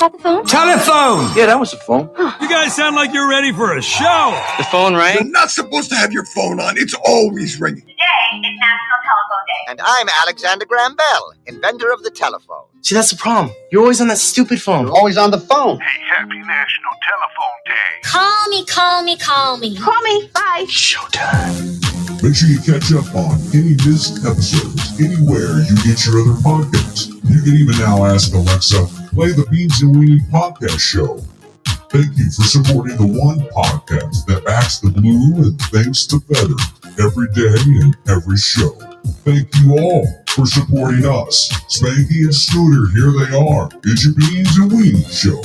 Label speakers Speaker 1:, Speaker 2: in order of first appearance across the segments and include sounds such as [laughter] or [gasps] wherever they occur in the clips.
Speaker 1: that the phone?
Speaker 2: Telephone!
Speaker 3: Yeah, that was the phone.
Speaker 4: You guys sound like you're ready for a show.
Speaker 3: The phone
Speaker 5: You're
Speaker 3: rang.
Speaker 5: not supposed to have your phone on. It's always ringing.
Speaker 6: Today is National Telephone Day.
Speaker 7: And I'm Alexander Graham Bell, inventor of the telephone.
Speaker 3: See, that's the problem. You're always on that stupid phone.
Speaker 8: Always on the phone.
Speaker 9: Hey, happy National Telephone Day.
Speaker 1: Call me, call me, call me.
Speaker 6: Call me. Bye.
Speaker 5: Make sure you catch up on any missed episodes anywhere you get your other podcasts. You can even now ask Alexa, play the Beans and Weenie podcast show. Thank you for supporting the one podcast that backs the blue and thanks to Feather every day and every show. Thank you all for supporting us. Spanky and Scooter, here they are. It's your Beans and Weenie show.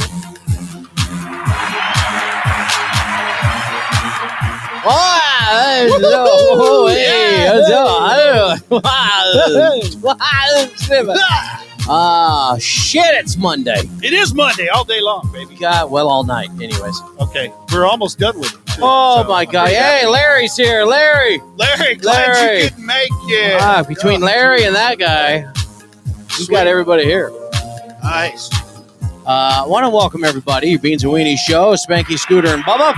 Speaker 10: Ah, shit, it's Monday.
Speaker 11: It is Monday all day long, baby.
Speaker 10: God, well, all night, anyways.
Speaker 11: Okay, we're almost done with it. too.
Speaker 10: Oh,
Speaker 11: So,
Speaker 10: my
Speaker 11: I'm
Speaker 10: God.
Speaker 11: pretty happy.
Speaker 10: Hey, Larry's here. Larry.
Speaker 11: Larry, Uh, glad
Speaker 10: Larry.
Speaker 11: you could make it.
Speaker 10: Ah, between Larry and that guy, we've got everybody here.
Speaker 11: Nice.
Speaker 10: Uh, I want to welcome everybody. Your Beans and Weenie Show, Spanky, Scooter, and Bubba.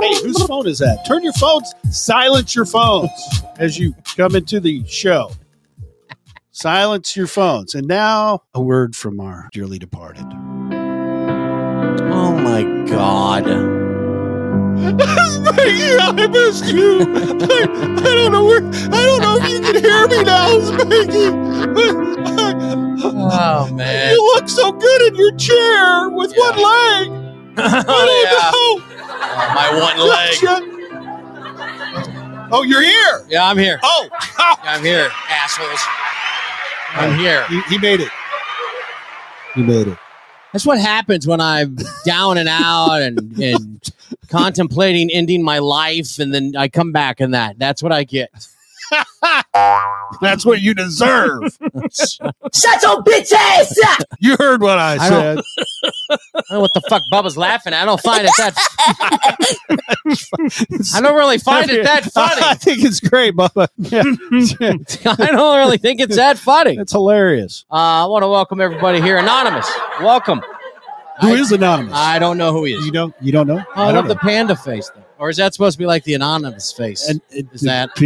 Speaker 11: Hey, whose phone is that? Turn your phones. Silence your phones as you come into the show. Silence your phones. And now a word from our dearly departed.
Speaker 10: Oh, my God.
Speaker 11: I missed you. I, I don't know where. I don't know if you can hear me now, Spanky.
Speaker 10: Oh, man.
Speaker 11: look so good in your chair with
Speaker 10: one
Speaker 11: leg.
Speaker 10: [laughs] oh,
Speaker 11: know.
Speaker 10: yeah. My one leg.
Speaker 11: Oh, you're here.
Speaker 10: Yeah, I'm here.
Speaker 11: Oh,
Speaker 10: I'm here, assholes. I'm here.
Speaker 11: he, he made it. He made it.
Speaker 10: That's what happens when I'm down and out and, and contemplating ending my life, and then I come back and that. That's what I get. [laughs]
Speaker 11: That's what you deserve.
Speaker 10: I
Speaker 6: Shut your bitch ass up.
Speaker 11: you heard what I,
Speaker 10: I
Speaker 11: said.
Speaker 10: don't- don't know what the fuck Bubba's laughing at. I don't find it that.
Speaker 11: [laughs]
Speaker 10: I don't really find it that
Speaker 11: I [laughs]
Speaker 10: funny.
Speaker 11: think it's great, Bubba. Yeah.
Speaker 10: I don't really think it's that funny. Uh,
Speaker 11: That's hilarious.
Speaker 10: I want to welcome everybody here, anonymous. Welcome.
Speaker 11: Who
Speaker 10: I-
Speaker 11: is anonymous?
Speaker 10: I don't know who he
Speaker 11: you
Speaker 10: is.
Speaker 11: don't. You don't know.
Speaker 10: Oh, I love [laughs] the panda face, though. or is that supposed to be like the anonymous face?
Speaker 11: And,
Speaker 10: Is that-
Speaker 11: [laughs]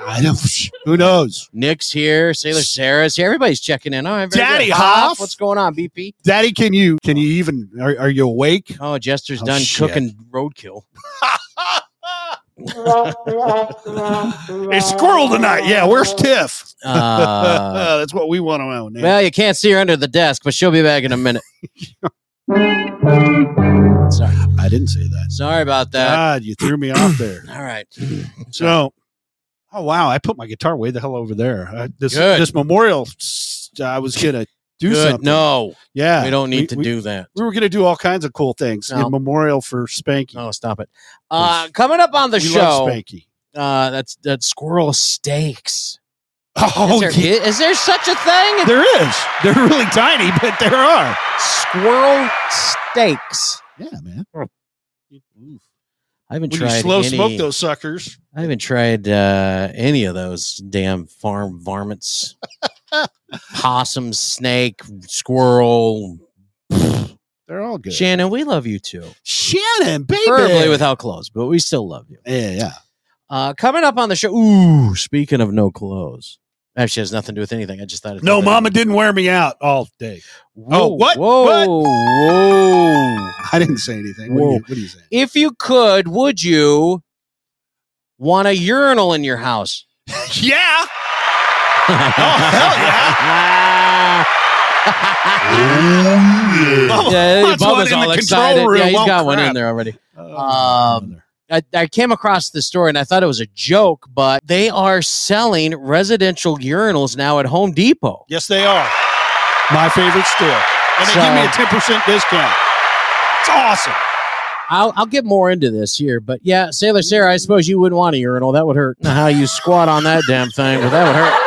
Speaker 11: I don't. Who knows?
Speaker 10: Nick's here, Sailor Sarah's here. Everybody's checking in. All right, very
Speaker 11: Daddy
Speaker 10: good.
Speaker 11: Hoff.
Speaker 10: what's going on, BP?
Speaker 11: Daddy, can you? Can you even? Are, are you awake?
Speaker 10: Oh, Jester's
Speaker 11: Oh,
Speaker 10: done
Speaker 11: shit.
Speaker 10: cooking
Speaker 11: [laughs]
Speaker 10: roadkill.
Speaker 11: It's squirrel tonight. Yeah, where's Tiff?
Speaker 10: Uh,
Speaker 11: [laughs] That's what we want to know. Nate.
Speaker 10: well, you can't see her under the desk, but she'll be back in a
Speaker 11: [laughs]
Speaker 10: minute. Sorry,
Speaker 11: I didn't say that.
Speaker 10: sorry about that.
Speaker 11: God, you threw me off
Speaker 10: [laughs]
Speaker 11: there.
Speaker 10: All right,
Speaker 11: So, oh wow, I put my guitar way the hell over there. I, this
Speaker 10: Good.
Speaker 11: this memorial, s- I was gonna do
Speaker 10: good.
Speaker 11: something.
Speaker 10: No,
Speaker 11: yeah,
Speaker 10: we don't need to
Speaker 11: we,
Speaker 10: do that.
Speaker 11: We were gonna do all kinds of cool things
Speaker 10: No.
Speaker 11: in memorial for Spanky.
Speaker 10: No, Oh, stop it. Uh, coming up on the
Speaker 11: we
Speaker 10: show,
Speaker 11: love Spanky.
Speaker 10: uh, that's that squirrel steaks.
Speaker 11: Oh,
Speaker 10: Is there,
Speaker 11: yeah.
Speaker 10: is there such a thing?
Speaker 11: there is. They're really tiny, but there are.
Speaker 10: Squirrel steaks.
Speaker 11: Yeah, man.
Speaker 10: I haven't
Speaker 11: Oh. When you
Speaker 10: tried
Speaker 11: slow
Speaker 10: any,
Speaker 11: smoke those suckers,
Speaker 10: I haven't tried uh, any of those damn farm
Speaker 11: [laughs]
Speaker 10: varmints. Possum, snake, squirrel.
Speaker 11: they're all good.
Speaker 10: Shannon, we love you too.
Speaker 11: Shannon, baby.
Speaker 10: Preferably without clothes, but we still love you.
Speaker 11: yeah, yeah.
Speaker 10: Uh, coming up on the show. Ooh, speaking of no clothes. Actually, it has nothing to do with anything. I just thought. I'd
Speaker 11: No,
Speaker 10: throw that
Speaker 11: Mama
Speaker 10: in.
Speaker 11: didn't wear me out all day.
Speaker 10: Whoa,
Speaker 11: Oh, what?
Speaker 10: Whoa,
Speaker 11: What?
Speaker 10: whoa.
Speaker 11: I didn't say anything. What are,
Speaker 10: Whoa.
Speaker 11: you, what are you saying?
Speaker 10: if you could, would you want a urinal in your
Speaker 11: [laughs]
Speaker 10: house? [laughs]
Speaker 11: yeah.
Speaker 10: oh,
Speaker 11: [laughs]
Speaker 10: yeah.
Speaker 11: Oh, that's one
Speaker 10: Bubba's
Speaker 11: in the
Speaker 10: all
Speaker 11: control
Speaker 10: excited.
Speaker 11: room.
Speaker 10: Yeah, he's
Speaker 11: Oh,
Speaker 10: got one
Speaker 11: crap.
Speaker 10: in there already.
Speaker 11: Oh,
Speaker 10: Um, I, I came across this story and I thought it was a joke, but they are selling residential urinals now at Home Depot.
Speaker 11: yes, they are. My favorite store. And they give me a 10% discount. It's awesome.
Speaker 10: I'll, I'll get more into this here, but yeah, Sailor Sarah, I suppose you wouldn't want a urinal. That would hurt. Now, how you squat on that damn thing, but that would hurt.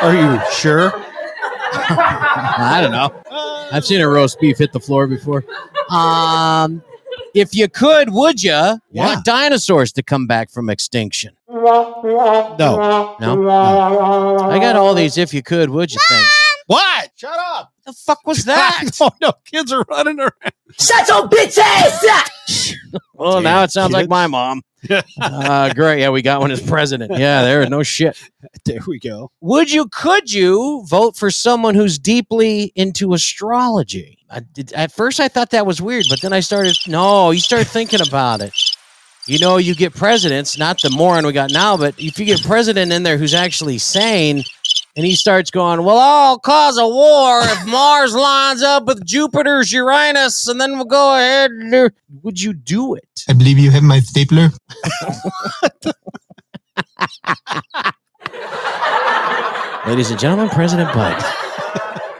Speaker 11: Are you sure?
Speaker 10: I don't know. I've seen a roast beef hit the floor before. Um, if you could, would you
Speaker 11: Yeah.
Speaker 10: want dinosaurs to come back from extinction?
Speaker 11: No.
Speaker 10: No, no. I got all these. If you could, would you? Things.
Speaker 11: [laughs] What? Shut up.
Speaker 10: The fuck was that?
Speaker 11: [laughs] Oh, no. Kids are running around.
Speaker 6: Shut your bitch ass up!
Speaker 10: Well,
Speaker 11: Damn
Speaker 10: now it sounds like
Speaker 11: kids.
Speaker 10: my mom. uh, great. Yeah, we got one as president. Yeah, there is no shit.
Speaker 11: There we go.
Speaker 10: Would you, could you vote for someone who's deeply into astrology? I did, at first, I thought that was weird, but then I started, no, you start thinking about it. You know, you get presidents, not the moron we got now, but if you get a president in there who's actually sane and he starts going, well, I'll cause a war if Mars lines up with Jupiter's Uranus, and then we'll go ahead and do. Would you do it?
Speaker 2: I believe you have my stapler.
Speaker 10: Ladies and gentlemen, President Biden. [laughs]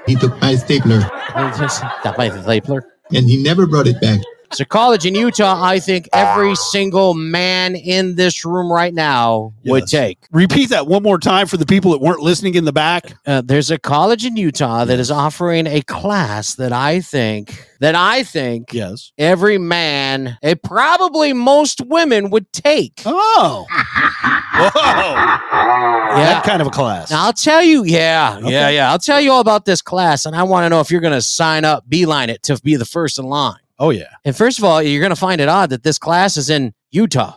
Speaker 2: He took my stapler
Speaker 10: That might be Lapler.
Speaker 2: and he never brought it back.
Speaker 10: So college in Utah, I think every single man in this room right now would
Speaker 11: Yes.
Speaker 10: take.
Speaker 11: Repeat that one more time for the people that weren't listening in the back.
Speaker 10: Uh, there's a college in Utah that is offering a class that I think that I think
Speaker 11: Yes.
Speaker 10: every man, and probably most women would take.
Speaker 11: Oh. [laughs] Whoa.
Speaker 10: yeah.
Speaker 11: That kind of a class.
Speaker 10: Now, I'll tell you, yeah, yeah,
Speaker 11: Okay.
Speaker 10: yeah. I'll tell you all about this class, and I want to know if you're going to sign up, beeline it to be the first in line.
Speaker 11: oh, yeah.
Speaker 10: And first of all, you're going to find it odd that this class is in
Speaker 11: [laughs]
Speaker 10: Utah,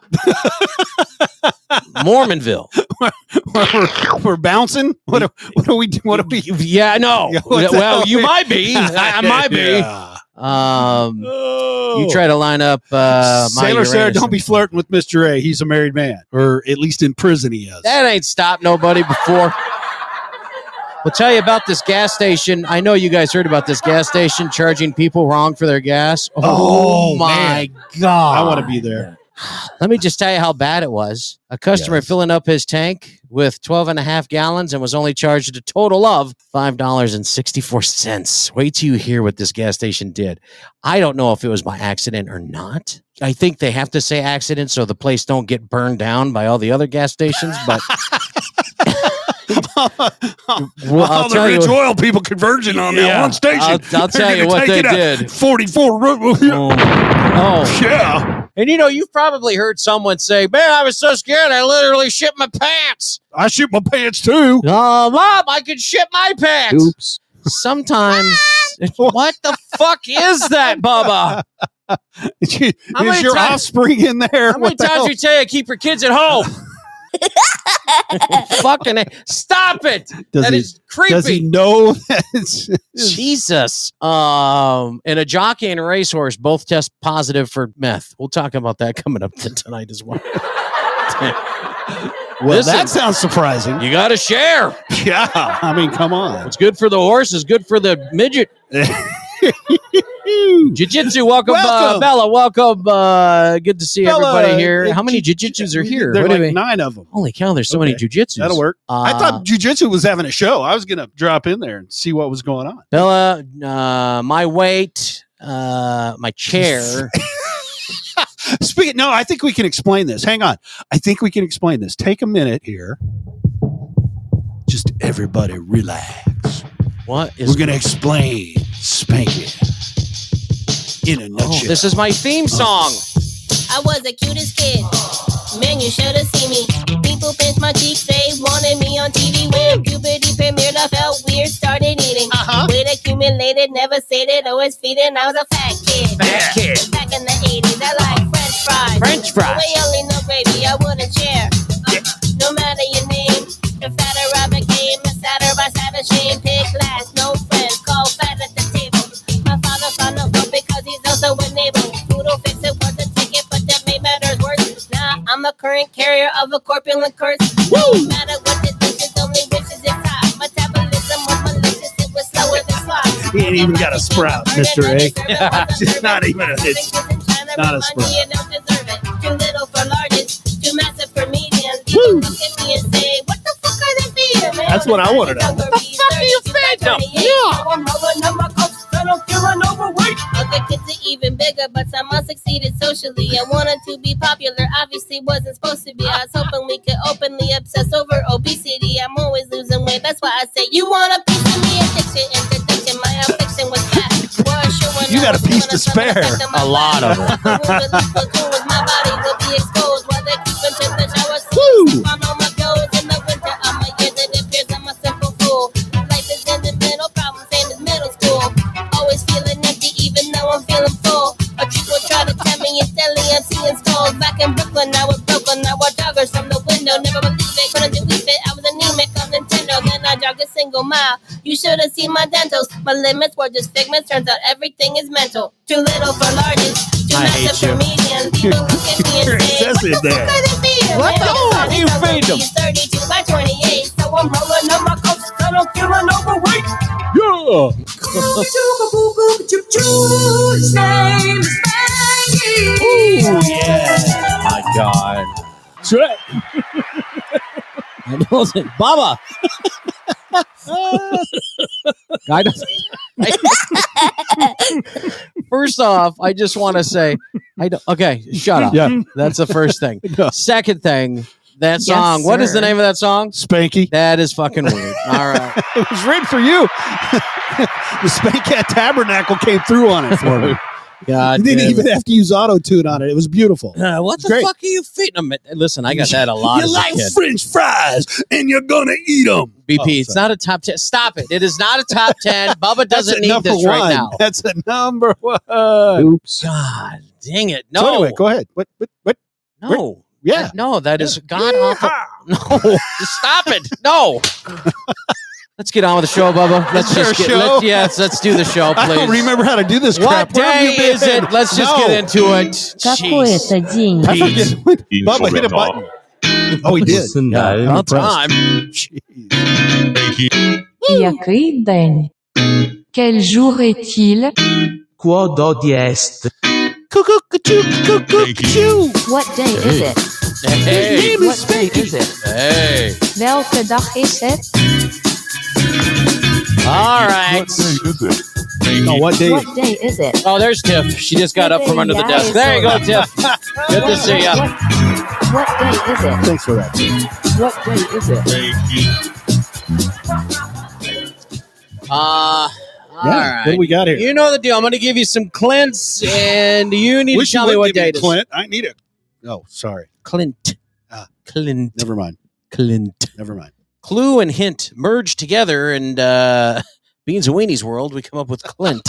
Speaker 10: Mormonville.
Speaker 11: we're, [laughs] we're bouncing. What are, what are we? [laughs] What are we?
Speaker 10: Yeah, no.
Speaker 11: [laughs] Yeah, what the
Speaker 10: well,
Speaker 11: hell?
Speaker 10: you might
Speaker 11: [laughs]
Speaker 10: be. I, I might be.
Speaker 11: Yeah.
Speaker 10: Um,
Speaker 11: Oh.
Speaker 10: you try to line up. Uh, my
Speaker 11: Sailor Sarah,
Speaker 10: Uranus
Speaker 11: don't
Speaker 10: and-
Speaker 11: be flirting with Mister A. He's a married man, or at least in prison he is.
Speaker 10: That ain't stopped nobody before. We'll tell you about this gas station. I know you guys heard about this gas station charging people wrong for their gas.
Speaker 11: Oh,
Speaker 10: my god!
Speaker 11: I want to be there.
Speaker 10: Let me just tell you how bad it was. A customer filling up his tank with 12 and a half gallons and was only charged a total of $5.64. Wait till you hear what this gas station did. I don't know if it was by accident or not. I think they have to say accident so the place don't get burned down by all the other gas stations,
Speaker 11: [laughs]
Speaker 10: but [laughs] well, I'll
Speaker 11: All the
Speaker 10: tell
Speaker 11: rich
Speaker 10: you-
Speaker 11: oil people converging on that
Speaker 10: Yeah,
Speaker 11: one station.
Speaker 10: I'll- I'll
Speaker 11: [laughs] They're
Speaker 10: tell you
Speaker 11: gonna
Speaker 10: what
Speaker 11: take
Speaker 10: they
Speaker 11: it out.
Speaker 10: did.
Speaker 11: Forty-four. [laughs] ro-
Speaker 10: oh.
Speaker 11: Yeah,
Speaker 10: And you know, you've probably heard someone say, "Man, I was so scared I literally shit my pants."
Speaker 11: I shoot my pants too.
Speaker 10: Oh, mom, I could shit my pants. Oops.
Speaker 11: [laughs]
Speaker 10: Sometimes. what the fuck is that, Bubba?
Speaker 11: [laughs] Is
Speaker 10: How many
Speaker 11: your
Speaker 10: times-
Speaker 11: offspring in there?
Speaker 10: How many
Speaker 11: What the
Speaker 10: times
Speaker 11: hell?
Speaker 10: you tell you keep your kids at
Speaker 11: [laughs]
Speaker 10: home? Fucking a- stop it!
Speaker 11: does
Speaker 10: that
Speaker 11: he
Speaker 10: is creepy.
Speaker 11: does he know [laughs] that? It's,
Speaker 10: Jesus. Um, and a jockey and a racehorse both test positive for meth. We'll talk about that coming up [laughs] t- tonight as well.
Speaker 11: well,
Speaker 10: Listen.
Speaker 11: that
Speaker 10: [laughs]
Speaker 11: sounds surprising.
Speaker 10: You got to share.
Speaker 11: Yeah, I mean, come on.
Speaker 10: What's good for the horse is good for the midget. Jiu-jitsu, welcome, Uh,
Speaker 11: Welcome.
Speaker 10: Bella. Welcome. Uh, good to see
Speaker 11: Bella,
Speaker 10: everybody here.
Speaker 11: uh,
Speaker 10: How many
Speaker 11: ju-
Speaker 10: jiu-jitsus are here?
Speaker 11: There
Speaker 10: What
Speaker 11: are
Speaker 10: do
Speaker 11: like
Speaker 10: we-
Speaker 11: nine of them.
Speaker 10: Holy cow, there's so many Uh,
Speaker 11: Okay.
Speaker 10: jujitsus.
Speaker 11: That'll work. I thought jujitsu was having a show. I was gonna drop in there and see what was going on.
Speaker 10: Bella, uh, my weight, uh, my
Speaker 11: [laughs]
Speaker 10: chair.
Speaker 11: Speaking, no, I think we can explain this. Hang on, I think we can explain this. Take a minute here. Just everybody relax.
Speaker 10: what is
Speaker 11: We're gonna explain spanking in a
Speaker 10: Oh,
Speaker 11: nutshell.
Speaker 10: this is my theme song.
Speaker 8: I was the cutest kid. Man, you should have seen me. People pinched my cheeks, they wanted me on TV. When puberty premiered, I felt weird, started eating.
Speaker 11: Uh-huh.
Speaker 8: Weight accumulated, never sated, always feeding. I was a fat kid. Fat kid. Back in the 80s, I like french fries.
Speaker 10: French
Speaker 8: The
Speaker 11: [laughs]
Speaker 10: fries.
Speaker 8: way only no gravy, I wouldn't share. No matter your name, the fatter I became, the sadder I savage shame. Pick last, no friends, call fat at the table. My father found a vote because he's also a neighbor. Poodle fix it was a ticket, but that made matters worse. Now I'm a current carrier of a corpulent curse. Woo! No matter what the dishes, only riches is high. Metabolism was malicious, it was slower than slop.
Speaker 10: Oh.
Speaker 11: He ain't even got a sprout, Mr.
Speaker 8: [laughs]
Speaker 11: A.
Speaker 8: It's
Speaker 11: not even a- it's not a sprout.
Speaker 8: Too little for largest, too massive for medium. People look at me and say, what the fuck are they being, man?
Speaker 11: That's what I wanna know.
Speaker 8: What the fuck are you feeding them? Other kids are even bigger, but some unsucceeded socially. I wanted to be popular, obviously wasn't supposed to be. I was hoping we could openly obsess over obesity. I'm always losing weight, that's why I say you want a piece of me addiction, interdiction. My affliction was fat. Was showing
Speaker 11: You got a
Speaker 8: off
Speaker 11: piece
Speaker 8: when I found the
Speaker 11: to spare.
Speaker 8: fact of my
Speaker 10: A lot
Speaker 8: body.
Speaker 10: of it.
Speaker 8: The wound that left the wound with my body will be exposed while they keep until the shower. mile. You should have seen my dentals. My limits were just figments. Turns out everything is mental. Too little for largest. Too
Speaker 10: I
Speaker 8: massive
Speaker 10: hate you.
Speaker 8: for medium. People look at me
Speaker 10: [laughs]
Speaker 8: and say,
Speaker 10: Excessive
Speaker 8: What the
Speaker 10: there.
Speaker 8: fuck could it be?
Speaker 10: What the fuck? You
Speaker 8: I'm
Speaker 10: feed 'em.
Speaker 8: 32 by 28, so I'm rolling on my coast. I don't feel an overweight.
Speaker 10: Yeah.
Speaker 12: His name is Bangy.
Speaker 10: My God.
Speaker 11: That's right.
Speaker 10: I wasn't Baba. [laughs] I don't- [laughs] first off, I just want to say, I don't, okay, shut up.
Speaker 11: Yeah.
Speaker 10: That's the first thing. Second thing, that
Speaker 11: Yes,
Speaker 10: song. What is the
Speaker 11: sir.
Speaker 10: name of that song?
Speaker 11: Spanky.
Speaker 10: That is fucking weird. All right. [laughs]
Speaker 11: it was written for you. [laughs] the Spank Cat Tabernacle came through on it for
Speaker 10: [laughs]
Speaker 11: me.
Speaker 10: God
Speaker 11: you didn't
Speaker 10: damn
Speaker 11: even
Speaker 10: it.
Speaker 11: have to use auto tune on it. It was beautiful.
Speaker 10: [laughs] Uh, what the
Speaker 11: Great.
Speaker 10: fuck are you feeding them? Listen, I got that a lot.
Speaker 11: You
Speaker 10: as a
Speaker 11: like
Speaker 10: kid.
Speaker 11: French fries, and you're gonna eat them.
Speaker 10: BP, it's not a top ten. Stop it! It is not a [laughs] top ten. Bubba doesn't need this right now. [laughs]
Speaker 11: That's a number one.
Speaker 10: Oops. God, dang it! No,
Speaker 11: So anyway, go ahead. What? What? What?
Speaker 10: no,
Speaker 11: Yeah.
Speaker 10: no. That is god awful. No, stop it! No. [laughs] let's get on with the show, Bubba. Let's
Speaker 11: Is there
Speaker 10: just
Speaker 11: a
Speaker 10: get.
Speaker 11: show?
Speaker 10: Let's, yes, let's do the [laughs] show,
Speaker 11: I
Speaker 10: please.
Speaker 11: don't remember how to do this.
Speaker 10: What
Speaker 11: crap. Where have
Speaker 10: day
Speaker 11: you been?
Speaker 10: is it? Let's just
Speaker 11: No.
Speaker 10: get into it. Jeez.
Speaker 11: I forget. [laughs] Bubba hit a button. Oh, he did.
Speaker 10: Yeah, on time.
Speaker 11: Jeez.
Speaker 13: Який день? Quel jour est-il? What day is it?
Speaker 10: Hey,
Speaker 13: What day is it?
Speaker 10: hey.
Speaker 13: Welke dag is het?
Speaker 10: All right.
Speaker 11: No, what day?
Speaker 13: What day is it?
Speaker 10: Oh, there's Tiff. She just got up from under the desk. There you go, Tiff. [laughs] Good to see ya.
Speaker 13: What day is it?
Speaker 11: Thanks for that.
Speaker 13: What day is it?
Speaker 10: Uh, all
Speaker 11: Yeah.
Speaker 10: right.
Speaker 11: What do we got here?
Speaker 10: You know the deal. I'm going to give you some Clints, and you need
Speaker 11: Wish
Speaker 10: to tell
Speaker 11: you
Speaker 10: me
Speaker 11: would
Speaker 10: what
Speaker 11: give me
Speaker 10: date it is.
Speaker 11: Clint. I need it. Oh, sorry.
Speaker 10: Clint.
Speaker 11: Ah.
Speaker 10: Clint.
Speaker 11: Never mind.
Speaker 10: Clint.
Speaker 11: Never [laughs] mind.
Speaker 10: Clue and hint merge together, and uh, [laughs] Beans and Weenies World, we come up with Clint.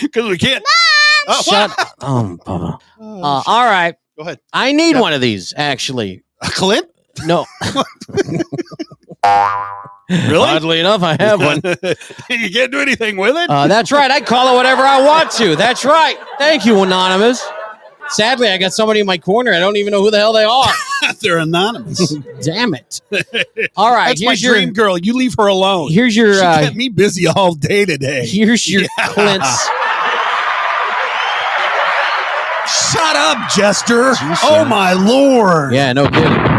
Speaker 11: Because we can't. [laughs] Oh,
Speaker 10: Shut [laughs] up. Oh, Bubba.
Speaker 11: Oh,
Speaker 10: Uh, all right.
Speaker 11: Go ahead.
Speaker 10: I need
Speaker 11: Yeah.
Speaker 10: one of these, actually.
Speaker 11: Clint?
Speaker 10: No.
Speaker 11: [laughs] Really?
Speaker 10: Oddly enough, I have
Speaker 4: [laughs]
Speaker 11: [laughs]
Speaker 10: one.
Speaker 11: you can't do anything with it?
Speaker 10: Uh, that's right. I call it whatever I want to. That's right. Thank you, Anonymous. Sadly, I got somebody in my corner. I don't even know who the hell they are.
Speaker 11: They're anonymous.
Speaker 10: Damn it. [laughs] All right.
Speaker 11: That's my
Speaker 10: here's your,
Speaker 11: dream girl. You leave her alone.
Speaker 10: here's your,
Speaker 11: she
Speaker 10: uh,
Speaker 11: kept me busy all day today.
Speaker 10: here's your Clint's.
Speaker 11: Shut up, Jester. Oh, my Lord.
Speaker 10: Yeah, no kidding.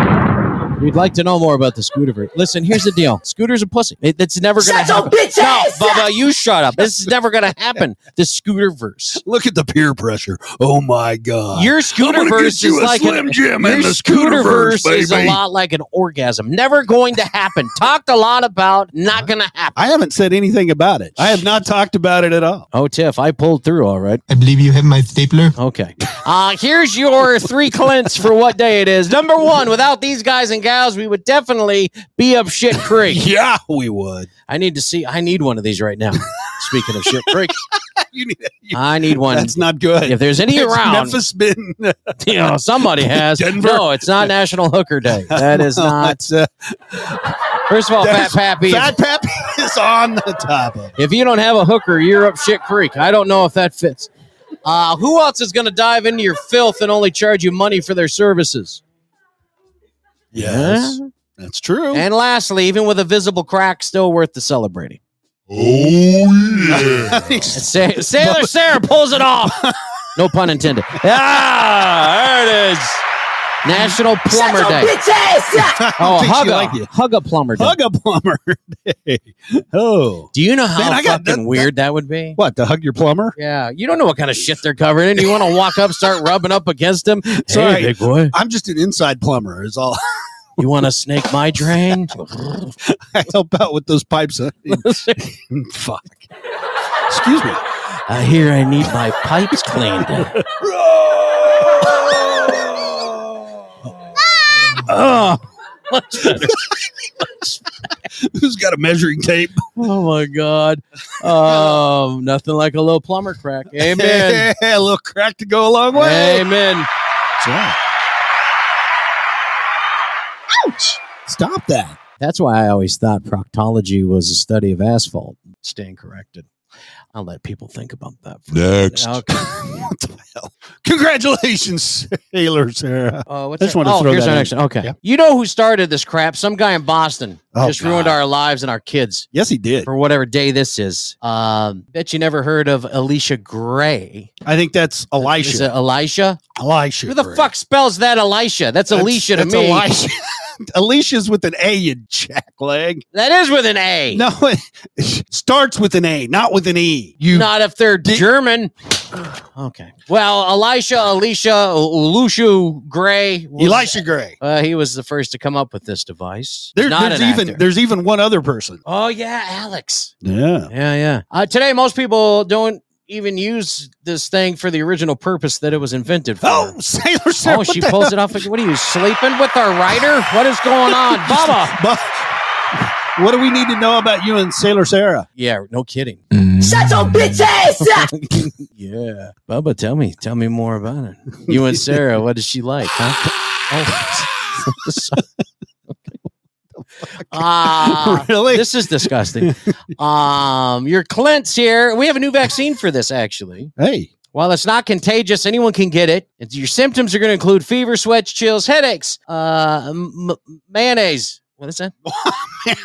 Speaker 10: We'd like to know more about the Scooter. Listen, here's the deal. Scooter's a pussy. It, that's never going to
Speaker 6: Shut your
Speaker 10: happen.
Speaker 6: bitch
Speaker 10: No,
Speaker 6: ass up!
Speaker 10: Bubba, you shut up. This is never going to happen. The Scooterverse.
Speaker 11: Look at the peer pressure. Oh, my God.
Speaker 10: Your
Speaker 5: gonna
Speaker 10: Scooterverse
Speaker 5: get you
Speaker 10: is
Speaker 5: a
Speaker 10: like
Speaker 5: Slim Jim
Speaker 10: your
Speaker 5: and the Scooterverse,
Speaker 10: Scooterverse is a
Speaker 5: baby.
Speaker 10: lot like an orgasm. Never going to happen. Talked a lot about. Not going to happen.
Speaker 11: I haven't said anything about it. I have not talked about it
Speaker 5: [laughs]
Speaker 11: at all.
Speaker 10: Oh, Tiff, I pulled through. All right.
Speaker 2: I believe you have my stapler.
Speaker 10: Okay. [laughs] Uh, here's your three clints for what day it is. Number one, without these guys and gals, we would definitely be up shit
Speaker 11: [laughs]
Speaker 10: creek.
Speaker 11: Yeah, we would.
Speaker 10: I need to see. I need one of these right now. Speaking of shit creek,
Speaker 11: You need, you-
Speaker 10: I need one.
Speaker 11: that's not good.
Speaker 10: if there's any
Speaker 11: It's
Speaker 10: around, [laughs]
Speaker 11: Memphis been
Speaker 10: you know,
Speaker 11: [laughs]
Speaker 10: somebody has.
Speaker 11: Denver.
Speaker 10: No, it's not National Hooker Day. That
Speaker 11: [laughs]
Speaker 10: is not.
Speaker 11: That's, uh,
Speaker 10: First of all, Fat
Speaker 11: that's-
Speaker 10: Pappy.
Speaker 11: Fat Pappy is on the top of it.
Speaker 10: If you don't have a hooker, you're up shit creek. I don't know if that fits. Uh, who else is going to dive into your filth and only charge you money for their services?
Speaker 11: Yes, that's true.
Speaker 10: And lastly, even with a visible crack, still worth the celebrating.
Speaker 5: Oh, yeah.
Speaker 11: [laughs]
Speaker 10: Sa- Sailor Sarah pulls it off. No pun intended. Ah, there it is. National
Speaker 6: Shut
Speaker 10: Plumber
Speaker 6: your
Speaker 10: Day.
Speaker 6: bitch ass up!
Speaker 11: I don't
Speaker 10: Oh,
Speaker 11: think she
Speaker 10: hug a,
Speaker 11: like you.
Speaker 10: hug a plumber day.
Speaker 11: Hug a plumber. [laughs] Day. Oh,
Speaker 10: Do you know how
Speaker 11: Man, I got-
Speaker 10: fucking
Speaker 11: that- that-
Speaker 10: weird that would be?
Speaker 11: what to hug your plumber?
Speaker 10: Yeah, you don't know what kind of shit they're covered in. You want to walk up, start rubbing up against them.
Speaker 11: Sorry.
Speaker 10: big boy.
Speaker 11: I'm just an inside plumber. Is all [laughs]
Speaker 10: You want to snake my drain?
Speaker 11: I help out with
Speaker 10: [laughs]
Speaker 11: those pipes. [laughs] uh, Fuck. Excuse me.
Speaker 10: I hear I need my pipes cleaned.
Speaker 11: Oh,
Speaker 10: Much better.
Speaker 11: [laughs] who's got a measuring tape?
Speaker 10: Oh my God. Um, nothing like a low plumber crack. [laughs] Amen.
Speaker 11: [laughs] a little crack to go a long way.
Speaker 10: Amen.
Speaker 11: That's right. Stop that.
Speaker 10: That's why I always thought proctology was a study of asphalt. Stand corrected. I'll let people think about that. For
Speaker 11: Next.
Speaker 10: Okay.
Speaker 11: [laughs] what the hell? Congratulations, sailors. Sarah.
Speaker 10: Uh, what's
Speaker 11: I just
Speaker 10: that?
Speaker 11: want to
Speaker 10: oh,
Speaker 11: throw
Speaker 10: here's
Speaker 11: that
Speaker 10: our
Speaker 11: in.
Speaker 10: next one. Okay.
Speaker 11: Yeah.
Speaker 10: You know who started this crap? Some guy in Boston
Speaker 11: Oh,
Speaker 10: just ruined our lives and our kids.
Speaker 11: Yes, he did.
Speaker 10: For whatever day this is. Um, bet you never heard of Alicia Gray.
Speaker 11: I think that's
Speaker 10: Is
Speaker 11: Elisha.
Speaker 10: it Elisha?
Speaker 11: Elisha.
Speaker 10: Who the
Speaker 11: Gray.
Speaker 10: fuck spells that Elisha? That's,
Speaker 11: That's-
Speaker 10: Alicia to
Speaker 11: that's
Speaker 10: me.
Speaker 11: Elisha. [laughs] Alicia's with an A, you jackleg.
Speaker 10: That is with an A.
Speaker 11: No, [laughs] it starts with an A, not with an E. You
Speaker 10: Not if they're
Speaker 11: [sighs]
Speaker 10: German. okay. Well, Elisha, Alicia, Ulushu Gray. was-
Speaker 11: Elisha Gray.
Speaker 10: Uh, he was the first to come up with this device.
Speaker 11: There-
Speaker 10: Not
Speaker 11: there's
Speaker 10: an
Speaker 11: even
Speaker 10: actor.
Speaker 11: there's even one other person.
Speaker 10: Oh yeah, Alex.
Speaker 11: Yeah.
Speaker 10: Yeah, yeah. Uh, today, most people don't even use this thing for the original purpose that it was invented for.
Speaker 11: Oh, [laughs] Sailor Sarah.
Speaker 10: Oh, she pulls it off. again. What are you sleeping with our writer? What is going [laughs] on, Baba?
Speaker 11: But what do we need to know about you and Sailor Sarah?
Speaker 10: Yeah, no kidding.
Speaker 6: Shut your bitch ass up!
Speaker 10: [laughs] yeah, Bubba, tell me, tell me more about it. You and Sarah, what is she like? Huh? Oh, sorry. Ah,
Speaker 11: [laughs] Really?
Speaker 10: [laughs] This is [laughs] disgusting. um, your Clint's here. We have a new vaccine for this, actually.
Speaker 11: Hey.
Speaker 10: While it's not contagious, anyone can get it. And Your symptoms are going to include fever, sweats, chills, headaches, uh, m- m- mayonnaise. What is that?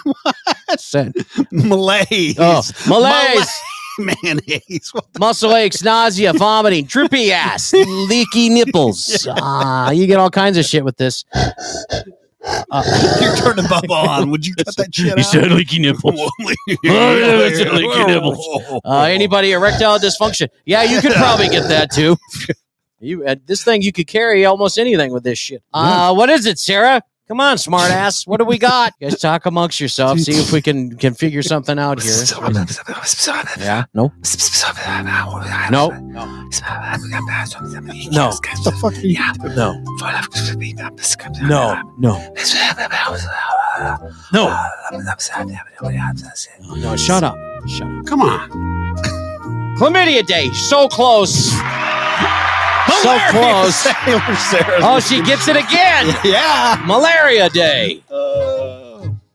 Speaker 10: What's that?
Speaker 11: [laughs] Malaise.
Speaker 10: Oh,
Speaker 11: [laughs]
Speaker 10: malaise.
Speaker 11: Mayonnaise. What
Speaker 10: muscle aches, nausea, vomiting, drippy ass, leaky nipples. Ah, you get all kinds of shit with this. Uh,
Speaker 11: the- you turn the bubble on. Would you Oh, cut [laughs] that shit out?
Speaker 10: leaky nipples. Uh, anybody erectile dysfunction? Yeah, you [laughs] could probably get that too. You uh, this thing you could carry almost anything with this shit. Uh, what is it, Sarah? Come on, smartass. What do we got? [laughs] You guys talk amongst yourselves. See if we can can figure something out here. Yeah. No. No. No.
Speaker 11: What the fuck are you
Speaker 10: No. No. No. No. No. Shut up. Shut up.
Speaker 11: Come on.
Speaker 10: Chlamydia Day. So close. So
Speaker 11: Malaria,
Speaker 10: close.
Speaker 11: [laughs] Sailor Sarah.
Speaker 10: Oh, she gets it again.
Speaker 11: [laughs] Yeah.
Speaker 10: Malaria Day.
Speaker 11: Uh,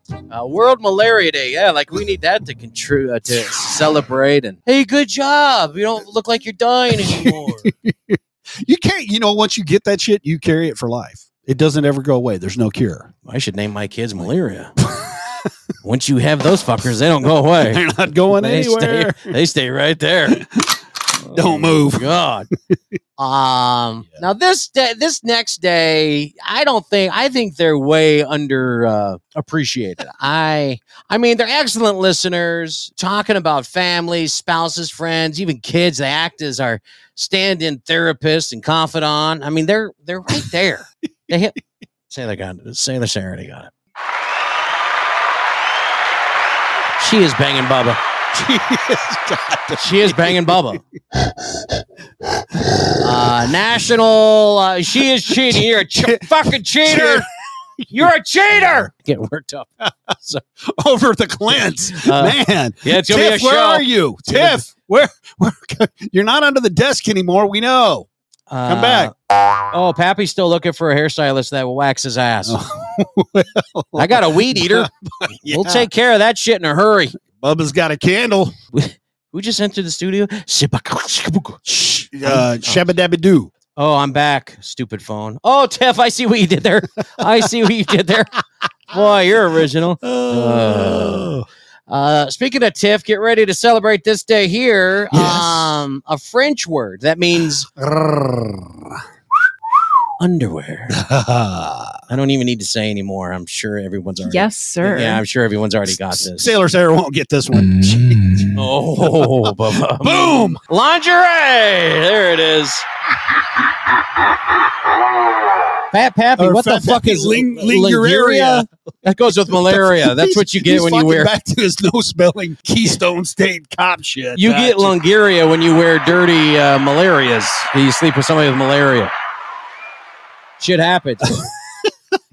Speaker 10: Uh, World Malaria Day. Yeah, like we need that to contru- uh, to celebrate. And hey, good job. You don't look like you're dying anymore.
Speaker 11: you can't, you know, once you get that shit, you carry it for life. It doesn't ever go away. There's no cure.
Speaker 10: [laughs] I should name my kids malaria. Once you have those fuckers, they don't go away.
Speaker 11: They're not
Speaker 10: [laughs]
Speaker 11: going
Speaker 10: They stay,
Speaker 11: anywhere.
Speaker 10: they stay right [laughs] there.
Speaker 11: Don't move. [laughs]
Speaker 10: God. Um. Now this day, this next day, I don't think I think they're way under uh, appreciated. I I mean they're excellent listeners, talking about families, spouses, friends, even kids. They act as our stand-in therapist and confidant. I mean they're they're right there. they hit Sailor got it. Sailor Saturday got it. She is banging Bubba. She is banging Bubba. Uh, national. Uh, she is cheating. You're a ch- fucking cheater. You're a cheater. Get worked up.
Speaker 11: Over the cleanse.
Speaker 10: Uh,
Speaker 11: Man.
Speaker 10: Yeah, it's gonna be a
Speaker 11: Tiff, where
Speaker 10: show.
Speaker 11: are you?
Speaker 10: gonna
Speaker 11: Tiff, where, where? [laughs] You're not under the desk anymore. We know. Come back.
Speaker 10: Oh, Pappy's still looking for a hairstylist that will wax his ass.
Speaker 11: Oh, [laughs] Well,
Speaker 10: I got a weed eater.
Speaker 11: [laughs] yeah.
Speaker 10: We'll take care of that shit in a hurry.
Speaker 11: Bubba's got a candle.
Speaker 10: Who just entered the studio? Shh.
Speaker 11: Uh, Shabba dabba doo.
Speaker 10: Oh, I'm back. Stupid phone. Oh, Tiff, I see what you did there. I see what you did
Speaker 11: [laughs]
Speaker 10: there. Boy, you're original.
Speaker 11: Oh.
Speaker 10: Uh, speaking of Tiff, get ready to celebrate this day here.
Speaker 11: Yes.
Speaker 10: Um, a French word that
Speaker 11: [laughs]
Speaker 10: means underwear.
Speaker 11: Oh.
Speaker 10: I don't even need to say anymore. I'm sure everyone's already.
Speaker 12: Yes, sir.
Speaker 10: Yeah, I'm sure everyone's already got this.
Speaker 11: [laughs] Sailor Sarah won't get this one.
Speaker 10: Mm-hmm. Oh, [laughs]
Speaker 11: [laughs]
Speaker 10: Bubba.
Speaker 11: Boom!
Speaker 10: lingerie. There it is. Fat Pappy,
Speaker 11: Or
Speaker 10: what
Speaker 11: Fat
Speaker 10: the fuck
Speaker 11: Pappy
Speaker 10: is
Speaker 11: ling-
Speaker 10: lingeria?
Speaker 11: lingeria?
Speaker 10: That goes
Speaker 11: [laughs]
Speaker 10: with [laughs] malaria. That's what you
Speaker 11: He's
Speaker 10: get when you
Speaker 11: fucking
Speaker 10: wear.
Speaker 11: back to his no spelling Keystone State cop shit.
Speaker 10: You get
Speaker 11: Gotcha.
Speaker 10: lungaria when you wear dirty uh, malarias. You sleep with somebody with malaria. Shit
Speaker 11: [laughs]
Speaker 10: happens.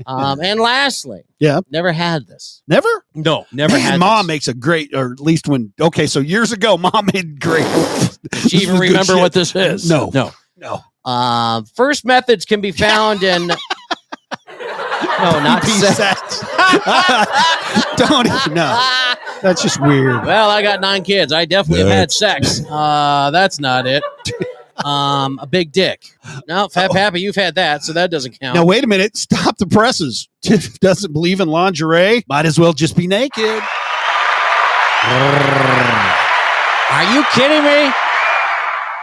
Speaker 10: um, and lastly,
Speaker 11: Yeah.
Speaker 10: never had this.
Speaker 11: Never?
Speaker 10: No, never
Speaker 11: Man,
Speaker 10: had.
Speaker 11: mom
Speaker 10: this.
Speaker 11: makes a great, or at least when, okay, so years ago, mom [laughs] made great.
Speaker 10: Do
Speaker 11: [laughs]
Speaker 10: you even remember what this is?
Speaker 11: No.
Speaker 10: no,
Speaker 11: No.
Speaker 10: Uh, first methods can be found in. No, not
Speaker 11: Be [laughs]
Speaker 10: set.
Speaker 11: Don't even know. That's just weird.
Speaker 10: Well, I got nine kids. I definitely have had sex. Uh, that's not it. Um, a big dick. No, Fat Pappy, you've had that, so that doesn't count.
Speaker 11: Now wait a minute. Stop the presses. Tiff doesn't believe in lingerie. Might as well just be naked. [laughs]
Speaker 10: Are you kidding me?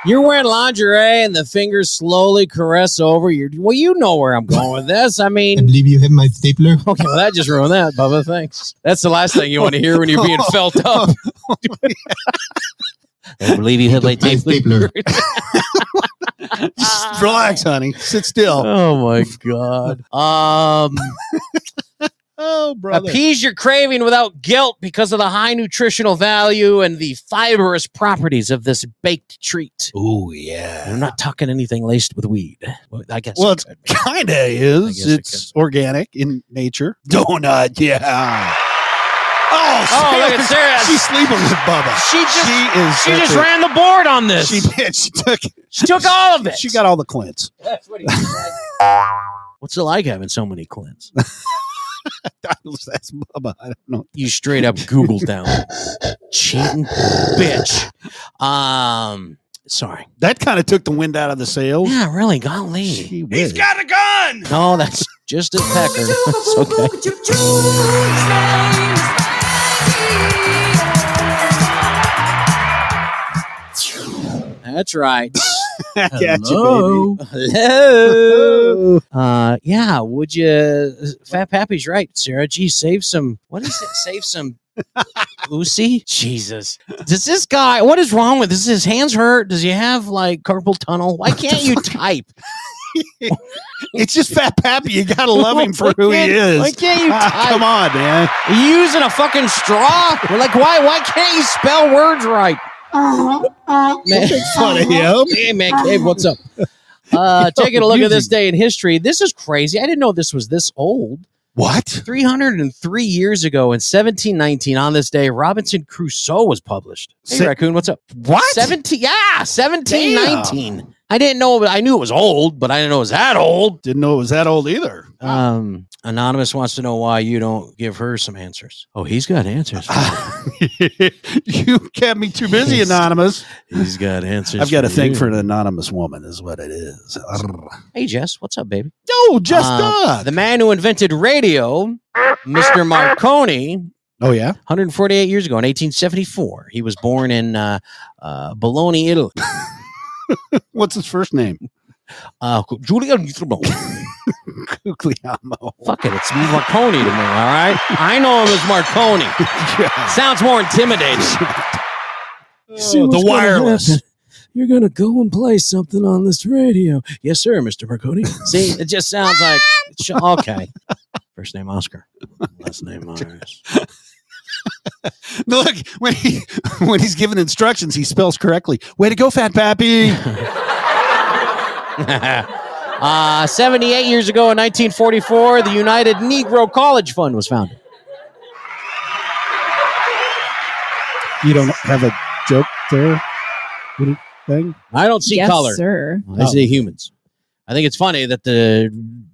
Speaker 10: You're wearing lingerie and the fingers slowly caress over your. Well, you know where I'm going with this. I mean, I
Speaker 2: believe you have my stapler.
Speaker 10: Okay, well, that just ruined that, Bubba. Thanks. That's the last thing you want to hear when you're
Speaker 11: [laughs]
Speaker 10: being
Speaker 11: Oh,
Speaker 10: felt up. I believe you have my
Speaker 2: stapler.
Speaker 11: Just relax, honey. Sit still.
Speaker 10: Oh my god. Um,
Speaker 11: oh, brother.
Speaker 10: Appease your craving without guilt because of the high nutritional value and the fibrous properties of this baked treat.
Speaker 11: Oh yeah.
Speaker 10: I'm not talking anything laced with weed. Well, I guess.
Speaker 11: Well, it's kind of is.
Speaker 10: I guess it
Speaker 11: It's organic in nature. Donut, yeah. Oh,
Speaker 10: Oh, look at
Speaker 11: [laughs]
Speaker 10: Sarah.
Speaker 11: She's sleeping with Bubba.
Speaker 10: She just
Speaker 11: She is.
Speaker 10: she
Speaker 11: such
Speaker 10: just
Speaker 11: a-
Speaker 10: ran the board on this.
Speaker 11: [laughs] She did. She took.
Speaker 10: She took all of it.
Speaker 11: She got all the [laughs] clints.
Speaker 10: That's what he said. What's it like having so many clients?
Speaker 11: That's Bubba. I don't know.
Speaker 10: You straight up Google down. Cheating bitch. Um sorry.
Speaker 11: That kind of took the wind out of the sails.
Speaker 10: Yeah, really, golly.
Speaker 11: He
Speaker 4: He's
Speaker 11: whiz.
Speaker 4: got a gun.
Speaker 10: no, that's just a pecker. That's okay. That's right.
Speaker 11: [laughs] I got you,
Speaker 10: Hello.
Speaker 11: [laughs]
Speaker 10: Hello. Uh, yeah. Would you? Fat Pappy's right, Sarah. Gee, save some. What is it? Save
Speaker 11: [laughs]
Speaker 10: some. Lucy? Jesus. Does this guy, what is wrong with this? His hands hurt? Does he have like carpal tunnel?
Speaker 11: [laughs]
Speaker 10: Why can't you type?
Speaker 11: baby. It's just Fat Pappy. You gotta love him for [laughs] who he is.
Speaker 10: Why can't you
Speaker 11: Ah, [laughs]
Speaker 10: type?
Speaker 11: come on, man.
Speaker 10: Are you using a fucking straw? We're like, why? Why can't you spell words right? [laughs] Man,
Speaker 11: Make fun of him.
Speaker 10: hey man, Cave, what's up? [laughs] Uh, taking a look at this day in history. This is crazy. I didn't know this was this old.
Speaker 11: What?
Speaker 10: 303 years ago in 1719, on this day, Robinson Crusoe was published. Hey,
Speaker 11: Se-
Speaker 10: Raccoon, what's up?
Speaker 11: What?
Speaker 10: 17, yeah, 1719. I didn't know, I knew it was old, but I didn't know it was that old.
Speaker 11: Didn't know it was that old either. [laughs]
Speaker 10: Um, Anonymous wants to know why you don't give her some answers. Oh, he's got answers. for
Speaker 11: Ah.
Speaker 10: you.
Speaker 11: you kept me too busy, anonymous.
Speaker 10: He's got answers.
Speaker 11: I've got a thing
Speaker 10: you.
Speaker 11: for an anonymous woman, is what it is.
Speaker 10: Hey, Jess, what's up, baby?
Speaker 11: No, just
Speaker 10: Uh,
Speaker 11: uh,
Speaker 10: the man who invented radio, Mr. Marconi,
Speaker 11: Oh yeah,
Speaker 10: 148 years ago in 1874. He was born in uh, uh, Bologna, Italy.
Speaker 11: what's his first name? [laughs]
Speaker 10: Uh, Giuliano Giuliano.
Speaker 11: Cugliamo.
Speaker 10: Fuck it, it's Marconi to me, all right? I know him as [laughs] Marconi. Sounds more [laughs] intimidating. Oh, the wireless. You're going to go and play something on this radio. Yes, sir, Mr. Marconi. See, it just sounds [laughs] like. Sh- Okay. First name Oscar, last name Mars.
Speaker 11: No, Look when he [laughs] when he's given instructions, he spells correctly. Way to go, Fat Pappy!
Speaker 10: uh, 78 years ago in 1944, the United Negro College Fund was founded.
Speaker 11: you don't have a joke there. Little Thing.
Speaker 10: I don't see
Speaker 14: yes,
Speaker 10: color.
Speaker 14: sir.
Speaker 10: I see
Speaker 11: Oh.
Speaker 10: humans. I think it's funny that the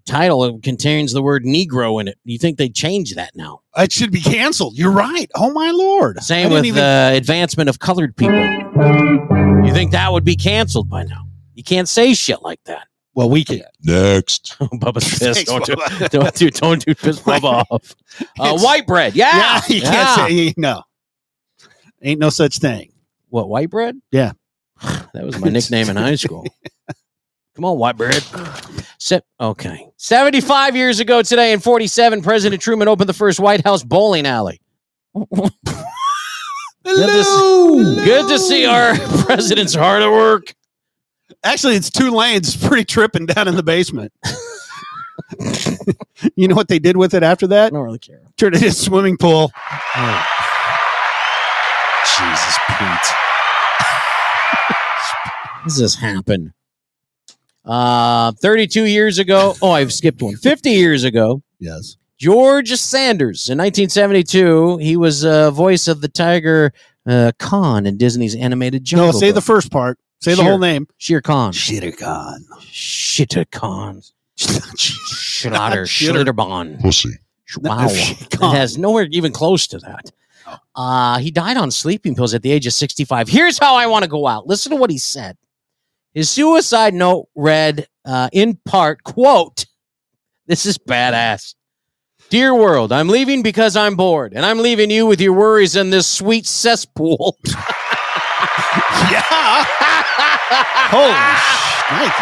Speaker 10: title contains the word Negro in it. You think they change that now?
Speaker 11: It should be canceled. You're right. Oh my lord. I
Speaker 10: Same
Speaker 11: didn't
Speaker 10: with uh, the advancement of colored people. You think that would be canceled by now? You can't say shit like
Speaker 11: [laughs]
Speaker 10: that.
Speaker 11: well, we can.
Speaker 5: Next.
Speaker 11: Oh,
Speaker 10: Bubba's pissed.
Speaker 11: Thanks,
Speaker 10: Don't
Speaker 11: [laughs]
Speaker 10: do, [laughs]
Speaker 11: Bubba.
Speaker 10: don't do, don't do piss
Speaker 11: [laughs]
Speaker 10: Bubba off. Uh,
Speaker 11: It's-
Speaker 10: white bread. Yeah.
Speaker 11: Yeah, [laughs] you
Speaker 10: Yeah.
Speaker 11: can't say no. Ain't no such thing.
Speaker 10: What white bread?
Speaker 11: Yeah.
Speaker 10: [sighs] that was my nickname in high [laughs] school. Come on, white bread. Se- okay. 75 years ago today in 47, President Truman opened the first White House bowling alley. Good to, s- good to see our [laughs] president's hard at work.
Speaker 11: Actually, it's two lanes. It's pretty tripping down in the basement. [laughs] you know what they did with it after
Speaker 10: I
Speaker 11: that?
Speaker 10: don't really care.
Speaker 11: Turned it into a swimming pool.
Speaker 10: Jesus, Pete. How does this happen? Uh, 32 years ago. Oh, I've skipped one. 50 years ago,
Speaker 11: Yes.
Speaker 10: George Sanders. In 1972, he was uh, voice of the tiger uh, Khan in Disney's animated Jungle.
Speaker 11: No, say the
Speaker 10: Book.
Speaker 11: first part. Say the
Speaker 10: Sure.
Speaker 11: whole name.
Speaker 10: Shere Khan.
Speaker 11: Shittercon.
Speaker 10: Shitter Khan. Schlatter, Schlitterbahn.
Speaker 5: Pussy.
Speaker 10: Wow. It has nowhere even close to that. Uh, he died on sleeping pills at the age of 65. Here's how I want to go out. Listen to what he said. His suicide note read, uh, in part, quote, this is badass. Dear world, I'm leaving because I'm bored, and I'm leaving you with your worries in this sweet cesspool. [laughs] yeah. Holy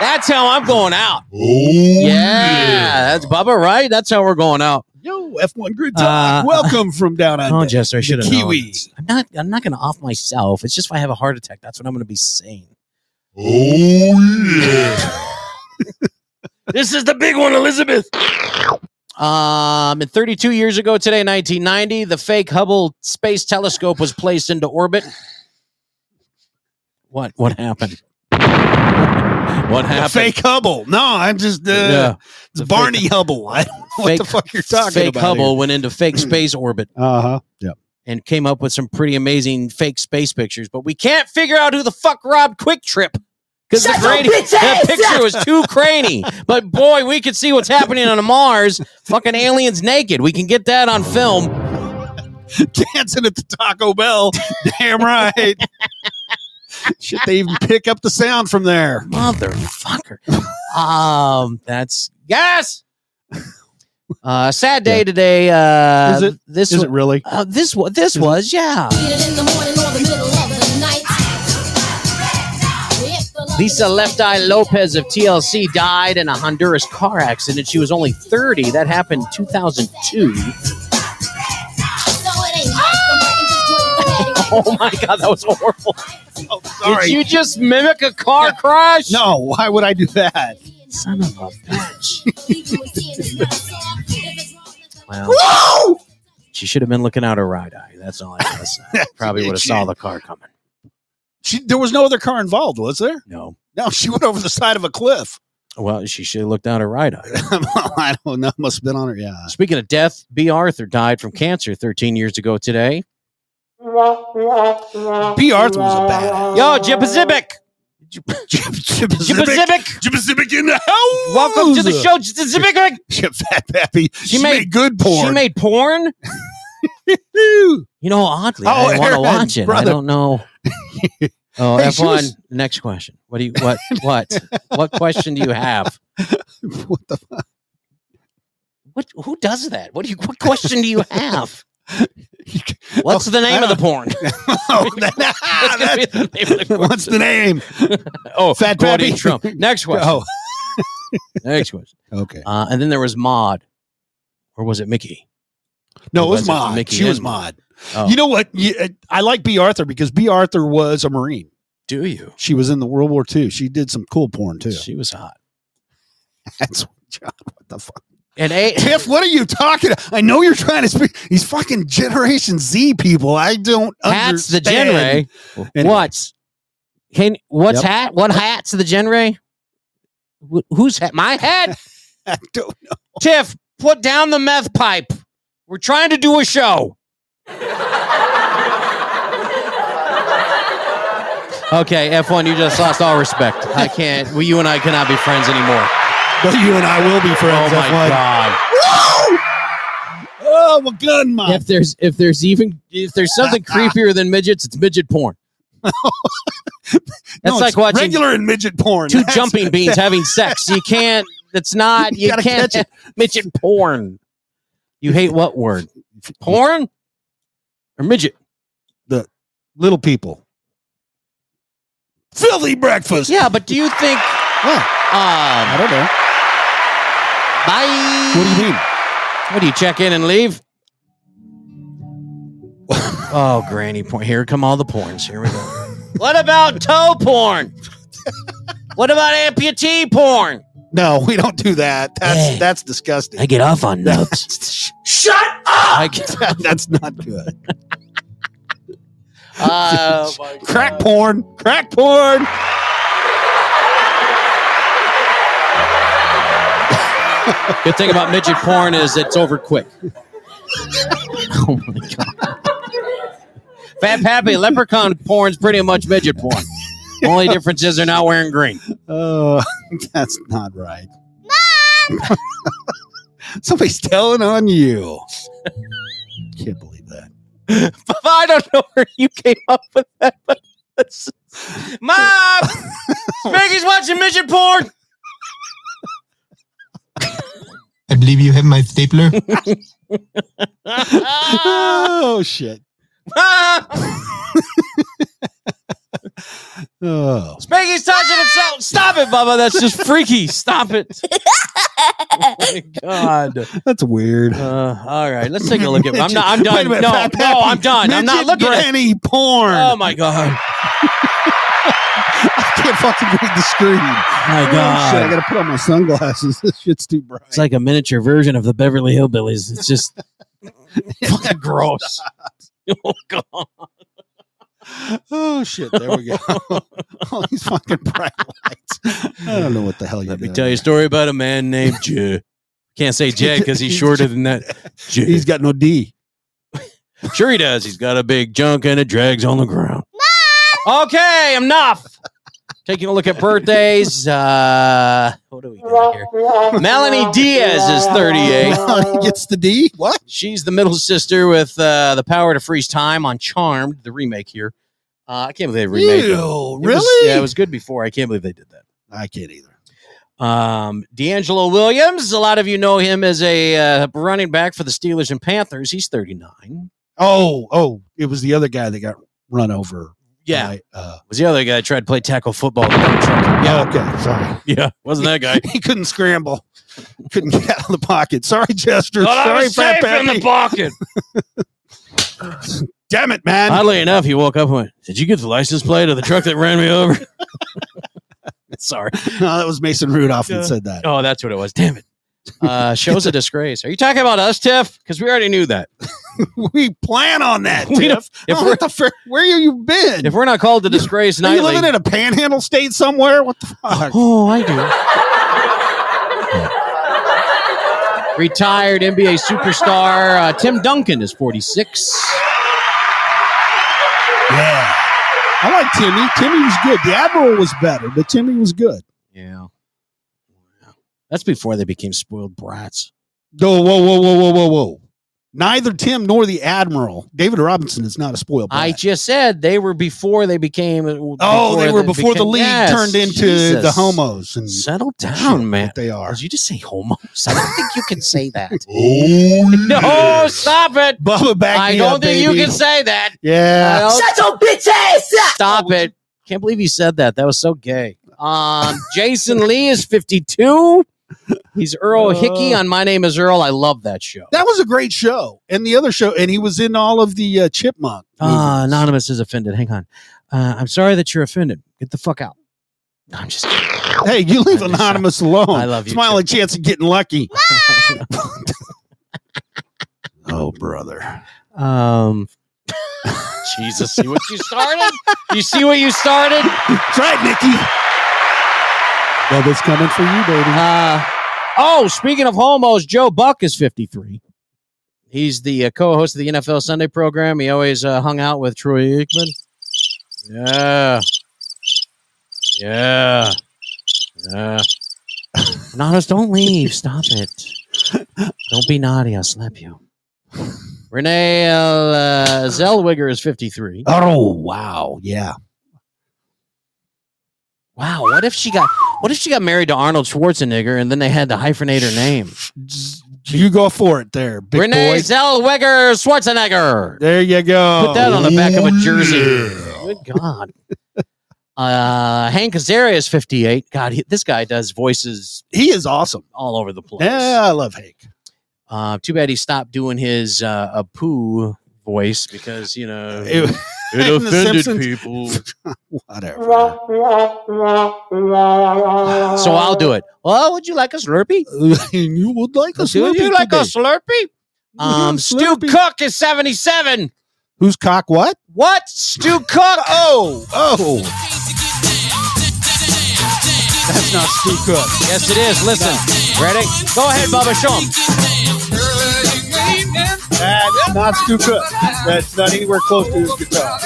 Speaker 10: That's how I'm going out. yeah. That's Bubba, right? That's how we're going out.
Speaker 11: Yo, F1 Grid
Speaker 10: Uh,
Speaker 11: Talk. Welcome from down under.
Speaker 10: Oh, Jester, I should have
Speaker 11: The
Speaker 10: known.
Speaker 11: Kiwi.
Speaker 10: I'm not. I'm not going to off myself. It's just if I have a heart attack, that's what I'm going to be saying.
Speaker 5: Oh yeah.
Speaker 10: this is the big one, Elizabeth. Um, and 32 years ago today, 1990, the fake Hubble Space Telescope was placed into orbit. What? What happened? What
Speaker 11: The
Speaker 10: happened?
Speaker 11: fake Hubble. No, I'm just uh,
Speaker 10: Yeah.
Speaker 11: it's Barney Hubble. [laughs] I don't know what the
Speaker 10: Fake-
Speaker 11: fuck you're talking
Speaker 10: fake
Speaker 11: about.
Speaker 10: Hubble went into
Speaker 11: [clears throat]
Speaker 10: fake space orbit.
Speaker 11: Uh huh. Yeah.
Speaker 10: and came up with some pretty amazing fake space pictures, but we can't figure out who the fuck robbed Quick Trip. Because the,
Speaker 12: Shut your
Speaker 10: crane-
Speaker 12: bitch
Speaker 10: that
Speaker 12: ass
Speaker 10: picture
Speaker 12: up.
Speaker 10: was too
Speaker 12: [laughs]
Speaker 10: crany. But boy, we could see what's happening on Mars. Fucking aliens naked. We can get that on film.
Speaker 11: Dancing at the
Speaker 10: [laughs]
Speaker 11: Taco Bell. Damn right. Shit, they even pick up the sound from there.
Speaker 10: Motherfucker. Um, that's yes. Uh, sad day today. Uh,
Speaker 11: Is it-
Speaker 10: This
Speaker 11: is
Speaker 10: wa-
Speaker 11: it really?
Speaker 10: Uh, this was. This was. Yeah. Lisa Left Eye Lopez of TLC died in a Honduras car accident. She was only 30. That happened in 2002. [laughs] Oh my God, that was horrible.
Speaker 11: Sorry.
Speaker 10: Did you just mimic a car crash?
Speaker 11: no, why would I do
Speaker 10: [laughs]
Speaker 11: that?
Speaker 10: Son of a bitch. Well, she should have been looking out her right eye. That's all I gotta
Speaker 11: [laughs]
Speaker 10: say. Probably would have saw the car coming.
Speaker 11: She, there was no other car involved, was there?
Speaker 10: No.
Speaker 11: No, she went over the side of a cliff. [laughs]
Speaker 10: Well, she should have looked out her right eye.
Speaker 11: I don't know. Must have been on her. Yeah.
Speaker 10: Speaking of death, B. Arthur died from cancer 13 years ago today.
Speaker 11: B. Arthur was a badass.
Speaker 10: Yo, Jipazibic!
Speaker 11: [laughs]
Speaker 10: Jipazibic!
Speaker 11: Jipazibic in the house.
Speaker 10: Welcome to the
Speaker 11: [laughs]
Speaker 10: show, Jipazibic!
Speaker 11: She, fat pappy. She, made, good
Speaker 10: She
Speaker 11: porn.
Speaker 10: made porn?
Speaker 11: Ew.
Speaker 10: You know, oddly,
Speaker 11: Oh,
Speaker 10: I want to
Speaker 11: Aaron,
Speaker 10: watch it. I
Speaker 11: brother.
Speaker 10: don't [laughs] know. Oh,
Speaker 11: Hey, she
Speaker 10: F1.
Speaker 11: was-
Speaker 10: Next question. What do you what what what question do you have?
Speaker 11: what the fuck?
Speaker 10: What who does that? What do you what question do you have? What's the name of the porn?
Speaker 11: [laughs] Oh, [laughs] that- ah,
Speaker 10: That's [laughs] gonna
Speaker 11: [laughs] that-
Speaker 10: be the name of the
Speaker 11: what's the
Speaker 10: question.
Speaker 11: name?
Speaker 10: [laughs] Oh,
Speaker 11: Fat
Speaker 10: Gordy
Speaker 11: Pappy?
Speaker 10: Trump.
Speaker 11: [laughs]
Speaker 10: Next question.
Speaker 11: Oh,
Speaker 10: Next question.
Speaker 11: okay.
Speaker 10: Uh, and then there was Maud, or was it Mickey?
Speaker 11: No, it was
Speaker 10: Was it
Speaker 11: Mod.
Speaker 10: Mickey
Speaker 11: she was
Speaker 10: and-
Speaker 11: Mod.
Speaker 10: Oh,
Speaker 11: You know what? You- uh, I like B. Arthur because B. Arthur was a Marine.
Speaker 10: do you?
Speaker 11: She was in the World War II. She did some cool porn too.
Speaker 10: She was hot.
Speaker 11: That's John. What the fuck?
Speaker 10: And a
Speaker 11: Tiff, what are you talking? I know you're trying to speak. These fucking Generation Z people. I don't
Speaker 10: hats the
Speaker 11: understand.
Speaker 10: gen ray.
Speaker 11: Anyway.
Speaker 10: What's can what's
Speaker 11: Yep.
Speaker 10: hat? What hats the gen ray? Wh- whose hat? My hat.
Speaker 11: [laughs] I don't know.
Speaker 10: Tiff, put down the meth pipe. We're trying to do a show. okay, F1, you just lost all respect. I can't. Well, you and I cannot be friends anymore.
Speaker 11: But you and I will be
Speaker 10: Oh
Speaker 11: friends.
Speaker 10: my
Speaker 11: F1.
Speaker 10: god.
Speaker 11: Oh, well, gun mom.
Speaker 10: If there's if there's even if there's something creepier than midgets, it's midget
Speaker 11: [laughs]
Speaker 10: porn. That's
Speaker 11: No,
Speaker 10: like
Speaker 11: it's
Speaker 10: watching
Speaker 11: regular and midget porn.
Speaker 10: two
Speaker 11: That's-
Speaker 10: jumping beans having sex. You can't. That's not.
Speaker 11: [laughs] You
Speaker 10: You,
Speaker 11: gotta
Speaker 10: can't
Speaker 11: catch it.
Speaker 10: midget porn. You hate what word? Porn or midget?
Speaker 11: Little people. Filthy breakfast.
Speaker 10: Yeah, but do you think?
Speaker 11: What? I
Speaker 10: Um, bye.
Speaker 11: don't know. What do you mean?
Speaker 10: What do you check in and leave? [laughs] oh, granny porn. Here come all the porns. Here we go. [laughs] what about toe porn? what about amputee porn?
Speaker 11: No, we don't do that. That's
Speaker 10: Hey.
Speaker 11: that's disgusting. [laughs]
Speaker 10: I get off on notes. [laughs]
Speaker 11: Shut up.
Speaker 10: I get,
Speaker 11: that's not good.
Speaker 10: oh, my
Speaker 11: Crack porn. Crack porn.
Speaker 10: Good thing about midget porn is it's over quick. [laughs] oh my god. Fat Pappy, leprechaun porn's pretty much
Speaker 11: [laughs]
Speaker 10: midget porn. Only difference is they're not wearing green.
Speaker 11: Oh, that's not right. [laughs] Somebody's telling on you. Can't believe that.
Speaker 10: I don't know where you came up with that, but that's- Mom! Maggie's watching midget [laughs] porn!
Speaker 2: I believe you have my stapler.
Speaker 10: Ah.
Speaker 11: oh shit. Oh.
Speaker 10: Maggie's touching himself! Stop it, Bubba! That's just freaky! Stop it! Oh my God. Uh,
Speaker 11: That's weird.
Speaker 10: all right, let's take a look at. I'm not. I'm done. No, no, I'm done. I'm not looking at
Speaker 11: Granny porn.
Speaker 10: Oh my god.
Speaker 11: I can't fucking read the screen. My
Speaker 10: Oh, God.
Speaker 11: I gotta put on my sunglasses. [laughs] This shit's too bright.
Speaker 10: It's like a miniature version of the Beverly Hillbillies. It's just fucking
Speaker 11: [laughs]
Speaker 10: gross. [laughs] Oh god.
Speaker 11: Oh shit!
Speaker 10: [laughs]
Speaker 11: There we go. [laughs] All these fucking bright lights. I don't know what the hell you.
Speaker 10: Let me tell you a story about a man named Jay. Can't say Jay because he's shorter than that. Jay.
Speaker 11: [laughs] He's got
Speaker 10: [laughs]
Speaker 11: no D. [laughs]
Speaker 10: Sure he does. He's got a big junk and it drags on the ground. Okay, enough. Taking a look at birthdays. Uh, what do we got here? Melanie Diaz is 38.
Speaker 11: gets the D. What?
Speaker 10: She's the middle sister with uh, the power to freeze time on Charmed, the remake here. Uh, I can't believe they remade it.
Speaker 11: Ew,
Speaker 10: It was-
Speaker 11: really?
Speaker 10: yeah, it was good before. I can't believe they did that.
Speaker 11: I can't either.
Speaker 10: Um, D'Angelo Williams, a lot of you know him as a uh, running back for the Steelers and Panthers. He's 39.
Speaker 11: Oh, oh! It was the other guy that got run over.
Speaker 10: Yeah.
Speaker 11: by, uh,
Speaker 10: Was the other guy that tried to play tackle football? with a truck.
Speaker 11: yeah. Okay. Sorry.
Speaker 10: Yeah, wasn't that
Speaker 11: [laughs]
Speaker 10: guy?
Speaker 11: He couldn't scramble. Couldn't get out of the pocket. Sorry, Jester.
Speaker 10: Thought I
Speaker 11: Sorry,
Speaker 10: was
Speaker 11: Fat
Speaker 10: safe in the
Speaker 11: Pappy.
Speaker 10: pocket.
Speaker 11: Damn it, man.
Speaker 10: Oddly enough, he woke up and went, Did you get the license plate of the truck that ran me over? [laughs] Sorry.
Speaker 11: no, that was Mason Rudolph that said that.
Speaker 10: Oh, that's what it was. Damn it. Uh, show's a disgrace. Are you talking about us, Tiff? Because we already knew that.
Speaker 11: [laughs] we plan on
Speaker 10: [laughs]
Speaker 11: that,
Speaker 10: We don't-
Speaker 11: Tiff.
Speaker 10: if
Speaker 11: Oh,
Speaker 10: we're-
Speaker 11: what the fr- where have you been?
Speaker 10: If we're not called to disgrace
Speaker 11: Are you
Speaker 10: nightly,
Speaker 11: living in a panhandle state somewhere? What the fuck?
Speaker 10: [laughs] oh, I do. Retired NBA superstar uh, Tim Duncan is 46.
Speaker 11: Yeah. I like Timmy. Timmy was good. The Admiral was better, but Timmy was good.
Speaker 10: Yeah. That's before they became spoiled brats.
Speaker 11: Whoa, whoa, whoa, whoa, whoa, whoa, whoa. Neither Tim nor the Admiral. David Robinson is not a spoiled brat.
Speaker 10: I just said they were before they became. uh,
Speaker 11: oh, they were before the
Speaker 10: became-
Speaker 11: league
Speaker 10: Yes,
Speaker 11: turned into
Speaker 10: Jesus.
Speaker 11: the homos. And
Speaker 10: Settle
Speaker 11: shit
Speaker 10: down, man.
Speaker 11: that They are.
Speaker 10: Did you just say homos? I don't think you can say that.
Speaker 5: Oh,
Speaker 10: [laughs] no, stop it.
Speaker 11: Bubba back
Speaker 10: I
Speaker 11: me
Speaker 10: don't
Speaker 11: up,
Speaker 10: think
Speaker 11: baby.
Speaker 10: you can say that. I
Speaker 11: Yeah.
Speaker 10: don't-
Speaker 6: Shut your bitch ass up!
Speaker 10: Stop it. Can't believe you said that. That was so gay. Um, Jason Lee is 52. He's Earl
Speaker 11: Oh.
Speaker 10: Hickey on My Name is Earl. I love that show.
Speaker 11: That was a great show. And the other show, and he was in all of the uh, Chipmunk.
Speaker 10: Ah,
Speaker 11: movies.
Speaker 10: Anonymous is offended. Hang on. Uh, I'm sorry that you're offended. Get the fuck out. No, I'm just kidding.
Speaker 11: Hey, you leave
Speaker 10: I just-
Speaker 11: Anonymous alone.
Speaker 10: I love you,
Speaker 11: Smiling chance of getting lucky. oh, brother.
Speaker 10: Um, Jesus, see what you started? You see what you started?
Speaker 11: That's right, Nikki. Bubba's coming for you, baby.
Speaker 10: Uh, oh, speaking of homos, Joe Buck is 53. He's the uh, co-host of the NFL Sunday program. He always uh, hung out with Troy Aikman. Yeah, yeah, yeah. Nadas, don't leave. Stop it. Don't be naughty. I'll slap you. Renee uh, Zellweger is 53.
Speaker 11: Oh, wow. Yeah.
Speaker 10: Wow, what if she got what if she got married to Arnold Schwarzenegger and then they had to hyphenate her name?
Speaker 11: You go for it there, big
Speaker 10: Renee
Speaker 11: boy.
Speaker 10: Zellweger Schwarzenegger.
Speaker 11: There you go.
Speaker 10: Put that on the back of a
Speaker 5: Oh,
Speaker 10: jersey.
Speaker 5: yeah.
Speaker 10: Good God. Uh, Hank Azaria is 58. God, he, this guy does voices
Speaker 11: He is awesome.
Speaker 10: all over the place.
Speaker 11: Yeah, I love Hank.
Speaker 10: Uh, too bad he stopped doing his uh, a poo voice because, you know,
Speaker 11: It- [laughs] in The Simpsons.
Speaker 10: people.
Speaker 11: Whatever. [laughs]
Speaker 10: So I'll do it. Well, would you like a Slurpee?
Speaker 11: you would like a
Speaker 10: Would you
Speaker 11: Slurpee
Speaker 10: like a
Speaker 11: today.
Speaker 10: Slurpee? Um,
Speaker 11: Mhm,
Speaker 10: Stu
Speaker 11: Slurpee.
Speaker 10: Cook is 77.
Speaker 11: Who's cock what?
Speaker 10: What? Stu Cook? oh.
Speaker 11: Oh. That's not Stu Cook.
Speaker 10: Yes, it is. Listen. Ready? Go ahead, Bubba. Show him.
Speaker 11: That's not Stu Cook. That's not anywhere close to his guitar.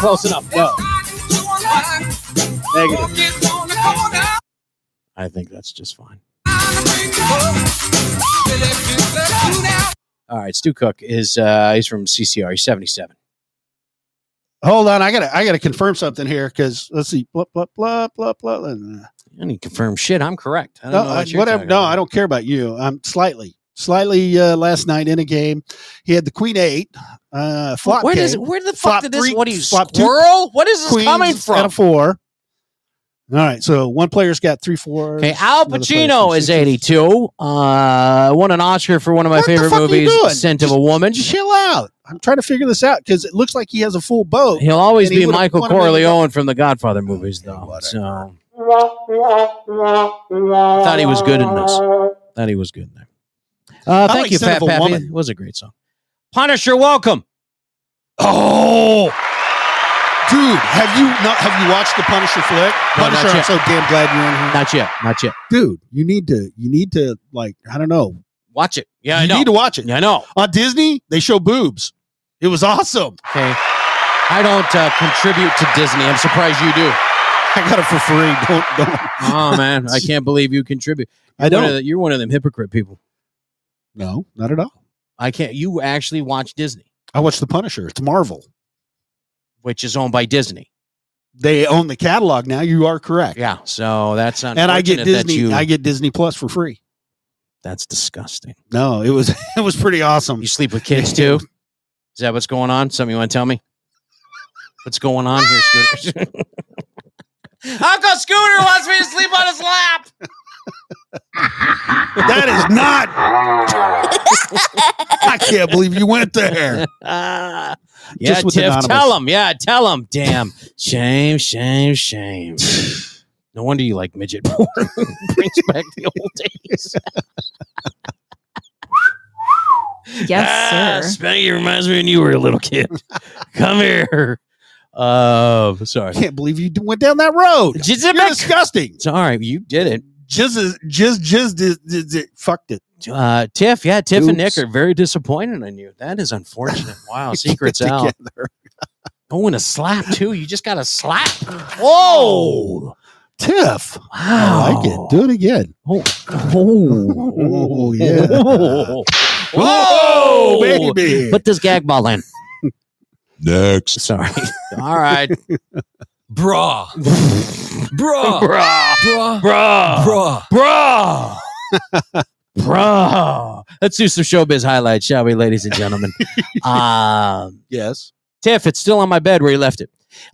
Speaker 10: Close enough.
Speaker 11: No. Negative.
Speaker 10: I think that's just fine. All right, Stu Cook is uh, he's from CCR. He's seventy seven.
Speaker 11: Hold on, I gotta I gotta confirm something here because let's see. Blah blah blah blah blah. Uh,
Speaker 10: I need to confirm shit. I'm correct. I
Speaker 11: no,
Speaker 10: don't know
Speaker 11: I-
Speaker 10: what you're
Speaker 11: whatever.
Speaker 10: talking
Speaker 11: No,
Speaker 10: about.
Speaker 11: I don't care about you. I'm slightly, slightly uh, last night in a game. He had the queen eight. Uh, flop
Speaker 10: where does
Speaker 11: came,
Speaker 10: where the fuck
Speaker 11: flop
Speaker 10: did this?
Speaker 11: three-
Speaker 10: what do you
Speaker 11: flop two
Speaker 10: squirrel? what is this coming
Speaker 11: queens out
Speaker 10: from?
Speaker 11: of four. All right, so one player's got three fours.
Speaker 10: Okay, Al
Speaker 11: another player's
Speaker 10: Pacino is eighty two. Uh, won an Oscar for one of my
Speaker 11: the
Speaker 10: favorite
Speaker 11: fuck are you
Speaker 10: movies,
Speaker 11: doing?
Speaker 10: Scent of a Woman.
Speaker 11: chill out. I'm trying to figure this out because it looks like he has a full boat.
Speaker 10: He'll always
Speaker 11: And he
Speaker 10: be
Speaker 11: would've
Speaker 10: Michael
Speaker 11: won him anyway.
Speaker 10: Corleone from the Godfather movies, though. So I
Speaker 12: thought
Speaker 10: thought he was good in this. Thought he was good in there. Uh,
Speaker 12: I
Speaker 10: thank
Speaker 12: like
Speaker 10: you,
Speaker 12: Son of
Speaker 10: Fat
Speaker 12: a
Speaker 10: Pappy.
Speaker 12: Woman.
Speaker 10: It was a great song. Punisher, welcome. Oh,
Speaker 11: dude, have you not have you watched the Punisher flick?
Speaker 10: No, not
Speaker 11: Punisher, I'm
Speaker 10: yet.
Speaker 11: so damn glad you're in here.
Speaker 10: Not yet. Not yet.
Speaker 11: dude, you need to you need to like I don't know.
Speaker 10: Watch it. Yeah, I
Speaker 11: you
Speaker 10: know.
Speaker 11: need to watch it.
Speaker 10: Yeah, I know.
Speaker 11: On Disney, they show boobs. It was awesome. [laughs]
Speaker 10: Okay. I don't uh, contribute to Disney. I'm surprised you do.
Speaker 11: I got it for free. Don't don't.
Speaker 10: Oh man,
Speaker 11: [laughs]
Speaker 10: I can't believe you contribute.
Speaker 11: I
Speaker 10: You're one of
Speaker 11: don't.
Speaker 10: the- you're one of them hypocrite people.
Speaker 11: No, not at all.
Speaker 10: I can't. You actually watch Disney,
Speaker 11: I watched the Punisher. It's Marvel.
Speaker 10: which is owned by Disney.
Speaker 11: They own the catalog now. You are correct.
Speaker 10: Yeah. So that's unfortunate
Speaker 11: And I get Disney.
Speaker 10: That you,
Speaker 11: I get Disney Plus for free.
Speaker 10: that's disgusting.
Speaker 11: No, it was [laughs] it was pretty awesome.
Speaker 10: You sleep with kids too? Is that what's going on? Something you want to tell me? What's going on here, Scooter? [laughs] Uncle Scooter wants me to sleep on his lap.
Speaker 11: [laughs] That is not. I can't believe you went there.
Speaker 10: Ah. [laughs] yeah,
Speaker 11: Just with
Speaker 10: Tiff,
Speaker 11: anonymous.
Speaker 10: tell him. Yeah, tell him. Damn. Shame, shame, shame. No wonder you like midget [laughs] porn. Brings back the old days.
Speaker 12: Yes,
Speaker 10: Ah, Spanky reminds me when you were a little kid. Come here. Uh, sorry.
Speaker 11: I can't believe you d- went down that road.
Speaker 10: Jizzimic.
Speaker 11: You're disgusting.
Speaker 10: It's all right. You did it.
Speaker 11: Just just just fucked it.
Speaker 10: Uh, Tiff, yeah, Tiff and Nick
Speaker 11: Oops.
Speaker 10: are very disappointed in you. That is unfortunate. [laughs] Wow, secrets out.
Speaker 11: Together.
Speaker 10: Oh, and a slap too. You just got a slap. Whoa!
Speaker 11: Tiff.
Speaker 10: Wow.
Speaker 11: I like it. Do it again.
Speaker 10: Oh, oh,
Speaker 11: Oh [laughs] yeah.
Speaker 10: Whoa,
Speaker 11: Whoa, baby.
Speaker 10: Oh, Put this gag ball
Speaker 11: [laughs]
Speaker 10: in.
Speaker 5: Next.
Speaker 10: Sorry. [laughs] All right.
Speaker 4: Bruh. Bruh.
Speaker 10: Bruh.
Speaker 4: Bruh.
Speaker 10: Bruh.
Speaker 4: Bruh.
Speaker 10: Bruh. Bruh. Let's do some showbiz highlights, shall we, ladies and
Speaker 11: [laughs]
Speaker 10: gentlemen? um,
Speaker 11: Yes.
Speaker 10: Tiff, it's still on my bed where you left it.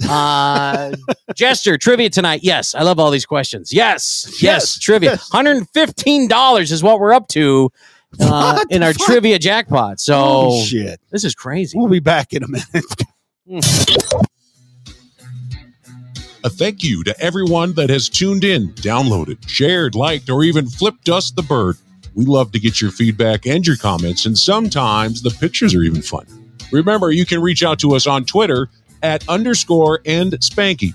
Speaker 10: Uh, [laughs] Jester, trivia tonight. Yes. I love all these questions. Yes. Yes.
Speaker 11: Yes,
Speaker 10: trivia.
Speaker 11: yes.
Speaker 10: $115 is what we're up to uh,
Speaker 11: What
Speaker 10: in
Speaker 11: the
Speaker 10: our
Speaker 11: fuck?
Speaker 10: trivia jackpot. So
Speaker 11: Oh shit.
Speaker 10: this is crazy.
Speaker 11: We'll be back in a minute.
Speaker 5: A thank you to everyone that has tuned in, downloaded, shared, liked, or even flipped us the bird. We love to get your feedback and your comments, and sometimes the pictures are even fun. Remember, you can reach out to us on Twitter at underscore and spanky,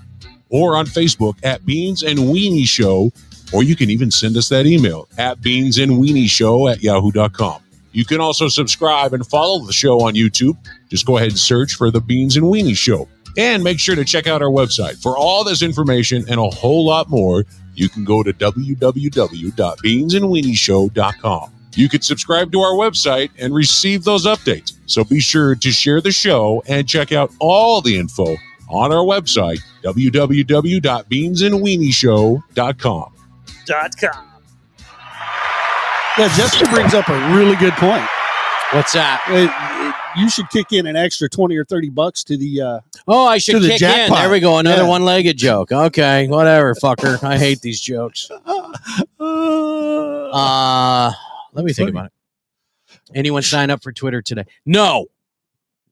Speaker 5: or on Facebook at Beans and Weenie Show, or you can even send us that email at Beans and Weenie Show at yahoo.com. You can also subscribe and follow the show on YouTube. Just go ahead and search for the Beans and Weenie Show. And make sure to check out our website. For all this information and a whole lot more, you can go to www.beansandweenieshow.com. You can subscribe to our website and receive those updates. So be sure to share the show and check out all the info on our website, www.beansandweenieshow.com.
Speaker 4: Dot com.
Speaker 11: yeah, Jester brings up a really good point.
Speaker 10: What's that?
Speaker 11: Uh, uh, you should kick in an extra twenty or thirty bucks to the uh,
Speaker 10: Oh, I should
Speaker 11: To the
Speaker 10: kick in.
Speaker 11: jackpot.
Speaker 10: There we go. Another
Speaker 11: Yeah.
Speaker 10: one-legged joke. Okay, whatever, fucker. I hate these jokes.
Speaker 11: uh,
Speaker 10: Uh, let me think
Speaker 11: Funny.
Speaker 10: about it. Anyone sign up for Twitter today? No,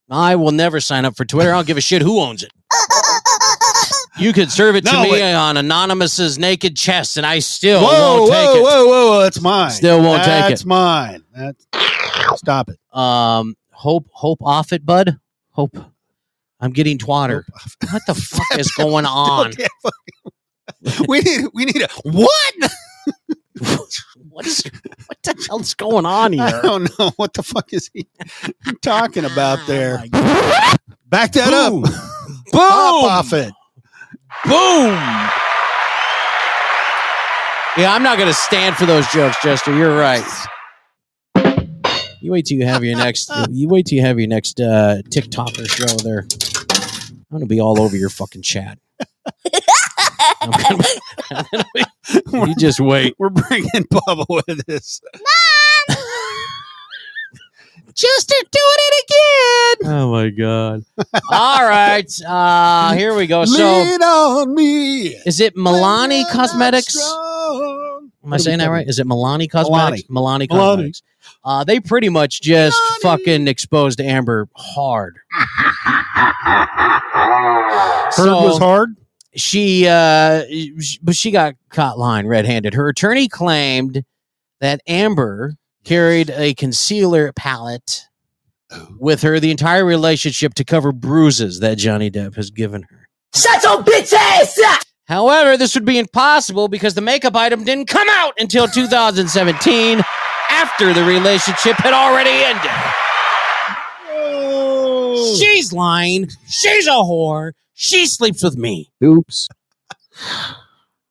Speaker 10: I will never sign up for Twitter. I don't give a shit who owns it. You could serve it to
Speaker 11: No,
Speaker 10: me
Speaker 11: wait.
Speaker 10: on Anonymous's naked chest, and I still
Speaker 11: whoa,
Speaker 10: won't
Speaker 11: whoa,
Speaker 10: take
Speaker 11: whoa, whoa, whoa, that's mine.
Speaker 10: Still won't take it.
Speaker 11: That's mine. That's stop it.
Speaker 10: it. Um, hope, hope off it, bud. Hope. I'm getting twatter. What
Speaker 11: [laughs]
Speaker 10: the fuck is going on?
Speaker 11: Okay, fucking- [laughs] we need we need a what?
Speaker 10: [laughs] What is what the hell's going on here?
Speaker 11: I don't know [laughs] what the fuck is he talking about there.
Speaker 10: [laughs] Oh my
Speaker 11: Back that [laughs]
Speaker 10: Boom.
Speaker 11: up. Pop off it.
Speaker 10: Boom! Yeah, I'm not going to stand for those jokes, Jester. You're right. You wait till you have your next. You wait till you have your next uh, TikToker show. There, I'm going to be all over your fucking chat. I'm gonna be- I'm gonna be- you just wait.
Speaker 11: We're bringing [laughs] Bubba with us.
Speaker 10: [laughs] Jester, do it again. Oh my god. All right. Uh here we go. So
Speaker 11: Lean on me.
Speaker 10: is it Milani Cosmetics?
Speaker 11: Strong.
Speaker 10: Am I saying that right? Is it Milani Cosmetics? Milani, Cosmetics. Uh, they pretty much just fucking exposed Amber hard.
Speaker 11: Heard was hard.
Speaker 10: She, uh, sh- but she got caught lying red-handed. Her attorney claimed that Amber carried a concealer palette
Speaker 11: Oh.
Speaker 10: with her the entire relationship to cover bruises that Johnny Depp has given her.
Speaker 6: Shut your bitch ass up!
Speaker 10: However, this would be impossible because the makeup item didn't come out until 2017 after the relationship had already ended. She's lying. She's a whore. She sleeps with me.
Speaker 11: Oops.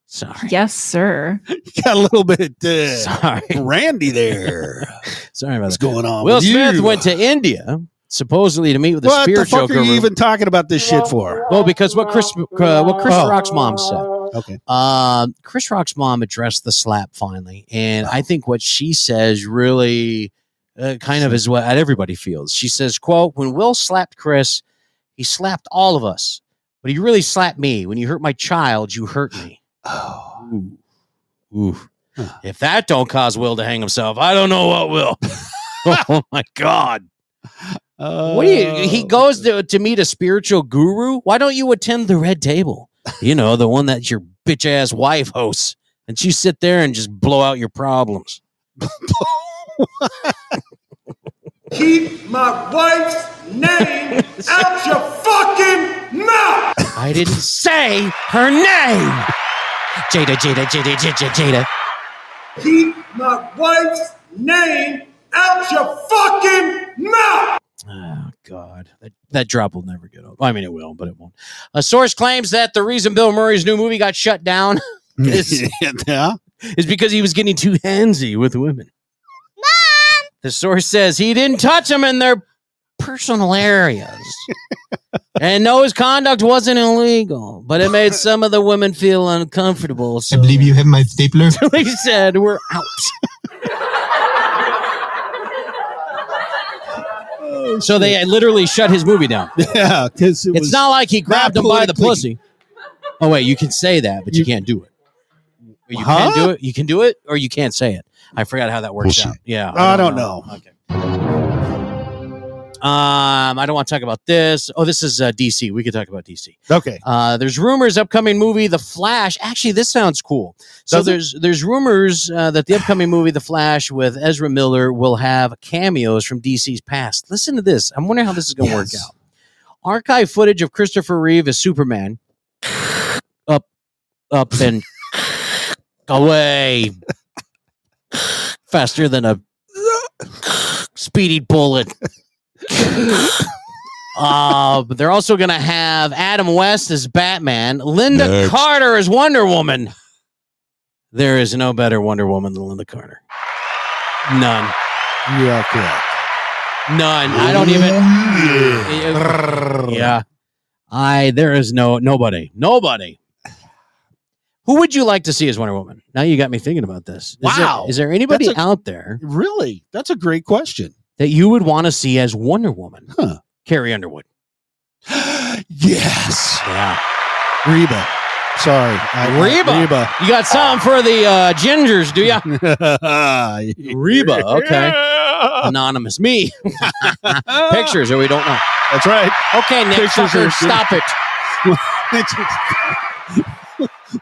Speaker 10: Sorry.
Speaker 14: Yes, sir.
Speaker 11: Got a little bit uh,
Speaker 10: [laughs] Sorry.
Speaker 11: randy there.
Speaker 10: [laughs] Sorry about
Speaker 11: What's
Speaker 10: that.
Speaker 11: going on?
Speaker 10: Will
Speaker 11: with
Speaker 10: Smith
Speaker 11: you?
Speaker 10: went to India supposedly to meet with the
Speaker 11: what
Speaker 10: spear
Speaker 11: the fuck
Speaker 10: choker.
Speaker 11: are you even talking about this shit for?
Speaker 10: well, because what Chris uh, what Chris
Speaker 11: Oh.
Speaker 10: Rock's mom said.
Speaker 11: Okay.
Speaker 10: Uh, Chris Rock's mom addressed the slap finally, and I think what she says really uh, kind of is what everybody feels. She says, "quote When Will slapped Chris, he slapped all of us, but he really slapped me. When you hurt my child, you hurt me."
Speaker 11: Oh.
Speaker 10: Oof. If that don't cause Will to hang himself, I don't know what
Speaker 11: [laughs]
Speaker 10: will. [laughs] oh my God. What do you
Speaker 11: Oh,
Speaker 10: he goes to, to meet a spiritual guru? Why don't you attend the red table? You know, the one that your bitch ass wife hosts. And you sit there and just blow out your problems.
Speaker 12: [laughs] Keep my wife's name out your fucking mouth!
Speaker 10: I didn't say her name. Jada, Jada, Jada, Jada, Jada.
Speaker 12: Keep my wife's name out your fucking mouth!
Speaker 10: Oh God, that, that drop will never get up. I mean, it will, but it won't. A source claims that the reason Bill Murray's new movie got shut down [laughs] is,
Speaker 11: Uh, [laughs] yeah.
Speaker 10: is because he was getting too handsy with women. The source says he didn't touch them in their personal areas, and no, his conduct wasn't illegal, but it made some of the women feel uncomfortable.
Speaker 2: I
Speaker 10: So
Speaker 2: believe you have my stapler.
Speaker 10: [laughs] he said, "We're out." So they literally shut his movie down.
Speaker 11: Yeah, because
Speaker 10: It's not like he grabbed him by the
Speaker 11: politically-
Speaker 10: pussy. Oh wait, you can say that, but you, can't do it. You can
Speaker 11: Huh?
Speaker 10: do it. You can do it, or you can't say it. I forgot how that works
Speaker 11: Pussy.
Speaker 10: out. Yeah,
Speaker 11: I don't know.
Speaker 10: Um, I don't want to talk about this. Oh, this is uh, DC. We could talk about DC.
Speaker 11: Okay.
Speaker 10: Uh, there's rumors upcoming movie The Flash. Actually, this sounds cool. So
Speaker 11: Does it?
Speaker 10: there's there's rumors uh, that the
Speaker 11: [sighs]
Speaker 10: upcoming movie The Flash with Ezra Miller will have cameos from DC's past. Listen to this. I'm wondering how this is going to work
Speaker 11: Yes.
Speaker 10: out. Archive footage of Christopher Reeve as Superman. Up, up
Speaker 11: [sighs]
Speaker 10: and away. Faster than a speedy bullet. Uh, but they're also going to have Adam West as Batman, Linda
Speaker 11: Next.
Speaker 10: Carter as Wonder Woman. There is no better Wonder Woman than Linda Carter. None.
Speaker 11: You are correct.
Speaker 10: None. I don't even. Yeah. I there is no nobody. Nobody. Who would you like to see as Wonder Woman? Now you got me thinking about this. Is there-
Speaker 11: Wow.
Speaker 10: is there anybody
Speaker 11: That's a-
Speaker 10: out there
Speaker 11: Really? That's a great question. [gasps]
Speaker 10: that you would want to see as Wonder Woman?
Speaker 11: Huh.
Speaker 10: Carrie Underwood.
Speaker 11: Yes.
Speaker 10: Yeah.
Speaker 11: Reba. Sorry. I-
Speaker 10: Reba.
Speaker 11: Reba.
Speaker 10: You got something for the uh, gingers, do [laughs] ya?
Speaker 11: [laughs]
Speaker 10: Reba, okay.
Speaker 11: Yeah.
Speaker 10: Anonymous. [laughs] Me. Pictures, or we don't know.
Speaker 11: That's right. [laughs]
Speaker 10: Okay, Nick
Speaker 11: Pictures
Speaker 10: Tucker,
Speaker 11: are-
Speaker 10: stop it.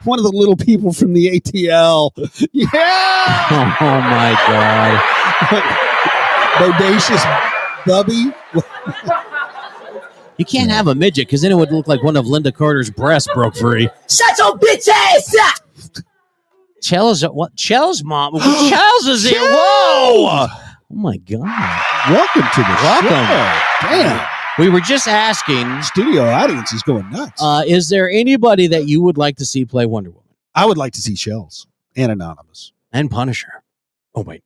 Speaker 11: One of the little people from the ATL. Yeah.
Speaker 10: [laughs] Oh, my God.
Speaker 11: Bodacious Bubby.
Speaker 10: You can't have a midget because then it would look like one of Linda Carter's breasts broke free.
Speaker 6: Shut your bitch ass up!
Speaker 10: Chell's, uh, what? Chell's [gasps] mom. Chell's is here. Whoa. Oh, my God.
Speaker 11: Welcome to the
Speaker 10: Welcome.
Speaker 11: show. Damn.
Speaker 10: We were just asking
Speaker 11: Studio audience is going nuts.
Speaker 10: uh, is there anybody that you would like to see play Wonder Woman?
Speaker 11: I would like to see shells. and Anonymous
Speaker 10: and Punisher. Oh wait,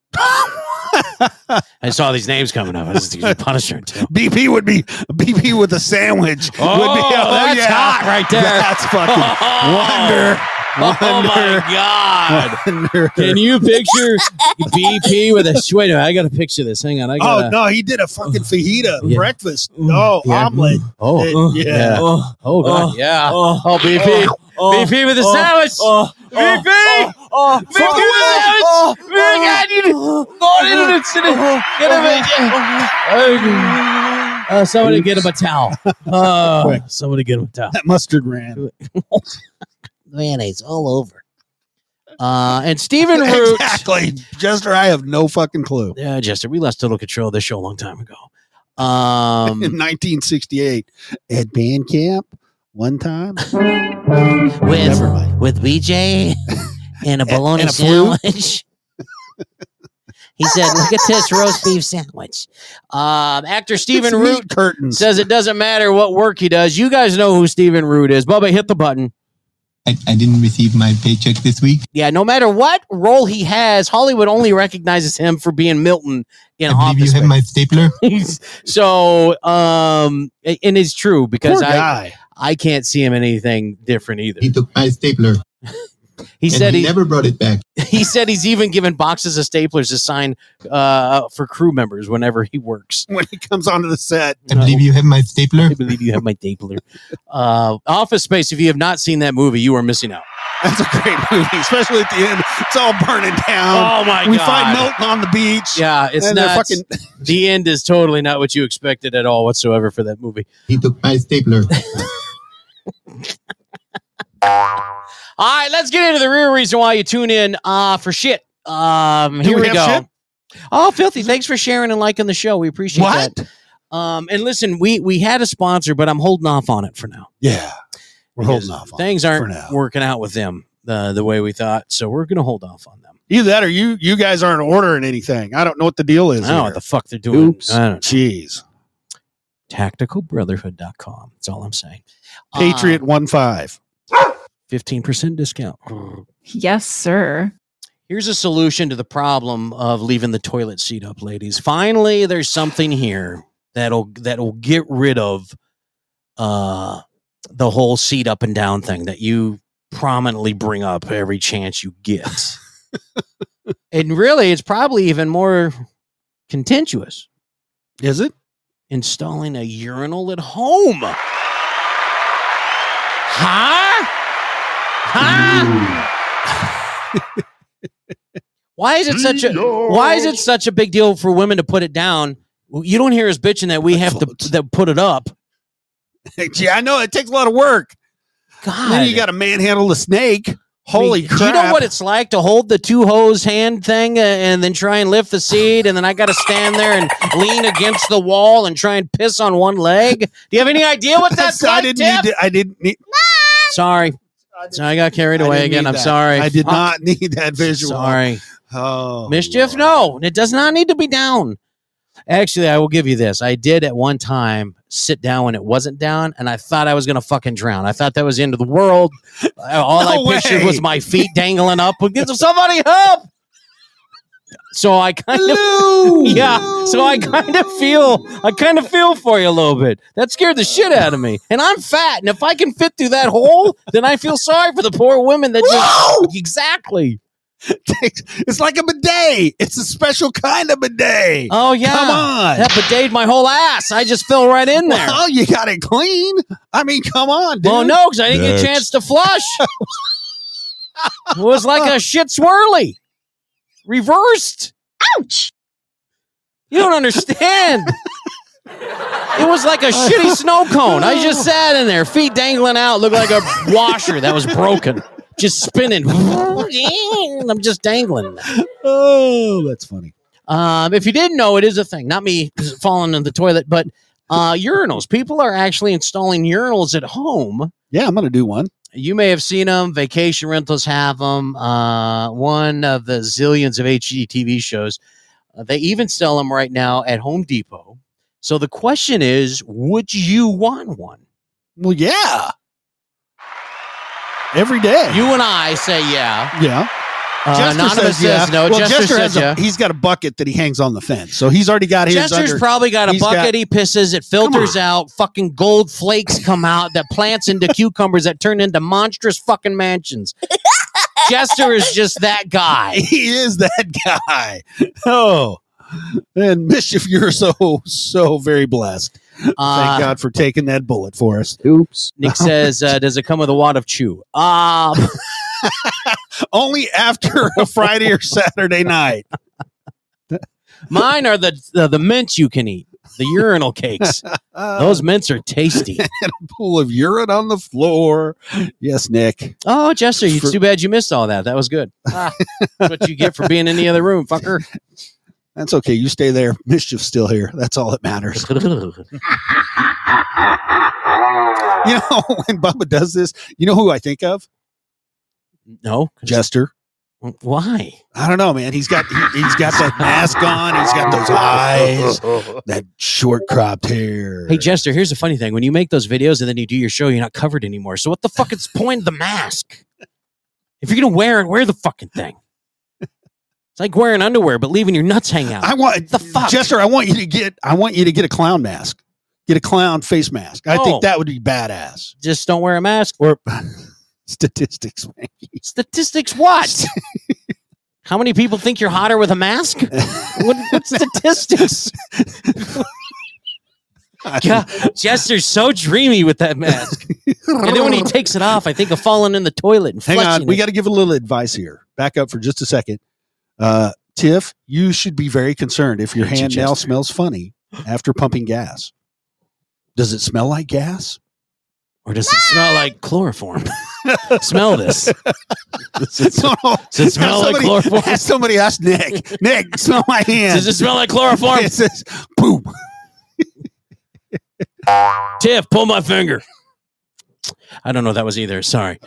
Speaker 10: I saw these names coming up. I was thinking Punisher too.
Speaker 11: BP would be BP with a sandwich.
Speaker 10: Oh,
Speaker 11: would be,
Speaker 10: that's hot right there.
Speaker 11: That's fucking
Speaker 10: Oh.
Speaker 11: wonder.
Speaker 10: Oh my [laughs] god! Can you picture BP with a wait a minute? I got to picture this. Hang on. I got.
Speaker 11: Oh no, he did a fucking fajita
Speaker 10: Yeah. Mm,
Speaker 11: breakfast. No
Speaker 10: Yeah.
Speaker 11: omelet.
Speaker 10: Oh,
Speaker 11: It-
Speaker 10: oh,
Speaker 11: yeah.
Speaker 10: yeah. Oh, oh, God, yeah. Oh, BP.
Speaker 11: oh,
Speaker 10: BP with a
Speaker 11: oh,
Speaker 10: sandwich.
Speaker 11: oh,
Speaker 10: BP. Oh, BP with
Speaker 11: fuck.
Speaker 10: a sandwich.
Speaker 11: Oh,
Speaker 10: Oh, my God, you oh, it- it's- it- get him a- Uh, somebody get him a towel. Uh,
Speaker 11: Quick.
Speaker 10: somebody get him a towel.
Speaker 11: That mustard ran.
Speaker 10: Mayonnaise all over. Uh, and
Speaker 11: [laughs]
Speaker 10: Stephen Root.
Speaker 11: Exactly. Jester, I have no fucking clue.
Speaker 10: Yeah, Jester, we lost total control of this show a long time ago. Um,
Speaker 11: In 1968, at band camp, one time.
Speaker 10: with
Speaker 11: [laughs] Never mind.
Speaker 10: with BJ and a bologna
Speaker 11: and a flute.
Speaker 10: sandwich. he said, "Look at this roast beef sandwich." Um, actor
Speaker 11: [laughs]
Speaker 10: Stephen
Speaker 11: It's meat
Speaker 10: Root
Speaker 11: curtains.
Speaker 10: says it doesn't matter what work he does. You guys know who Stephen Root is. Bubba, hit the button.
Speaker 2: I, I didn't receive my paycheck this week.
Speaker 10: Yeah, no matter what role he has, Hollywood only recognizes him for being Milton in
Speaker 2: I believe you
Speaker 10: Office
Speaker 2: have my stapler.
Speaker 10: Space. so, um, a- and it's true because
Speaker 11: Poor
Speaker 10: I
Speaker 11: guy.
Speaker 10: I can't see him in anything different either.
Speaker 2: He took my stapler.
Speaker 10: He
Speaker 2: and
Speaker 10: said he,
Speaker 2: never brought it back.
Speaker 10: he said he's even given boxes of staplers to sign uh, for crew members whenever he works.
Speaker 11: When he comes onto the set,
Speaker 2: I believe you have my stapler.
Speaker 10: I believe you have my
Speaker 11: [laughs]
Speaker 10: stapler. Uh, Office Space. If you have not seen that movie, you are missing out.
Speaker 11: that's a
Speaker 10: [laughs]
Speaker 11: great movie, especially at the end. It's all burning
Speaker 10: Um,
Speaker 11: down.
Speaker 10: Oh, my
Speaker 11: we find Milton on the beach.
Speaker 10: Yeah, it's
Speaker 11: and they're
Speaker 10: not. [laughs]
Speaker 11: fucking
Speaker 10: the end is totally not what you expected at all whatsoever for that movie.
Speaker 2: He took my stapler.
Speaker 10: All right, let's get into the real reason why you tune in uh, for shit. Um,
Speaker 11: Do
Speaker 10: here
Speaker 11: we
Speaker 10: we,
Speaker 11: have
Speaker 10: go.
Speaker 11: shit?
Speaker 10: Oh, filthy! Thanks for sharing and liking the show. We appreciate
Speaker 11: what?
Speaker 10: that. Um, and listen, we we had a sponsor, but I'm holding off on it for now.
Speaker 11: Yeah, we're
Speaker 10: because
Speaker 11: holding off. On
Speaker 10: things
Speaker 11: it
Speaker 10: aren't
Speaker 11: for now.
Speaker 10: working out with them uh, the way we thought, so we're gonna hold off on them.
Speaker 11: Either that or you you guys aren't ordering anything. I don't know what the deal is.
Speaker 10: I don't know
Speaker 11: here.
Speaker 10: what the fuck they're doing.
Speaker 11: Oops.
Speaker 10: I don't
Speaker 11: Jeez.
Speaker 10: know. Tacticalbrotherhood.com. That's all I'm saying. Uh,
Speaker 11: Patriot one five. [laughs]
Speaker 10: fifteen percent discount.
Speaker 14: Yes, sir.
Speaker 10: Here's a solution to the problem of leaving the toilet seat up, ladies. Finally, there's something here that'll that'll get rid of uh the whole seat up and down thing that you prominently bring up every chance you
Speaker 14: [laughs]
Speaker 10: get. and really, it's probably even more contentious.
Speaker 11: Is it?
Speaker 10: installing a urinal at home. Huh? Huh? why is it such a why is it such a big deal for women to put it down? You don't hear us bitching that we have to that put it up.
Speaker 11: Gee, I know it takes a lot of work.
Speaker 10: God,
Speaker 11: And then you got to manhandle the snake. Holy
Speaker 10: I mean,
Speaker 11: crap!
Speaker 10: Do you know what it's like to hold the two hose hand thing uh, and then try and lift the seat, and then I got to stand there and lean against the wall and try and piss on one leg? Do you have any idea
Speaker 11: [laughs]
Speaker 10: what that's,
Speaker 11: That's- I
Speaker 10: like,
Speaker 11: didn't
Speaker 10: Tim?
Speaker 11: need. To, I didn't need.
Speaker 10: Sorry. So I got carried
Speaker 11: I
Speaker 10: away
Speaker 11: didn't
Speaker 10: again.
Speaker 11: need
Speaker 10: I'm
Speaker 11: that.
Speaker 10: sorry.
Speaker 11: I did
Speaker 10: Fuck.
Speaker 11: not [laughs] need that visual.
Speaker 10: Sorry.
Speaker 11: Oh,
Speaker 10: Mischief?
Speaker 11: Lord.
Speaker 10: No, it does not need to be down. Actually, I will give you this. I did at one time sit down when it wasn't down, and I thought I was going to fucking drown. I thought that was the end of the world. Uh, All
Speaker 11: No
Speaker 10: I pictured
Speaker 11: way.
Speaker 10: was my feet dangling up. Well, Get somebody help! So I kind of. [laughs] Yeah, so I kind of feel I kind of feel for you a little bit. That scared the shit out of me, and I'm fat. And if I can fit through that hole, then I feel sorry for the poor women that just exactly.
Speaker 11: [laughs] it's like a bidet. It's a special kind of bidet.
Speaker 10: Oh yeah,
Speaker 11: Come on.
Speaker 10: That bidet my whole ass. I just fell right in there.
Speaker 11: Well, you got it clean. I mean, come on, dude.
Speaker 10: Well, no, because I didn't get a chance to flush. it was like a shit swirly, reversed. Ouch! You don't understand. it was like a shitty snow cone. I just sat in there, feet dangling out, looked like a washer that was broken, just spinning. [laughs] I'm just dangling.
Speaker 11: Oh, that's funny.
Speaker 10: Um, if you didn't know, it is a thing. Not me falling in the toilet, but uh, urinals. People are actually installing urinals at home.
Speaker 11: Yeah, I'm gonna do one.
Speaker 10: You may have seen them. Vacation rentals have them. Uh, one of the zillions of HGTV shows. Uh, they even sell them right now at Home Depot. So the question is, would you want one?
Speaker 11: Well, yeah. Every day.
Speaker 10: You and I say yeah.
Speaker 11: yeah.
Speaker 10: Uh, anonymous says, no.
Speaker 11: Well,
Speaker 10: Jester,
Speaker 11: Jester,
Speaker 10: says
Speaker 11: has a,
Speaker 10: yeah.
Speaker 11: he's got a bucket that he hangs on the fence, so he's already got his.
Speaker 10: Jester's
Speaker 11: under-
Speaker 10: probably got a
Speaker 11: he's
Speaker 10: bucket. he pisses. It filters out. Fucking gold flakes come out that plants
Speaker 11: [laughs]
Speaker 10: into cucumbers that turn into monstrous fucking mansions. Jester is just that guy.
Speaker 11: [laughs] He is that guy. Oh, and mischief, you're so so very blessed.
Speaker 10: Uh,
Speaker 11: Thank God for taking that bullet for us.
Speaker 10: Oops.
Speaker 11: [laughs]
Speaker 10: Nick says, uh, "Does it come with a wad of chew?" Um,
Speaker 11: only after a Friday or Saturday night.
Speaker 10: Mine are the the, the mints you can eat. The urinal
Speaker 11: [laughs]
Speaker 10: cakes. Those mints are tasty.
Speaker 11: pool of urine on the floor. Yes, Nick.
Speaker 10: Oh, Jester, you,
Speaker 11: For-
Speaker 10: too bad you missed all that. That was good. Ah, that's what you get for being in the other room, fucker.
Speaker 11: That's okay. You stay there. Mischief's still here. That's all that matters. you know, [laughs] when Bubba does this, you know who I think of?
Speaker 10: No,
Speaker 11: Jester.
Speaker 10: Why?
Speaker 11: I don't know, man. He's got he, he's got that mask on. He's got those eyes,
Speaker 7: [laughs]
Speaker 11: that short cropped hair.
Speaker 10: Hey, Jester, here's the funny thing. When you make those videos and then you do your show, you're not covered anymore. So what the fuck is the point of the mask? If you're going to wear it, wear the fucking thing. It's like wearing underwear, but leaving your nuts hang out.
Speaker 11: I want the fuck, Jester. I want you to get. I want you to get a clown mask. Get a clown face mask. I
Speaker 10: Oh.
Speaker 11: think that would be badass. [laughs]
Speaker 10: Just don't wear a mask.
Speaker 11: Or statistics. Swanky.
Speaker 10: Statistics
Speaker 11: [laughs]
Speaker 10: what? How many people think you're hotter with a mask?
Speaker 11: [laughs]
Speaker 10: What, what statistics? God, Jester's so dreamy with that mask. and then when he takes it off, I think of falling in the toilet and
Speaker 11: [laughs] Hang
Speaker 10: flushing
Speaker 11: on. We
Speaker 10: it.
Speaker 11: got to give a little advice here. Back up for just a second. Uh, Tiff, you should be very concerned if your
Speaker 10: Hate you,
Speaker 11: hand now
Speaker 10: Jester.
Speaker 11: smells funny after pumping gas. Does it smell
Speaker 10: [laughs]
Speaker 11: like gas?
Speaker 10: Or does it smell like
Speaker 11: [laughs]
Speaker 10: chloroform? smell this. Does it, does it smell like
Speaker 11: Somebody-
Speaker 10: chloroform?
Speaker 11: ask Somebody asked Nick. Nick, smell my hand.
Speaker 10: Does it smell like chloroform? [laughs]
Speaker 11: It says, boom.
Speaker 10: Tiff, pull my finger. I don't know that was either. Sorry.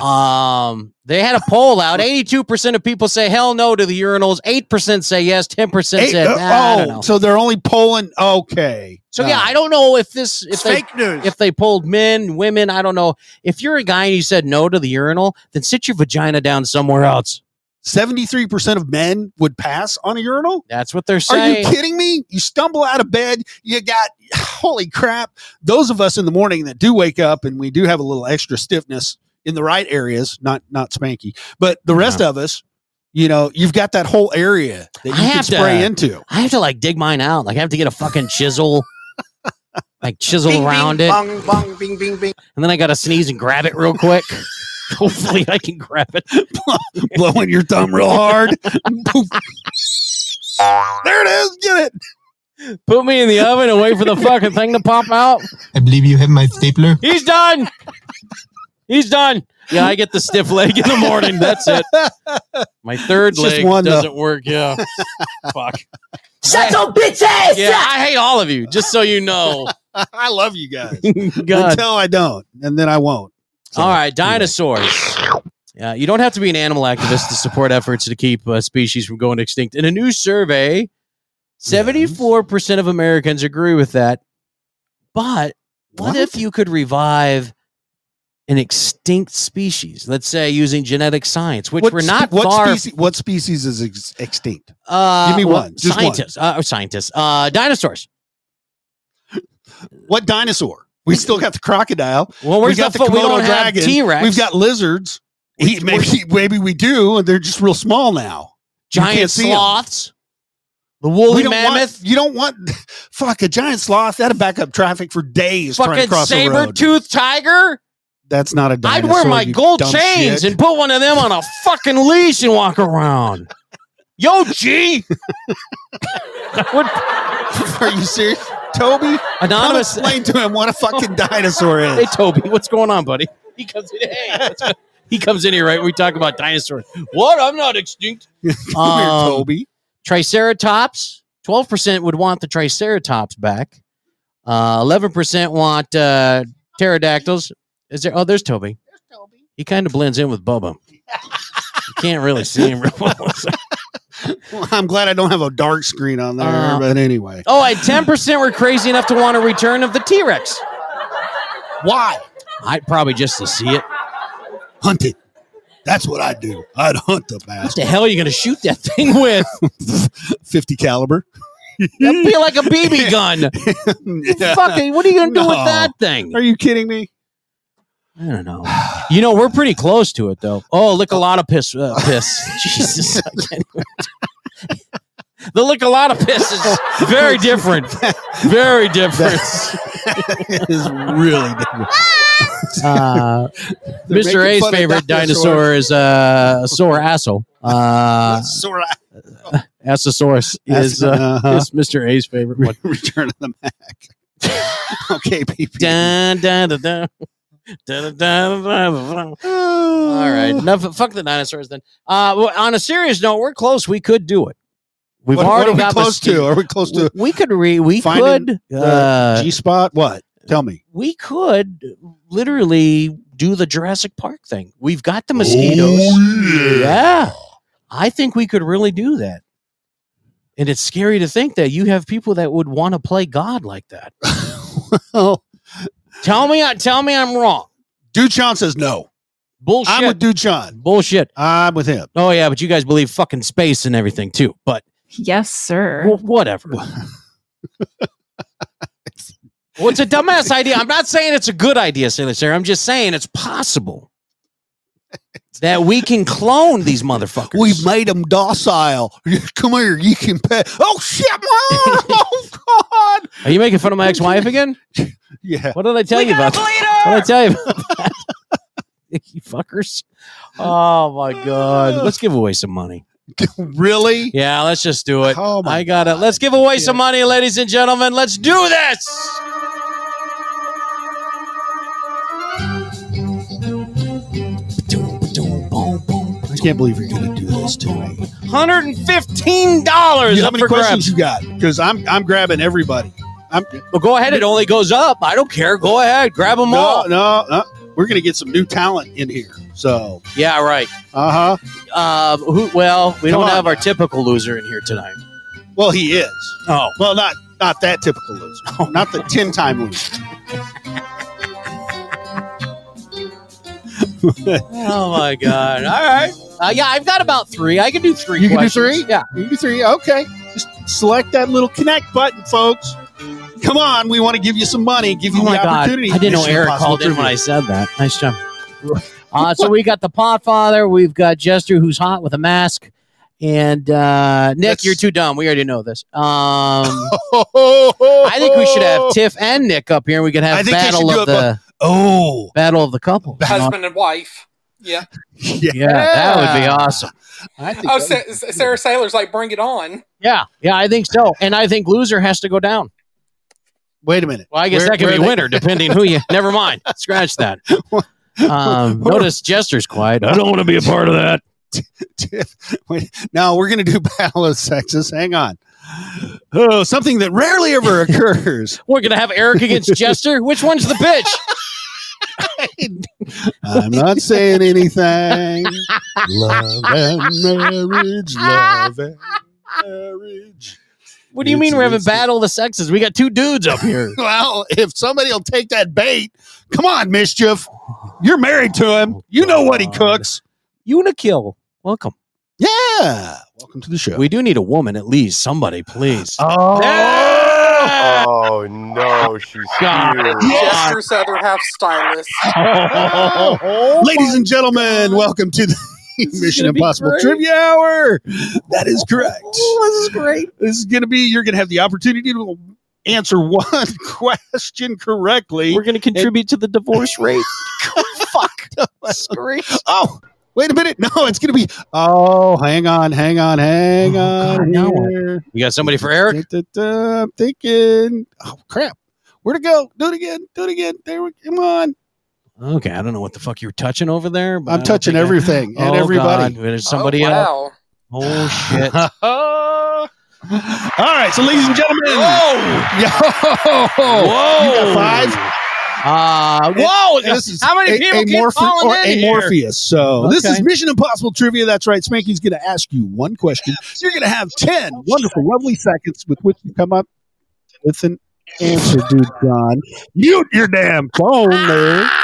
Speaker 10: um, they had a poll [laughs] out. Eighty-two percent of people say hell no to the urinals. Eight percent say yes. Ten percent
Speaker 11: Hey,
Speaker 10: said
Speaker 11: uh,
Speaker 10: nah, I don't
Speaker 11: oh,
Speaker 10: know.
Speaker 11: so they're only polling. Okay. Uh,
Speaker 10: So
Speaker 11: No.
Speaker 10: yeah, I don't know if this if they,
Speaker 11: fake news.
Speaker 10: If they polled men, women, I don't know. If you're a guy and you said no to the urinal, then sit your vagina down somewhere else.
Speaker 11: 73% of men would pass on a urinal?
Speaker 10: That's what they're
Speaker 11: Are
Speaker 10: saying.
Speaker 11: you kidding me? You stumble out of bed, you got [sighs] holy crap. Those of us in the morning that do wake up and we do have a little extra stiffness in the right areas, not not spanky, but the rest of us, you know, you've got that whole area that you
Speaker 10: I
Speaker 11: can
Speaker 10: have to-
Speaker 11: spray into.
Speaker 10: I have to like dig mine out. Like I have to get a fucking [laughs] chisel, like chisel around it,
Speaker 7: Bong, bong, bing, bing, bing.
Speaker 10: and then I gotta sneeze and grab it real [laughs] quick. Hopefully, I can grab it.
Speaker 11: Blowing your thumb real hard.
Speaker 10: [laughs]
Speaker 11: Boop. there it is. Get it.
Speaker 10: Put me in the oven and wait for the fucking thing to pop out.
Speaker 2: I believe you have my stapler.
Speaker 10: He's done. He's done. Yeah, I get the stiff leg in the morning. That's it. My third
Speaker 11: It's just
Speaker 10: leg
Speaker 11: one, though.
Speaker 10: doesn't work. Yeah. Fuck.
Speaker 6: Shut your bitch ass
Speaker 10: Yeah,
Speaker 6: up!
Speaker 10: I hate all of you, just so you
Speaker 11: [laughs]
Speaker 10: know.
Speaker 11: I love you guys.
Speaker 10: God.
Speaker 11: Until I don't, and then I won't.
Speaker 10: All right, dinosaurs. Yeah, you don't have to be an animal activist to support efforts to keep uh, species from going extinct. In a new survey, 74% of Americans agree with that. But what,
Speaker 11: What?
Speaker 10: if you could revive an extinct species? Let's say using genetic science, which
Speaker 11: What
Speaker 10: we're
Speaker 11: spe-
Speaker 10: not
Speaker 11: what
Speaker 10: far
Speaker 11: Species, what species is ex- extinct?
Speaker 10: Uh,
Speaker 11: Give me
Speaker 10: well,
Speaker 11: one, just one.
Speaker 10: scientists. Uh, or scientists. Uh, dinosaurs.
Speaker 11: What dinosaur? We still got the crocodile.
Speaker 10: Well,
Speaker 11: we
Speaker 10: where's
Speaker 11: got
Speaker 10: the
Speaker 11: the
Speaker 10: fu- we
Speaker 11: Komodo
Speaker 10: don't have
Speaker 11: dragon.
Speaker 10: T-Rex.
Speaker 11: We've got lizards. He- maybe, maybe we do, and they're just real small now. You
Speaker 10: Giant
Speaker 11: can't see 'em.
Speaker 10: sloths. The
Speaker 11: We
Speaker 10: woolly
Speaker 11: don't want-
Speaker 10: mammoth.
Speaker 11: you don't want [laughs] fuck a giant sloth. That'd back up traffic for days trying to
Speaker 10: Fucking
Speaker 11: cross the road.
Speaker 10: saber-toothed tiger.
Speaker 11: That's not a
Speaker 10: I'd
Speaker 11: dinosaur.
Speaker 10: wear my
Speaker 11: you
Speaker 10: gold
Speaker 11: dumb
Speaker 10: chains
Speaker 11: shit.
Speaker 10: and put one of them on a fucking leash and walk around. Yo, G. What-
Speaker 11: [laughs] Are you serious, Toby?
Speaker 10: Anonymous-
Speaker 11: Come explain to him what a fucking dinosaur is.
Speaker 10: [laughs] hey, Toby, what's going on, buddy? He comes in. Hey, what's go- he comes in here, right? We talk about dinosaurs. What? I'm not extinct.
Speaker 11: [laughs] Come here,
Speaker 10: Um,
Speaker 11: Toby.
Speaker 10: Triceratops. Twelve percent would want the Triceratops back. Uh, Eleven percent want uh, pterodactyls. Is there? Oh, there's Toby. There's Toby. He kind of blends in with [laughs] Bubba. you can't really see him [laughs] real well.
Speaker 11: Well, I'm glad I don't have a dark screen on there,
Speaker 10: Uh,
Speaker 11: but anyway.
Speaker 10: Oh, and ten percent were crazy enough to want a return of the T Rex.
Speaker 11: Why?
Speaker 10: I'd probably just to see it.
Speaker 11: Hunt it. That's what I do. I'd hunt the
Speaker 10: What
Speaker 11: bastard.
Speaker 10: the hell are you going to shoot that thing with?
Speaker 11: [laughs] 50 caliber.
Speaker 10: That'd be [laughs] like a BB gun. Fucking, what are you going to do with
Speaker 11: No.
Speaker 10: that thing?
Speaker 11: [laughs] Are you kidding me?
Speaker 10: I don't know. You know, we're pretty close to it, though. Oh, lick a lot of piss. Uh, piss. [laughs] Jesus. I can't even- [laughs] the lick a lot of piss is very different. Very different.
Speaker 11: That is really different.
Speaker 10: [laughs] Uh,
Speaker 11: They're
Speaker 10: Mr.
Speaker 11: making
Speaker 10: A's
Speaker 11: fun of
Speaker 10: favorite dinosaur
Speaker 11: dinosaurs.
Speaker 10: is uh, a sore asshole. Uh,
Speaker 11: Sora
Speaker 10: [laughs] Assosaurus is, uh,
Speaker 11: Uh-huh.
Speaker 10: is Mr. A's favorite [laughs] one.
Speaker 11: Return of the Mac. [laughs] okay, people.
Speaker 10: Dun, dun, dun, dun. Dun, dun, dun, dun, dun. All
Speaker 11: [sighs]
Speaker 10: right, enough. Fuck the dinosaurs then. Uh, well, on a serious note, we're close. We could do it. We've
Speaker 11: What- what
Speaker 10: already
Speaker 11: are we
Speaker 10: got the
Speaker 11: close
Speaker 10: ski-
Speaker 11: to? Are we close to
Speaker 10: We could re. We
Speaker 11: finding
Speaker 10: could.
Speaker 11: the
Speaker 10: Uh,
Speaker 11: G spot? What? Tell me.
Speaker 10: we could literally do the Jurassic Park thing. We've got
Speaker 11: Oh,
Speaker 10: the mosquitoes.
Speaker 5: Oh,
Speaker 10: yeah, I think we could really do that. And it's scary to think that you have people that would want to play God like that.
Speaker 11: [laughs] Oh,
Speaker 10: Tell me, tell me, I'm wrong.
Speaker 11: Duchan says no.
Speaker 10: Bullshit.
Speaker 11: I'm with Duchan.
Speaker 10: Bullshit.
Speaker 11: I'm with him.
Speaker 10: Oh yeah, but you guys believe fucking space and everything too. But
Speaker 14: Yes, sir.
Speaker 10: well, whatever. [laughs] well, it's a dumbass idea. I'm not saying it's a good idea, Sailor Sarah. I'm just saying it's possible that we can clone these motherfuckers.
Speaker 11: We've made them docile. [laughs] Come here, you can pet. Oh shit! Mom!
Speaker 10: [laughs]
Speaker 11: Oh god!
Speaker 10: Are you making fun of my ex-wife again?
Speaker 11: Yeah.
Speaker 10: What did I tell you about? that? What did I tell you? About that? [laughs] you fuckers. Oh my god. Let's give away some money.
Speaker 11: really?
Speaker 10: Yeah, let's just do it.
Speaker 11: Oh my
Speaker 10: I got it. Let's give away some money, ladies and gentlemen. Let's do this.
Speaker 11: I can't believe you're gonna do this to me.
Speaker 10: Hundred and fifteen dollars
Speaker 11: How
Speaker 10: up
Speaker 11: many
Speaker 10: for
Speaker 11: questions
Speaker 10: grabs.
Speaker 11: you got? Because I'm I'm grabbing everybody. I'm
Speaker 10: Well, go ahead. It only goes up. I don't care. Go ahead, grab them
Speaker 11: no,
Speaker 10: all.
Speaker 11: no, no. We're gonna get some new talent in here. So
Speaker 10: Yeah, right.
Speaker 11: uh huh.
Speaker 10: Uh, who? Well, we
Speaker 11: Come
Speaker 10: don't
Speaker 11: on.
Speaker 10: have our typical loser in here
Speaker 11: [laughs]
Speaker 10: tonight.
Speaker 11: Well, he is.
Speaker 10: Oh,
Speaker 11: Well, not not that typical loser. Not the ten time loser.
Speaker 10: oh my god! All right. Uh, yeah, I've got about three. I can do three.
Speaker 11: You can do
Speaker 10: questions.
Speaker 11: three?
Speaker 10: Yeah.
Speaker 11: You three, okay. Just select that little connect button, folks. Come on, we want to give you some money, give you
Speaker 10: Oh
Speaker 11: the
Speaker 10: my god! I
Speaker 11: opportunity.
Speaker 10: didn't know
Speaker 11: Mission
Speaker 10: Eric
Speaker 11: Impossible
Speaker 10: called in when
Speaker 11: trivia.
Speaker 10: I
Speaker 11: [laughs]
Speaker 10: said that. Nice job. Uh, so we got the Podfather. We've got Jester, who's hot with a mask, and uh, Nick.
Speaker 11: That's-
Speaker 10: You're too dumb. We already know this. Um.
Speaker 11: [laughs] I
Speaker 10: I think we should have Tiff and Nick up here, and we could
Speaker 11: I
Speaker 10: have
Speaker 11: think they
Speaker 10: battle
Speaker 11: should
Speaker 10: of
Speaker 11: do it,
Speaker 10: the
Speaker 11: Oh,
Speaker 10: battle of the couple. you know?
Speaker 15: husband and wife. Yeah.
Speaker 11: yeah.
Speaker 10: Yeah, that would be awesome.
Speaker 11: I think
Speaker 15: Oh,
Speaker 11: that
Speaker 15: Sa- Sarah Saylor's like, bring it on.
Speaker 10: Yeah, yeah, I think so, and I think loser has to go down.
Speaker 11: would- wait a minute.
Speaker 10: Well, I guess
Speaker 11: Where-
Speaker 10: that could
Speaker 11: where
Speaker 10: be
Speaker 11: they-
Speaker 10: winner, depending who
Speaker 11: [laughs]
Speaker 10: you. Never mind, scratch that. Um, notice Jester's
Speaker 11: [laughs]
Speaker 10: quiet. I don't want to be a part of that.
Speaker 11: Tiff, [laughs] wait, no, we're going to do [laughs] Battle of the Sexes. Hang on. Oh, something that rarely [laughs] ever occurs.
Speaker 10: We're gonna have Eric against Jester. Which one's the bitch?
Speaker 11: I'm not saying anything. love and marriage, love and marriage.
Speaker 10: What do you mean we're having battle of the sexes? We got two dudes up
Speaker 11: [laughs]
Speaker 10: here.
Speaker 11: Well, if somebody will take that bait, come on, mischief. You're married to him. You know what he cooks.
Speaker 10: Unikill, welcome.
Speaker 11: Oh, Yeah. Welcome to the show.
Speaker 10: We do need a woman at least. Somebody, please.
Speaker 11: oh,
Speaker 10: Yeah!
Speaker 16: Oh no, she's
Speaker 10: God.
Speaker 16: huge.
Speaker 15: Jester's other half stylist.
Speaker 11: Ladies and gentlemen, welcome to the [laughs] Mission
Speaker 15: gonna be
Speaker 11: Impossible
Speaker 15: great.
Speaker 11: Trivia Hour. That is correct. this is great. This is going to be, you're going to have the opportunity to answer [laughs] one question correctly.
Speaker 10: We're gonna contribute to the divorce [laughs] rate.
Speaker 11: Fuck.
Speaker 10: [laughs]
Speaker 11: oh, wait a minute. No, it's going to be, oh, hang on, hang on, hang
Speaker 10: Oh, God,
Speaker 11: on.
Speaker 10: no.
Speaker 11: here.
Speaker 10: You got somebody for Eric?
Speaker 11: Da-da-da, I'm thinking, oh, crap. Where to go? Do it again. Do it again. There we Come on.
Speaker 10: Okay, I don't know what the fuck you're touching over there. but I
Speaker 11: I'm
Speaker 10: don't
Speaker 11: touching
Speaker 10: think I-
Speaker 11: everything and
Speaker 10: Oh,
Speaker 11: everybody.
Speaker 10: God, There's [laughs] somebody
Speaker 15: oh,
Speaker 10: else.
Speaker 15: wow.
Speaker 10: Oh
Speaker 15: [laughs]
Speaker 10: shit!
Speaker 11: All right, so ladies and gentlemen, [laughs]
Speaker 10: Whoa!
Speaker 11: yo,
Speaker 10: Whoa!
Speaker 11: you got five.
Speaker 10: Uh, whoa!
Speaker 11: This is
Speaker 10: How many
Speaker 11: a-
Speaker 10: people keep
Speaker 11: amorph-
Speaker 10: calling
Speaker 11: or
Speaker 10: in here?
Speaker 11: amorphous. So this is
Speaker 10: Okay.
Speaker 11: Mission Impossible trivia. That's right. Spanky's going to ask you one question. You're going to have ten wonderful, lovely seconds with which to come up with an answer, dude. John, mute your damn phone there. [laughs]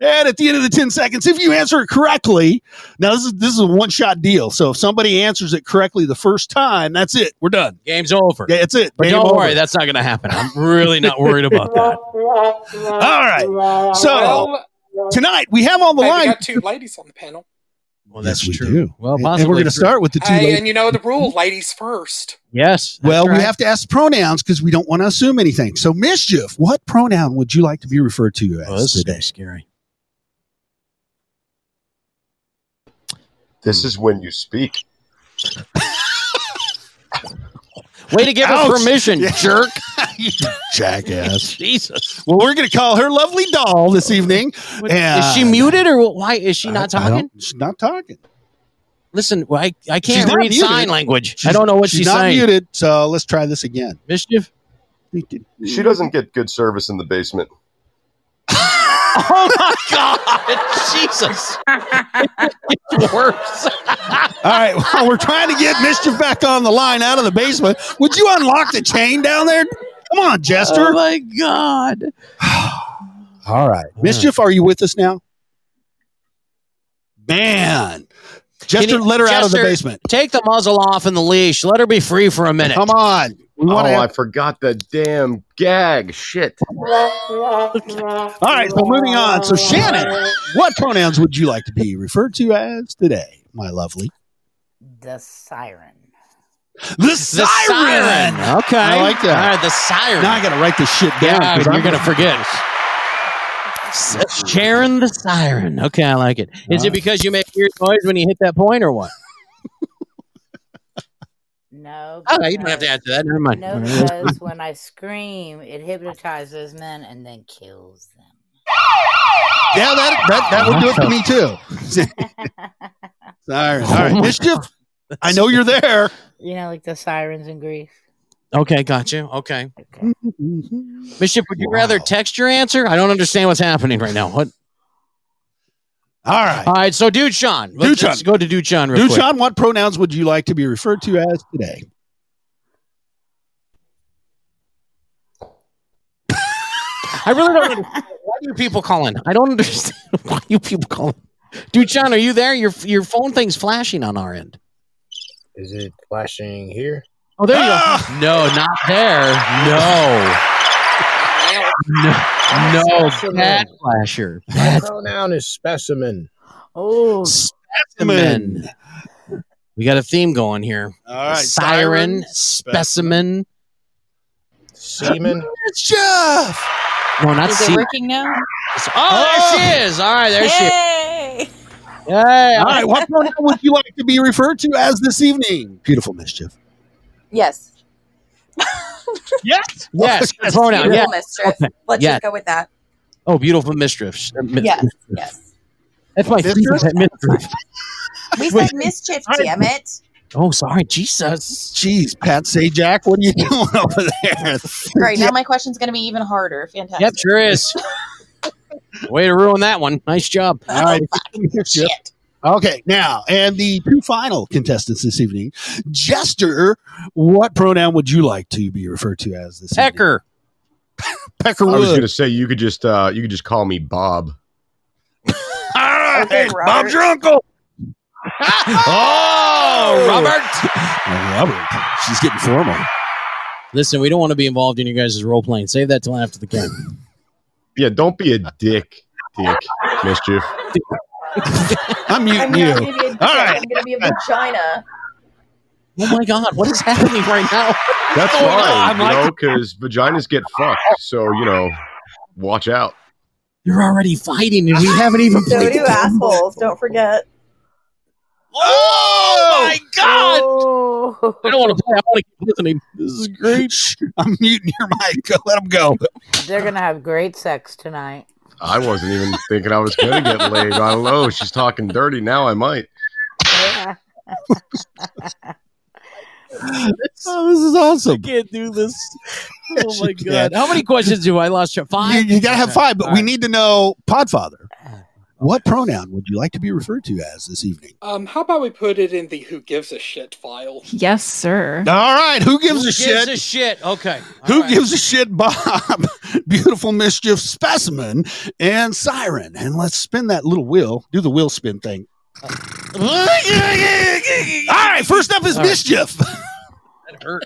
Speaker 11: And at the end of the 10 seconds, if you answer it correctly, now this is this is a one-shot deal. So if somebody answers it correctly the first time, that's it. We're done.
Speaker 10: Game's over.
Speaker 11: Yeah, that's it.
Speaker 10: But
Speaker 11: Game
Speaker 10: don't
Speaker 11: over.
Speaker 10: worry, that's not going to happen. I'm really not worried
Speaker 11: [laughs]
Speaker 10: about that.
Speaker 11: All right. So tonight we have on the
Speaker 15: Hey,
Speaker 11: line.
Speaker 15: We got two ladies on the panel.
Speaker 10: Well, that's
Speaker 11: we
Speaker 10: true.
Speaker 11: do.
Speaker 10: Well,
Speaker 11: And- and we're
Speaker 10: possibly
Speaker 11: going to
Speaker 10: true.
Speaker 11: start with the two.
Speaker 15: Hey,
Speaker 11: ladies.
Speaker 15: and you know the rule: ladies first.
Speaker 10: Yes.
Speaker 11: Well, we have to ask pronouns because we don't want to assume anything. So, mischief, what pronoun would you like to be referred to
Speaker 10: Oh,
Speaker 11: as today?
Speaker 10: Scary. Hmm.
Speaker 16: This is when you speak.
Speaker 10: [laughs] Way to give
Speaker 11: Ouch.
Speaker 10: us permission,
Speaker 11: Yeah.
Speaker 16: [laughs]
Speaker 10: jerk.
Speaker 11: [laughs] You Jackass.
Speaker 10: Jesus.
Speaker 11: well, we're going to call her lovely doll this evening.
Speaker 10: What-
Speaker 11: and-
Speaker 10: is she muted or why is she not
Speaker 11: I
Speaker 10: talking?
Speaker 11: don't- she's not talking.
Speaker 10: Listen, I, I
Speaker 11: She's
Speaker 10: can't
Speaker 11: not
Speaker 10: read
Speaker 11: muted.
Speaker 10: sign language. I
Speaker 11: She's-
Speaker 10: don't know what she's,
Speaker 11: she's not
Speaker 10: saying.
Speaker 11: muted. So let's try this again. [laughs]
Speaker 10: Mischief.
Speaker 16: She doesn't get good service in the basement.
Speaker 10: Oh my God, [laughs]
Speaker 11: [laughs]
Speaker 10: Jesus! It's worse.
Speaker 11: All right. [laughs] Well, we're trying to get mischief back on the line out of the basement. Would you unlock the chain down there? Come on, Jester.
Speaker 10: Oh my God.
Speaker 11: [sighs] All right. Mischief, are you with us now? Man. Jester,
Speaker 10: Can you-
Speaker 11: let her out of the
Speaker 10: Jester,
Speaker 11: basement.
Speaker 10: Take the muzzle off and the leash. Let her be free for a minute.
Speaker 11: Come on. We
Speaker 16: Oh,
Speaker 11: wanna have-
Speaker 16: I forgot the damn gag. Shit.
Speaker 11: All right, so moving on. So, Shannon, what pronouns would you like to be referred to as today, my lovely?
Speaker 17: The siren.
Speaker 11: The siren.
Speaker 10: siren. Okay.
Speaker 11: I like that.
Speaker 10: All right, the siren.
Speaker 11: Now I got to write this shit down.
Speaker 10: Yeah,
Speaker 11: 'cause
Speaker 10: you're
Speaker 11: I'm
Speaker 10: gonna forget. [laughs] Sharon the siren. Okay, I like it. Is
Speaker 11: All
Speaker 10: it because you make weird noise when you hit that point or what?
Speaker 17: No.
Speaker 10: Oh, you don't have to answer that. Never mind.
Speaker 17: No, because when I scream, it hypnotizes men and then kills them.
Speaker 11: Yeah, that, that, that would do it for
Speaker 10: [laughs]
Speaker 11: me, too. Siren. All right, Mischief, I know
Speaker 10: [laughs]
Speaker 11: you're there.
Speaker 17: You know, like the sirens in Greece.
Speaker 10: Okay, got you. Okay. Bishop, would you rather text your answer? I don't understand what's happening right now. What?
Speaker 11: All right.
Speaker 10: All right. So, dude, Sean. Let's,
Speaker 11: Duchan.
Speaker 10: let's go to dude, Sean. Real
Speaker 11: Duchan, what pronouns would you like to be referred to as today?
Speaker 10: Quick. I really don't. understand. Why do people calling? I don't understand [laughs] why you people calling. Dude, Sean, are you there? Your your phone thing's flashing on our end.
Speaker 18: Is it flashing here?
Speaker 10: Oh, there you go. No, not there. No. No, no, bad flasher.
Speaker 18: My pronoun is specimen.
Speaker 17: Oh,
Speaker 10: Specimen. We got a theme going here.
Speaker 11: All right,
Speaker 10: Siren,
Speaker 11: siren,
Speaker 10: specimen.
Speaker 18: Semen.
Speaker 11: It's Jeff.
Speaker 10: No, not
Speaker 19: is it
Speaker 10: semen.
Speaker 19: working now?
Speaker 10: Oh, there she is. All right, there she is.
Speaker 19: Yay!
Speaker 10: Yay.
Speaker 11: All right, what pronoun would you like to be referred to as this evening? Beautiful mischief.
Speaker 19: Yes.
Speaker 11: Yes.
Speaker 10: Yes.
Speaker 11: Yes.
Speaker 10: Pronoun.
Speaker 19: Beautiful
Speaker 10: Yes.
Speaker 19: mistress.
Speaker 10: Okay.
Speaker 19: Let's
Speaker 10: Yeah.
Speaker 19: just go with that.
Speaker 10: Oh, beautiful mistress. Uh, mi-
Speaker 19: Yes. Yes.
Speaker 10: That's my
Speaker 11: Mistress?
Speaker 10: mistress. mistress.
Speaker 19: We said mischief, damn it.
Speaker 10: Oh, sorry, Jesus.
Speaker 11: Jeez, Pat Sajak, what are you [laughs] doing over there?
Speaker 19: Great. Now my question's going to be even harder. Fantastic.
Speaker 10: Yep, sure is. Way to ruin that one. Nice job.
Speaker 11: All right. Shit. Okay, now, and the two final contestants this evening. Jester, what pronoun would you like to be referred to as this evening?
Speaker 10: Pecker.
Speaker 11: Peckerwood.
Speaker 16: I was going to say you could just uh, you could just call me Bob.
Speaker 19: Okay, Robert.
Speaker 11: your uncle.
Speaker 10: Oh, Robert.
Speaker 11: Robert. She's getting formal.
Speaker 10: Listen, we don't want to be involved in your guys' role playing. Save that till after the game.
Speaker 16: Yeah, don't be a dick, dick, mischief.
Speaker 11: I'm muting
Speaker 19: I'm not going to be a
Speaker 11: you.
Speaker 19: dick.
Speaker 11: All right.
Speaker 19: I'm going to be a vagina.
Speaker 10: Oh my God, what is happening right now?
Speaker 16: That's
Speaker 10: going on?
Speaker 16: fine,
Speaker 10: I'm
Speaker 16: you
Speaker 10: like-
Speaker 16: know, because vaginas get fucked. So you know, watch out.
Speaker 10: You're already fighting, and we haven't
Speaker 11: [laughs]
Speaker 10: even
Speaker 19: So
Speaker 10: played.
Speaker 19: do
Speaker 10: the game.
Speaker 19: assholes. Don't forget.
Speaker 10: Oh my God!
Speaker 17: Oh.
Speaker 10: I don't want to play. I want to keep
Speaker 11: [laughs]
Speaker 10: listening. This is great.
Speaker 11: I'm muting your mic. [laughs] Let him go.
Speaker 17: They're going to have great sex tonight.
Speaker 16: I wasn't even thinking I was going to get laid. I don't know. She's talking dirty now. I might.
Speaker 11: Oh, this is awesome.
Speaker 10: can't do
Speaker 11: [laughs]
Speaker 10: this.
Speaker 11: Yes,
Speaker 10: Oh my
Speaker 11: you can.
Speaker 10: God. How many questions do I lost? Five?
Speaker 11: You, you got to have five, Oh, but
Speaker 10: All
Speaker 11: we
Speaker 10: right.
Speaker 11: need to know Podfather. What pronoun would you like to be referred to as this evening?
Speaker 15: Um, how about we put it in the who gives a shit file?
Speaker 14: Yes, sir.
Speaker 11: All right. Who gives a shit?
Speaker 10: a shit? Okay.
Speaker 11: Who gives a shit, Bob? [laughs] Beautiful mischief specimen and siren. And let's spin that little wheel. Do the wheel
Speaker 10: [laughs]
Speaker 11: spin thing. All right. First up is
Speaker 10: All right.
Speaker 11: mischief. [laughs]
Speaker 10: That hurt.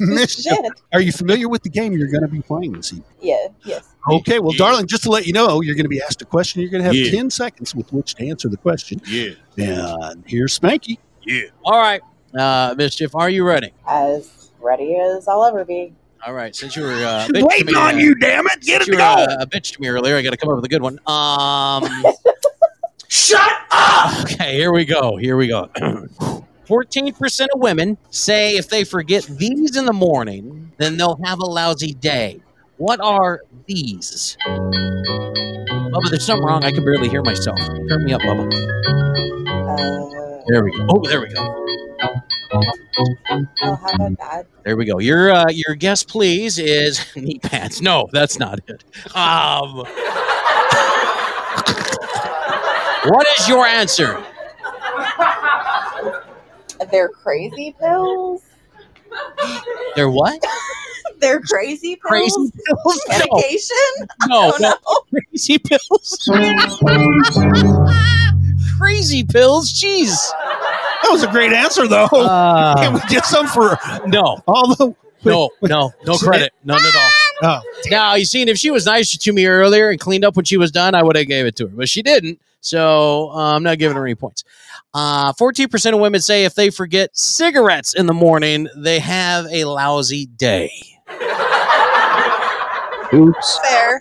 Speaker 11: mischief. Are you familiar with the game you're going to be playing this evening?
Speaker 19: Yeah. Yes.
Speaker 11: Okay, well, darling, just to let you know, you're going to be asked a question. You're going to have
Speaker 20: Yeah.
Speaker 11: 10 seconds with which to answer the question.
Speaker 20: Yeah.
Speaker 11: And here's Spanky.
Speaker 20: Yeah.
Speaker 10: All right. Uh, Mischief, are you ready?
Speaker 19: As ready as I'll ever be.
Speaker 10: All right. Since you were uh, a bitch
Speaker 11: Waiting
Speaker 10: to me,
Speaker 11: on
Speaker 10: uh,
Speaker 11: you, damn it. Get
Speaker 10: since
Speaker 11: it
Speaker 10: you were,
Speaker 11: to go.
Speaker 10: uh, a bitch to me earlier. I got to come up with a good one. Um,
Speaker 11: [laughs] Shut
Speaker 10: okay, here we go. Here we go. [clears throat] 14% of women say if they forget these in the morning, then they'll have a lousy day. What are these? Bubba, there's something wrong. I can barely hear myself. Turn me up, Bubba.
Speaker 19: Uh,
Speaker 10: There we go. Oh, there we go.
Speaker 19: Oh, how about that?
Speaker 10: There we go. Your uh, your guess, please, is [laughs] knee pads. No, that's not it. Um, [laughs] what is your answer?
Speaker 19: They're crazy pills.
Speaker 10: They're what?
Speaker 19: They're crazy pills.
Speaker 10: Crazy pills? No.
Speaker 19: Medication.
Speaker 10: No, no. [laughs] crazy pills. [laughs] crazy pills. Jeez.
Speaker 11: That was a great answer, though.
Speaker 10: Uh,
Speaker 11: Can we get some for
Speaker 10: no?
Speaker 11: All the
Speaker 10: no, no, no credit, none at all.
Speaker 11: Oh,
Speaker 10: Now you seen if she was nicer to me earlier and cleaned up when she was done, I would have gave it to her, but she didn't. So uh, I'm not giving her any points. Uh, Fourteen percent of women say if they forget cigarettes in the morning, they have a lousy day.
Speaker 11: Oops.
Speaker 19: Fair.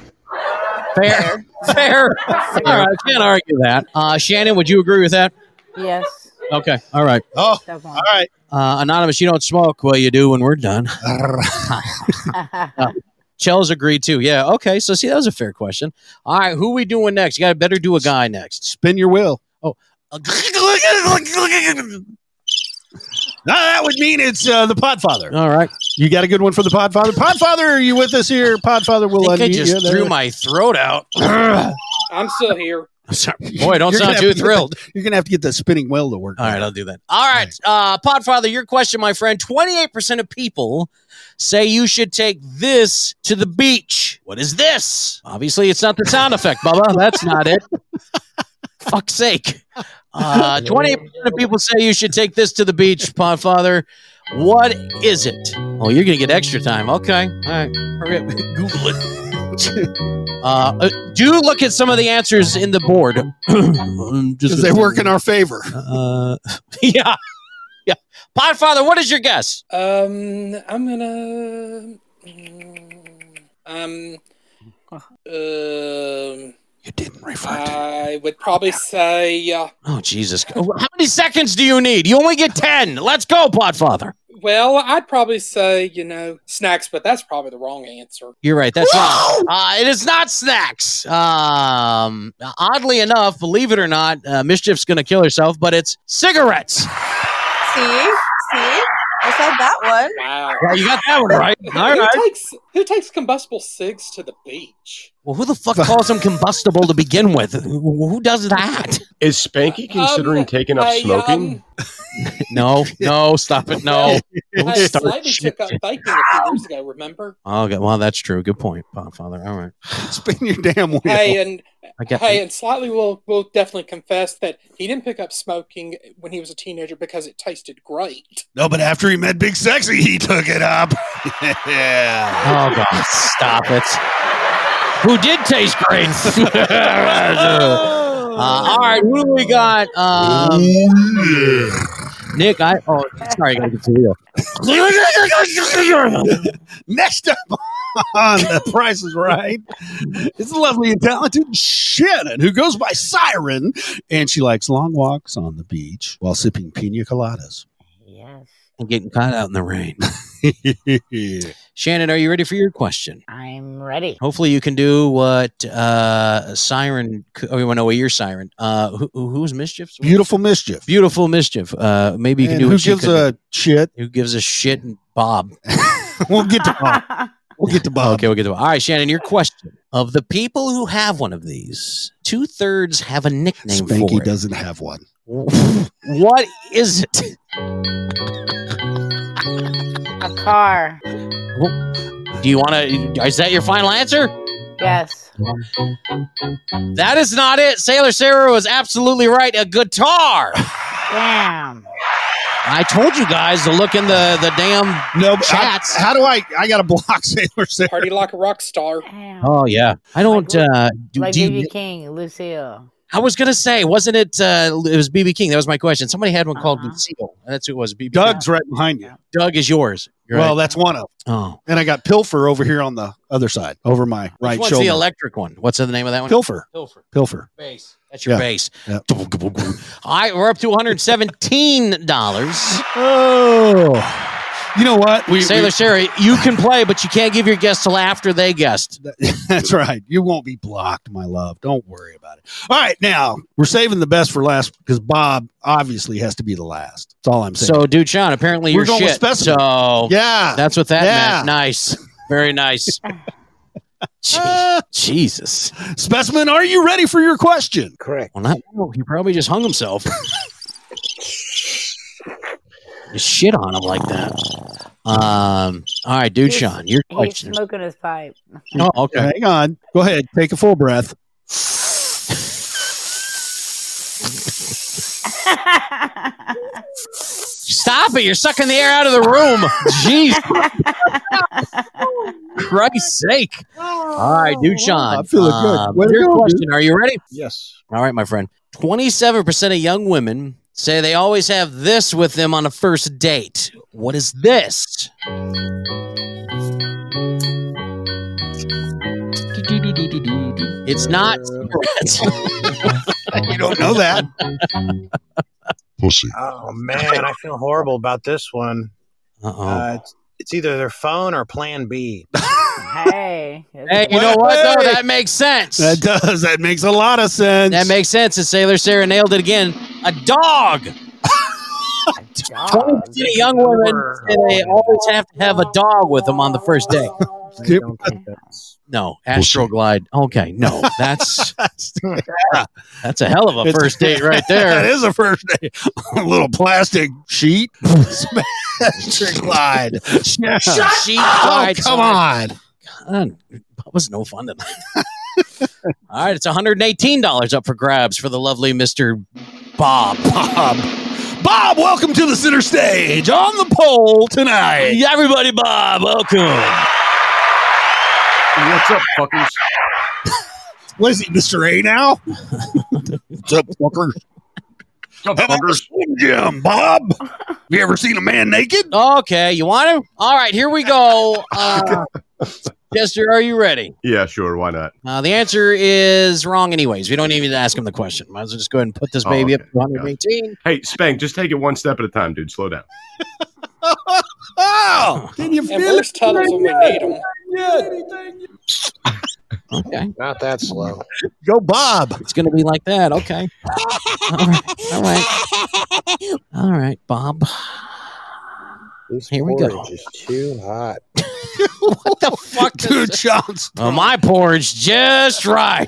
Speaker 10: Fair, [laughs] fair. All right, I can't argue that. Uh, Shannon, would you agree with that?
Speaker 19: [laughs]
Speaker 17: Yes.
Speaker 10: Okay. All right.
Speaker 11: Oh,
Speaker 17: all
Speaker 11: right.
Speaker 10: Uh, anonymous, you don't smoke. Well, you do when we're done. Uh, Chels agreed too. Yeah. Okay. So see, that was a fair question. All right. Who we doing next? You got to better do a guy next. [laughs]
Speaker 11: Spin your wheel.
Speaker 10: Oh.
Speaker 11: Now that would mean it's uh, the Podfather.
Speaker 10: All right.
Speaker 11: You got a good one for the Podfather? Podfather, are you with us here? Podfather will
Speaker 10: I
Speaker 11: unmute
Speaker 10: think I just
Speaker 11: you. There
Speaker 10: threw
Speaker 11: we-
Speaker 10: my throat out.
Speaker 11: [clears throat]
Speaker 15: I'm still here.
Speaker 10: I'm sorry. Boy, don't
Speaker 11: You're gonna
Speaker 10: sound
Speaker 11: have
Speaker 10: too
Speaker 11: to get the-
Speaker 10: thrilled.
Speaker 11: you're going to have to get the spinning wheel to work.
Speaker 10: All right, I'll do that. All right, uh, Podfather, your question, my friend. Twenty-eight percent of people say you should take this to the beach. What is this? Obviously, it's not the sound effect, Bubba. That's not [laughs] it. Fuck's sake. Uh, Twenty-eight percent of people say you should take this to the beach, Podfather. What is it? Oh, you're gonna get extra time. Okay, all right. Hurry up. [laughs] Google it. Uh, uh, do look at some of the answers in the board. I'm just
Speaker 11: Because they work in our favor.
Speaker 10: Uh, [laughs] yeah. Yeah. Podfather, what is your guess?
Speaker 15: Um, I'm gonna. Um. Um.
Speaker 11: You didn't refer
Speaker 15: I would probably say. Uh,
Speaker 10: Oh, Jesus. How many seconds do you need? You only get 10. Let's go, Podfather.
Speaker 15: well, I'd probably say you know snacks, but that's probably the wrong answer.
Speaker 10: You're right. That's wrong. Uh, it is not snacks. Um, oddly enough, believe it or not, uh, Mischief's going to kill herself, but it's cigarettes.
Speaker 19: See, see, I said that one.
Speaker 15: Wow.
Speaker 10: Well, you got that one right.
Speaker 15: [laughs]
Speaker 10: All
Speaker 15: who
Speaker 10: right.
Speaker 15: takes who takes combustible cigs to the beach?
Speaker 10: Well, who the fuck calls them combustible to begin with? Who who does that?
Speaker 16: Is Spanky
Speaker 17: Um,
Speaker 16: considering taking up
Speaker 15: I,
Speaker 16: smoking?
Speaker 10: No, no, stop it. No. Don't
Speaker 15: um, I
Speaker 10: start
Speaker 15: slightly
Speaker 10: shit.
Speaker 15: took up baking a few years ago.
Speaker 10: [laughs]
Speaker 15: Remember?
Speaker 10: Oh, Okay, well, that's true. Good point, Podfather. All right.
Speaker 11: Spin your damn wheel.
Speaker 15: Hey, and
Speaker 10: I got
Speaker 15: hey, and slightly will will definitely confess that he didn't pick up smoking when he was a teenager because it tasted great.
Speaker 11: No, but after he met Big Sexy, he took it up. [laughs] yeah.
Speaker 10: Oh God! Stop it. Who did taste great? Uh, all right, who do we got? Um,
Speaker 20: Oh,
Speaker 10: Nick, I oh sorry, I gotta get to the wheel.
Speaker 11: Next up [laughs] on The Price is Right is the lovely and talented Shannon, who goes by Siren, and she likes long walks on the beach while sipping pina coladas. [laughs]
Speaker 17: Yes.
Speaker 10: I'm getting caught out in the rain. Shannon, are you ready for your question?
Speaker 17: I'm ready.
Speaker 10: Hopefully, you can do what uh, Siren. c- Oh, no, wait, you're Siren. Uh, who, who's mischiefs?
Speaker 11: Beautiful mischief.
Speaker 10: Beautiful mischief. Uh, maybe you can
Speaker 11: And
Speaker 10: do
Speaker 11: who
Speaker 10: what she
Speaker 11: gives
Speaker 10: couldn't.
Speaker 11: a
Speaker 10: [laughs]
Speaker 11: shit?
Speaker 10: Who gives a shit? And Bob.
Speaker 11: We'll get to Bob. We'll get to Bob.
Speaker 10: Okay, we'll get to Bob. All right, Shannon, your question. Of the people who have one of these, two thirds have a nickname for
Speaker 11: Spanky
Speaker 10: it.
Speaker 11: doesn't have one.
Speaker 10: what is it?
Speaker 17: A car.
Speaker 10: Do you want to? Is that your final answer?
Speaker 17: Yes.
Speaker 10: That is not it. Sailor Sarah was absolutely right. A guitar.
Speaker 17: Damn.
Speaker 10: I told you guys to look in the the damn
Speaker 11: no
Speaker 10: chats.
Speaker 11: How, do I? I got to block [laughs] Sailor Sarah.
Speaker 15: Party like a rock star.
Speaker 10: oh yeah, I don't. uh, do,
Speaker 17: like
Speaker 10: do you-
Speaker 17: BB King, Lucille.
Speaker 10: I was gonna say, wasn't it? Uh, it was BB King. That was my question. Somebody had one called Lucille. That's who it was. BB.
Speaker 11: Doug's right behind you.
Speaker 10: Doug is yours. You're
Speaker 11: well,
Speaker 10: right.
Speaker 11: that's one of.
Speaker 10: Them. Oh,
Speaker 11: and I got Pilfer over here on the other side, over my right
Speaker 10: What's
Speaker 11: shoulder.
Speaker 10: the electric one? What's the name of that one?
Speaker 11: Pilfer.
Speaker 10: Pilfer.
Speaker 11: Pilfer.
Speaker 10: Base. That's your
Speaker 11: Yeah.
Speaker 10: base.
Speaker 11: Yeah.
Speaker 10: All right, we're up to one hundred seventeen dollars.
Speaker 11: Oh, you know what? [laughs] We,
Speaker 10: Sailor
Speaker 11: we-
Speaker 10: Sherry, you can play, but you can't give your guess till after they guessed.
Speaker 11: [laughs] That's right. You won't be blocked, my love. Don't worry about it. All right, now we're saving the best for last because Bob obviously has to be the last. That's all I'm saying.
Speaker 10: So, dude, Sean, apparently
Speaker 11: We're
Speaker 10: you're
Speaker 11: going with
Speaker 10: shit.
Speaker 11: specimen.
Speaker 10: So,
Speaker 11: [laughs] Yeah.
Speaker 10: that's what that
Speaker 11: Yeah.
Speaker 10: meant. Nice, very nice.
Speaker 11: Ah,
Speaker 10: Jesus.
Speaker 11: specimen, are you ready for your question?
Speaker 18: Correct.
Speaker 10: Well, not, no, he probably just hung himself. [laughs] You shit on him like that. Um. All right, dude,
Speaker 17: He's-
Speaker 10: Sean, your
Speaker 17: He's
Speaker 10: question.
Speaker 19: [laughs]
Speaker 17: smoking his pipe.
Speaker 10: Oh, okay.
Speaker 11: Hang on. Go ahead. Take a full breath.
Speaker 17: [laughs]
Speaker 10: Stop it! You're sucking the air out of the room. Jeez. Christ's sake! All right, dude, Sean.
Speaker 11: Oh, I feel it good.
Speaker 10: um,
Speaker 11: Way to
Speaker 10: your
Speaker 11: go, dude.
Speaker 10: question. Are you ready?
Speaker 11: Yes.
Speaker 10: All right, my friend. 27% of young women say they always have this with them on a first date. What is this? It's
Speaker 11: [laughs]
Speaker 10: not cigarettes.
Speaker 11: You don't know that.
Speaker 5: Pussy.
Speaker 18: [laughs] Oh man, I feel horrible about this one.
Speaker 10: Uh-oh.
Speaker 18: Uh, it's, it's either their phone or Plan B.
Speaker 17: hey.
Speaker 10: hey, you know what, though? That makes sense.
Speaker 11: That does. That makes a lot of sense.
Speaker 10: That makes sense. And Sailor Sarah nailed it again. A dog. 20% of young women say they always have to have a dog with them on the first date.
Speaker 11: Yep. [laughs]
Speaker 10: No, Astro Glide. Okay, no, that's that's a hell of a
Speaker 11: It's-
Speaker 10: first date right
Speaker 11: [laughs] that
Speaker 10: there.
Speaker 11: is a first date. [laughs] a little plastic sheet.
Speaker 10: [laughs]
Speaker 11: [laughs] Smash glide. Yeah.
Speaker 10: Sheet
Speaker 11: Oh,
Speaker 10: glide,
Speaker 11: come
Speaker 10: sorry.
Speaker 11: on.
Speaker 10: God, Uh, that was no fun tonight. [laughs] All right, it's $118 up for grabs for the lovely Mr.
Speaker 11: [laughs]
Speaker 10: Bob.
Speaker 11: Bob. Bob, welcome to the center stage on the pole tonight.
Speaker 10: Hey, everybody, Bob, welcome.
Speaker 16: What's up, fuckers?
Speaker 11: [laughs] What is he, Mr. A now? What's up, fuckers?
Speaker 16: What's
Speaker 11: How
Speaker 16: up,
Speaker 11: about the
Speaker 16: fuckers?
Speaker 11: Slim Jim, Bob? Have you ever seen a man naked?
Speaker 10: Okay, you want to? All right, here we go. Uh,
Speaker 16: [laughs]
Speaker 10: Jester, are you ready?
Speaker 16: Yeah, sure. Why not?
Speaker 10: Uh, the answer is wrong, anyways. We don't even need to ask him the question. Might as well just go ahead and put this
Speaker 16: Oh,
Speaker 10: baby
Speaker 16: okay.
Speaker 10: up to 118.
Speaker 16: Hey, Spank, just take it one step at a time, dude. Slow down.
Speaker 11: Oh, can you
Speaker 15: And where's Tuttles when we need him?
Speaker 10: Okay,
Speaker 18: Not that slow.
Speaker 11: Go, Bob.
Speaker 10: it's going to be like that. Okay. All right. All right. All right, Bob.
Speaker 18: This
Speaker 10: Here we go.
Speaker 18: porridge is too hot.
Speaker 10: [laughs] What the fuck?
Speaker 18: [laughs]
Speaker 11: [laughs] Dude, John's.
Speaker 10: Oh, my porridge just right.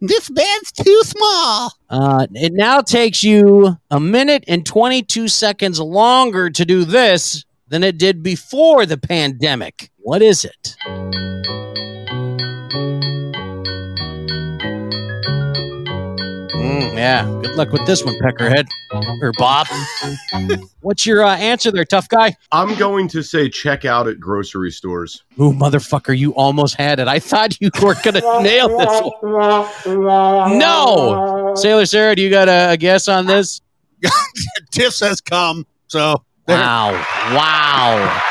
Speaker 11: this bed's too small.
Speaker 10: Uh, it now takes you a minute and 22 seconds longer to do this than it did before the pandemic. What is it? Mm, yeah. Good luck with this one, Peckerhead or
Speaker 16: [laughs]
Speaker 10: Bob. What's your uh, answer there, tough guy?
Speaker 16: I'm going to say check out at grocery stores.
Speaker 10: Ooh, motherfucker, you almost had it. I thought you were going to [laughs] nail this one. No! Sailor Sarah, do you got a, a guess on this?
Speaker 11: Tiffs has come. So, there.
Speaker 10: Wow. Wow.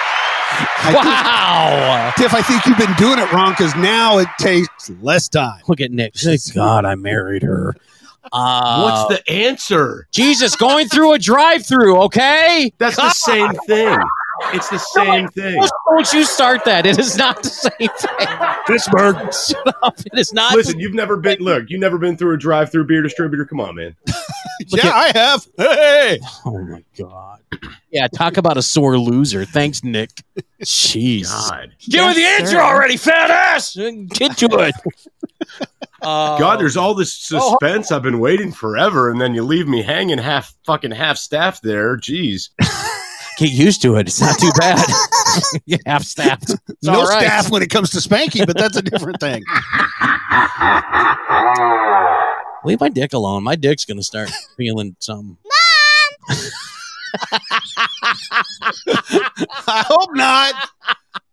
Speaker 11: I
Speaker 10: Wow.
Speaker 11: think- Tiff, I think you've been doing it wrong because now it takes less time.
Speaker 10: Look at Nick. Thank God I married her. Uh,
Speaker 16: What's the answer?
Speaker 10: Jesus going through a drive through, okay?
Speaker 16: That's the same thing. It's the same thing.
Speaker 10: Just Don't you start that. It is not the same thing.
Speaker 11: Pittsburgh.
Speaker 10: Shut up. It is not.
Speaker 16: Listen, you've never been. Look, you've never been through a drive-through beer distributor. Come on, man.
Speaker 10: Look
Speaker 11: yeah, I have. Hey.
Speaker 10: Oh my god. Yeah, talk about a sore loser. Thanks, Nick. Jeez.
Speaker 4: Give me the answer already, fat ass.
Speaker 10: Get to it.
Speaker 16: God, there's all this
Speaker 17: Oh,
Speaker 16: suspense. I've been waiting forever, and then you leave me hanging half fucking half staff there. Jeez.
Speaker 10: Uh, Get used to it. It's not too bad. You're half staffed. It's
Speaker 11: no
Speaker 10: all right.
Speaker 11: staff when it comes to spanking, but that's a
Speaker 10: [laughs]
Speaker 11: different thing.
Speaker 10: Leave my dick alone. My dick's gonna start feeling something.
Speaker 11: I hope not.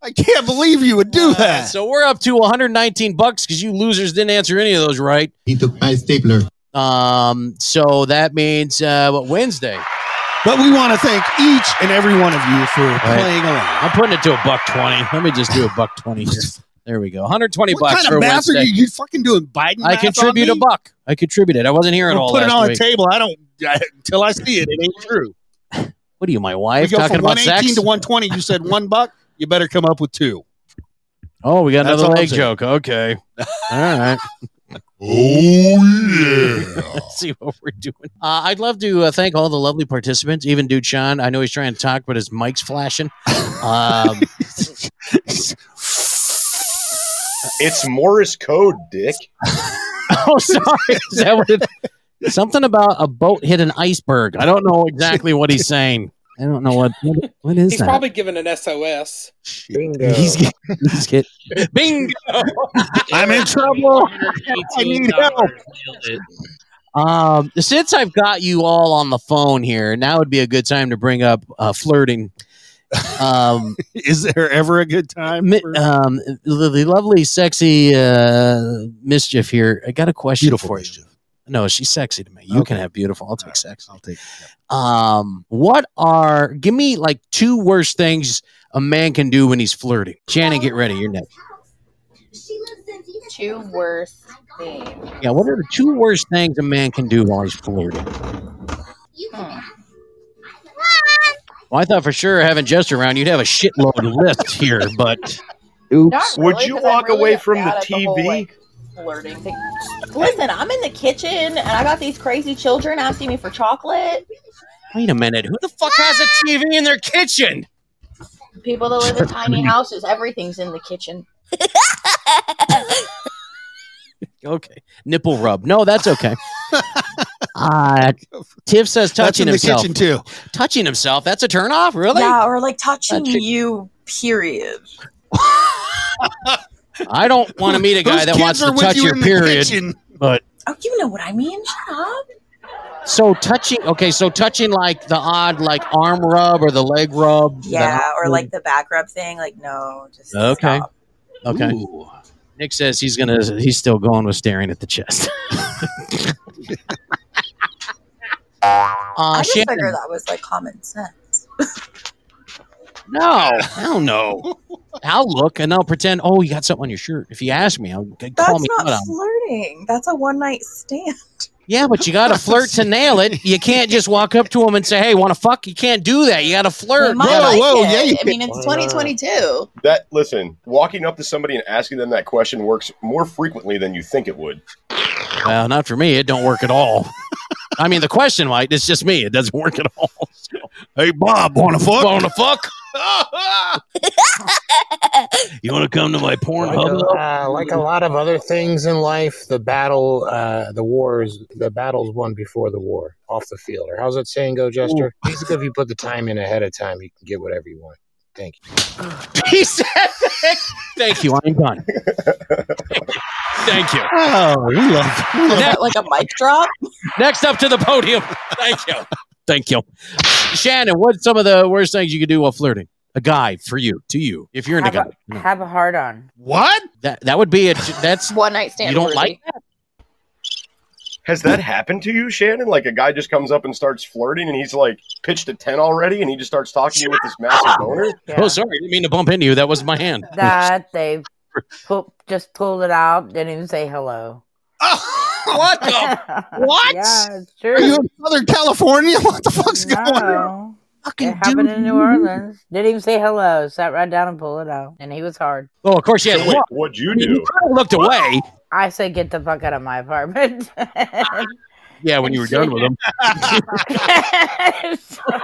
Speaker 11: I can't believe you would do
Speaker 10: Uh,
Speaker 11: that.
Speaker 10: so we're up to 119 bucks because you losers didn't answer any of those right.
Speaker 2: He took my stapler.
Speaker 10: Um, so that means uh, what Wednesday?
Speaker 11: But we want to thank each and every one of you for playing along.
Speaker 10: I'm putting it to a buck twenty. Let me just do a buck twenty here. There we go. 120
Speaker 11: What
Speaker 10: bucks
Speaker 11: kind
Speaker 10: for
Speaker 11: of math
Speaker 10: Wednesday.
Speaker 11: are you, you fucking doing, Biden?
Speaker 10: I
Speaker 11: math on
Speaker 10: contribute
Speaker 11: me?
Speaker 10: a buck. I contributed. I wasn't here at
Speaker 11: Don't
Speaker 10: all.
Speaker 11: put it
Speaker 10: last
Speaker 11: on
Speaker 10: week.
Speaker 11: the table. I don't [laughs] until I see it. It ain't true.
Speaker 10: What are you, my
Speaker 11: We
Speaker 10: wife?
Speaker 11: go
Speaker 10: Talking
Speaker 11: from
Speaker 10: about
Speaker 11: 118
Speaker 10: sex?
Speaker 11: to 120. You said one buck. You better come up with two.
Speaker 10: Oh, we got
Speaker 11: That's
Speaker 10: another
Speaker 11: all I'm
Speaker 10: leg
Speaker 11: saying.
Speaker 10: joke. Okay. All right.
Speaker 5: Oh, yeah.
Speaker 10: Let's [laughs] see what we're doing. Uh, I'd love to uh, thank all the lovely participants, even Dude Sean. I know he's trying to talk, but his mic's flashing. [laughs] Um,
Speaker 16: It's Morris code, Dick.
Speaker 10: [laughs] oh, sorry. Is that what it, something about a boat hit an iceberg. I don't know exactly what he's saying. I don't know what what, what is
Speaker 15: He's
Speaker 10: that.
Speaker 15: probably given an SOS.
Speaker 18: Bingo.
Speaker 15: [laughs]
Speaker 10: He's, get- he's get bingo.
Speaker 11: [laughs] I'm in trouble. I need help.
Speaker 10: Um, since I've got you all on the phone here, now would be a good time to bring up uh, flirting. Um,
Speaker 11: Is there ever a good time?
Speaker 10: mi-
Speaker 11: for-
Speaker 10: um, the, the lovely, sexy uh, mischief here. I got a question
Speaker 11: Beautiful
Speaker 10: for
Speaker 11: mischief.
Speaker 10: you. No, she's sexy to me. You
Speaker 11: Okay.
Speaker 10: can have beautiful. I'll take sexy.
Speaker 11: I'll take.
Speaker 10: Um, what are? Give me like two worst things a man can do when he's flirting. Shannon, get ready. You're next.
Speaker 17: Two worst things.
Speaker 10: Yeah, what are the two worst things a man can do while he's flirting? Well, I thought for sure having Jess around, you'd have a shitload list here, but
Speaker 16: Oops. Would you walk away from the TV?
Speaker 19: Flirting. Listen, I'm in the kitchen and I got these crazy children asking me for chocolate.
Speaker 10: wait a minute. Who the fuck has a TV in their kitchen?
Speaker 19: People that live in tiny houses, everything's in the kitchen.
Speaker 10: Okay. Nipple rub. No, that's
Speaker 11: [laughs]
Speaker 10: okay. Uh, Tiff says
Speaker 11: That's
Speaker 10: touching
Speaker 11: in the
Speaker 10: himself.
Speaker 11: kitchen too.
Speaker 10: Touching himself. That's a turnoff, really?
Speaker 19: Yeah, or like touching
Speaker 10: Touching.
Speaker 19: you, period.
Speaker 10: I don't want to meet a guy
Speaker 11: Whose
Speaker 10: that
Speaker 11: kids
Speaker 10: wants
Speaker 11: are
Speaker 10: to
Speaker 11: with
Speaker 10: touch
Speaker 11: you
Speaker 10: your
Speaker 11: in the
Speaker 10: period.
Speaker 11: kitchen?
Speaker 10: But
Speaker 19: Oh, you know what I mean. Shut up.
Speaker 10: so touching. Okay, so touching like the odd like arm rub or the leg rub. the-
Speaker 19: Yeah, or like the back rub thing. Like, no, just
Speaker 10: Okay.
Speaker 19: stop.
Speaker 10: Okay. Nick says he's gonna. He's still going with staring at the
Speaker 11: [laughs]
Speaker 10: chest.
Speaker 19: I
Speaker 10: uh,
Speaker 19: just
Speaker 10: Shannon,
Speaker 19: figured that was like common sense.
Speaker 10: no, hell no. I'll look and I'll pretend. Oh, you got something on your shirt. If you ask me, I'll g-
Speaker 19: That's
Speaker 10: call me out
Speaker 19: not
Speaker 10: on. it.
Speaker 19: flirting. That's a one night stand.
Speaker 10: Yeah, but
Speaker 19: [laughs]
Speaker 10: you got to flirt to nail it. You can't just walk up to him and say, "Hey, want to fuck?" You can't do that. You got to
Speaker 19: They
Speaker 10: flirt.
Speaker 19: might
Speaker 11: Whoa,
Speaker 19: like
Speaker 11: whoa,
Speaker 19: it.
Speaker 11: yeah, you
Speaker 19: I mean, it's 2022.
Speaker 16: That listen, walking up to somebody and asking them that question works more frequently than you think it would.
Speaker 10: Well, not for me. It don't work at all. I mean, the question might. It's just me. It doesn't work at all.
Speaker 11: Hey Bob, want to fuck?
Speaker 10: Want
Speaker 4: [laughs]
Speaker 10: to fuck? you want to come to my porn
Speaker 18: Like a, uh, like a lot of other things in life, the battle, uh, the wars, the battles won before the war, off the field. Or how's that saying go, Jester? Basically, if you put the time in ahead of time, you can get whatever you want. Thank you.
Speaker 10: [laughs] He said that. Thank you. I'm done. Thank you.
Speaker 11: Oh, we love.
Speaker 19: [laughs]
Speaker 11: We
Speaker 19: Is
Speaker 11: love
Speaker 19: that like a mic drop?
Speaker 10: Next up to the podium. [laughs] Thank you. Thank you. Shannon, what's some of the worst things you could do while flirting? A guy for you, to you, if you're in a
Speaker 17: Have
Speaker 10: guy.
Speaker 17: a, have a hard on.
Speaker 11: what?
Speaker 10: That that would be a that's
Speaker 19: One night stand.
Speaker 10: you don't
Speaker 19: worthy.
Speaker 10: like that?
Speaker 16: Has that happened to you, Shannon? Like a guy just comes up and starts flirting and he's like pitched a 10 already and he just starts talking to you with this massive boner?
Speaker 17: Yeah.
Speaker 10: Oh, sorry, I didn't mean to bump into you. That was my hand.
Speaker 17: [laughs] That they pu- just pulled it out, didn't even say hello.
Speaker 10: [laughs] what the
Speaker 17: [laughs]
Speaker 10: What?
Speaker 17: Yeah, it's
Speaker 11: Are you
Speaker 17: true.
Speaker 11: in [laughs] Southern California? What the fuck's going on?
Speaker 17: No. It
Speaker 10: fucking
Speaker 17: happened in New Orleans. Didn't even say hello. Sat right down and pulled it out, and he was hard.
Speaker 10: Oh, of course, yeah.
Speaker 16: So wait, what'd you do?
Speaker 10: looked away.
Speaker 17: [laughs] I said, "Get the fuck out of my apartment."
Speaker 4: Yeah, when you were done with
Speaker 17: [laughs]
Speaker 4: them. All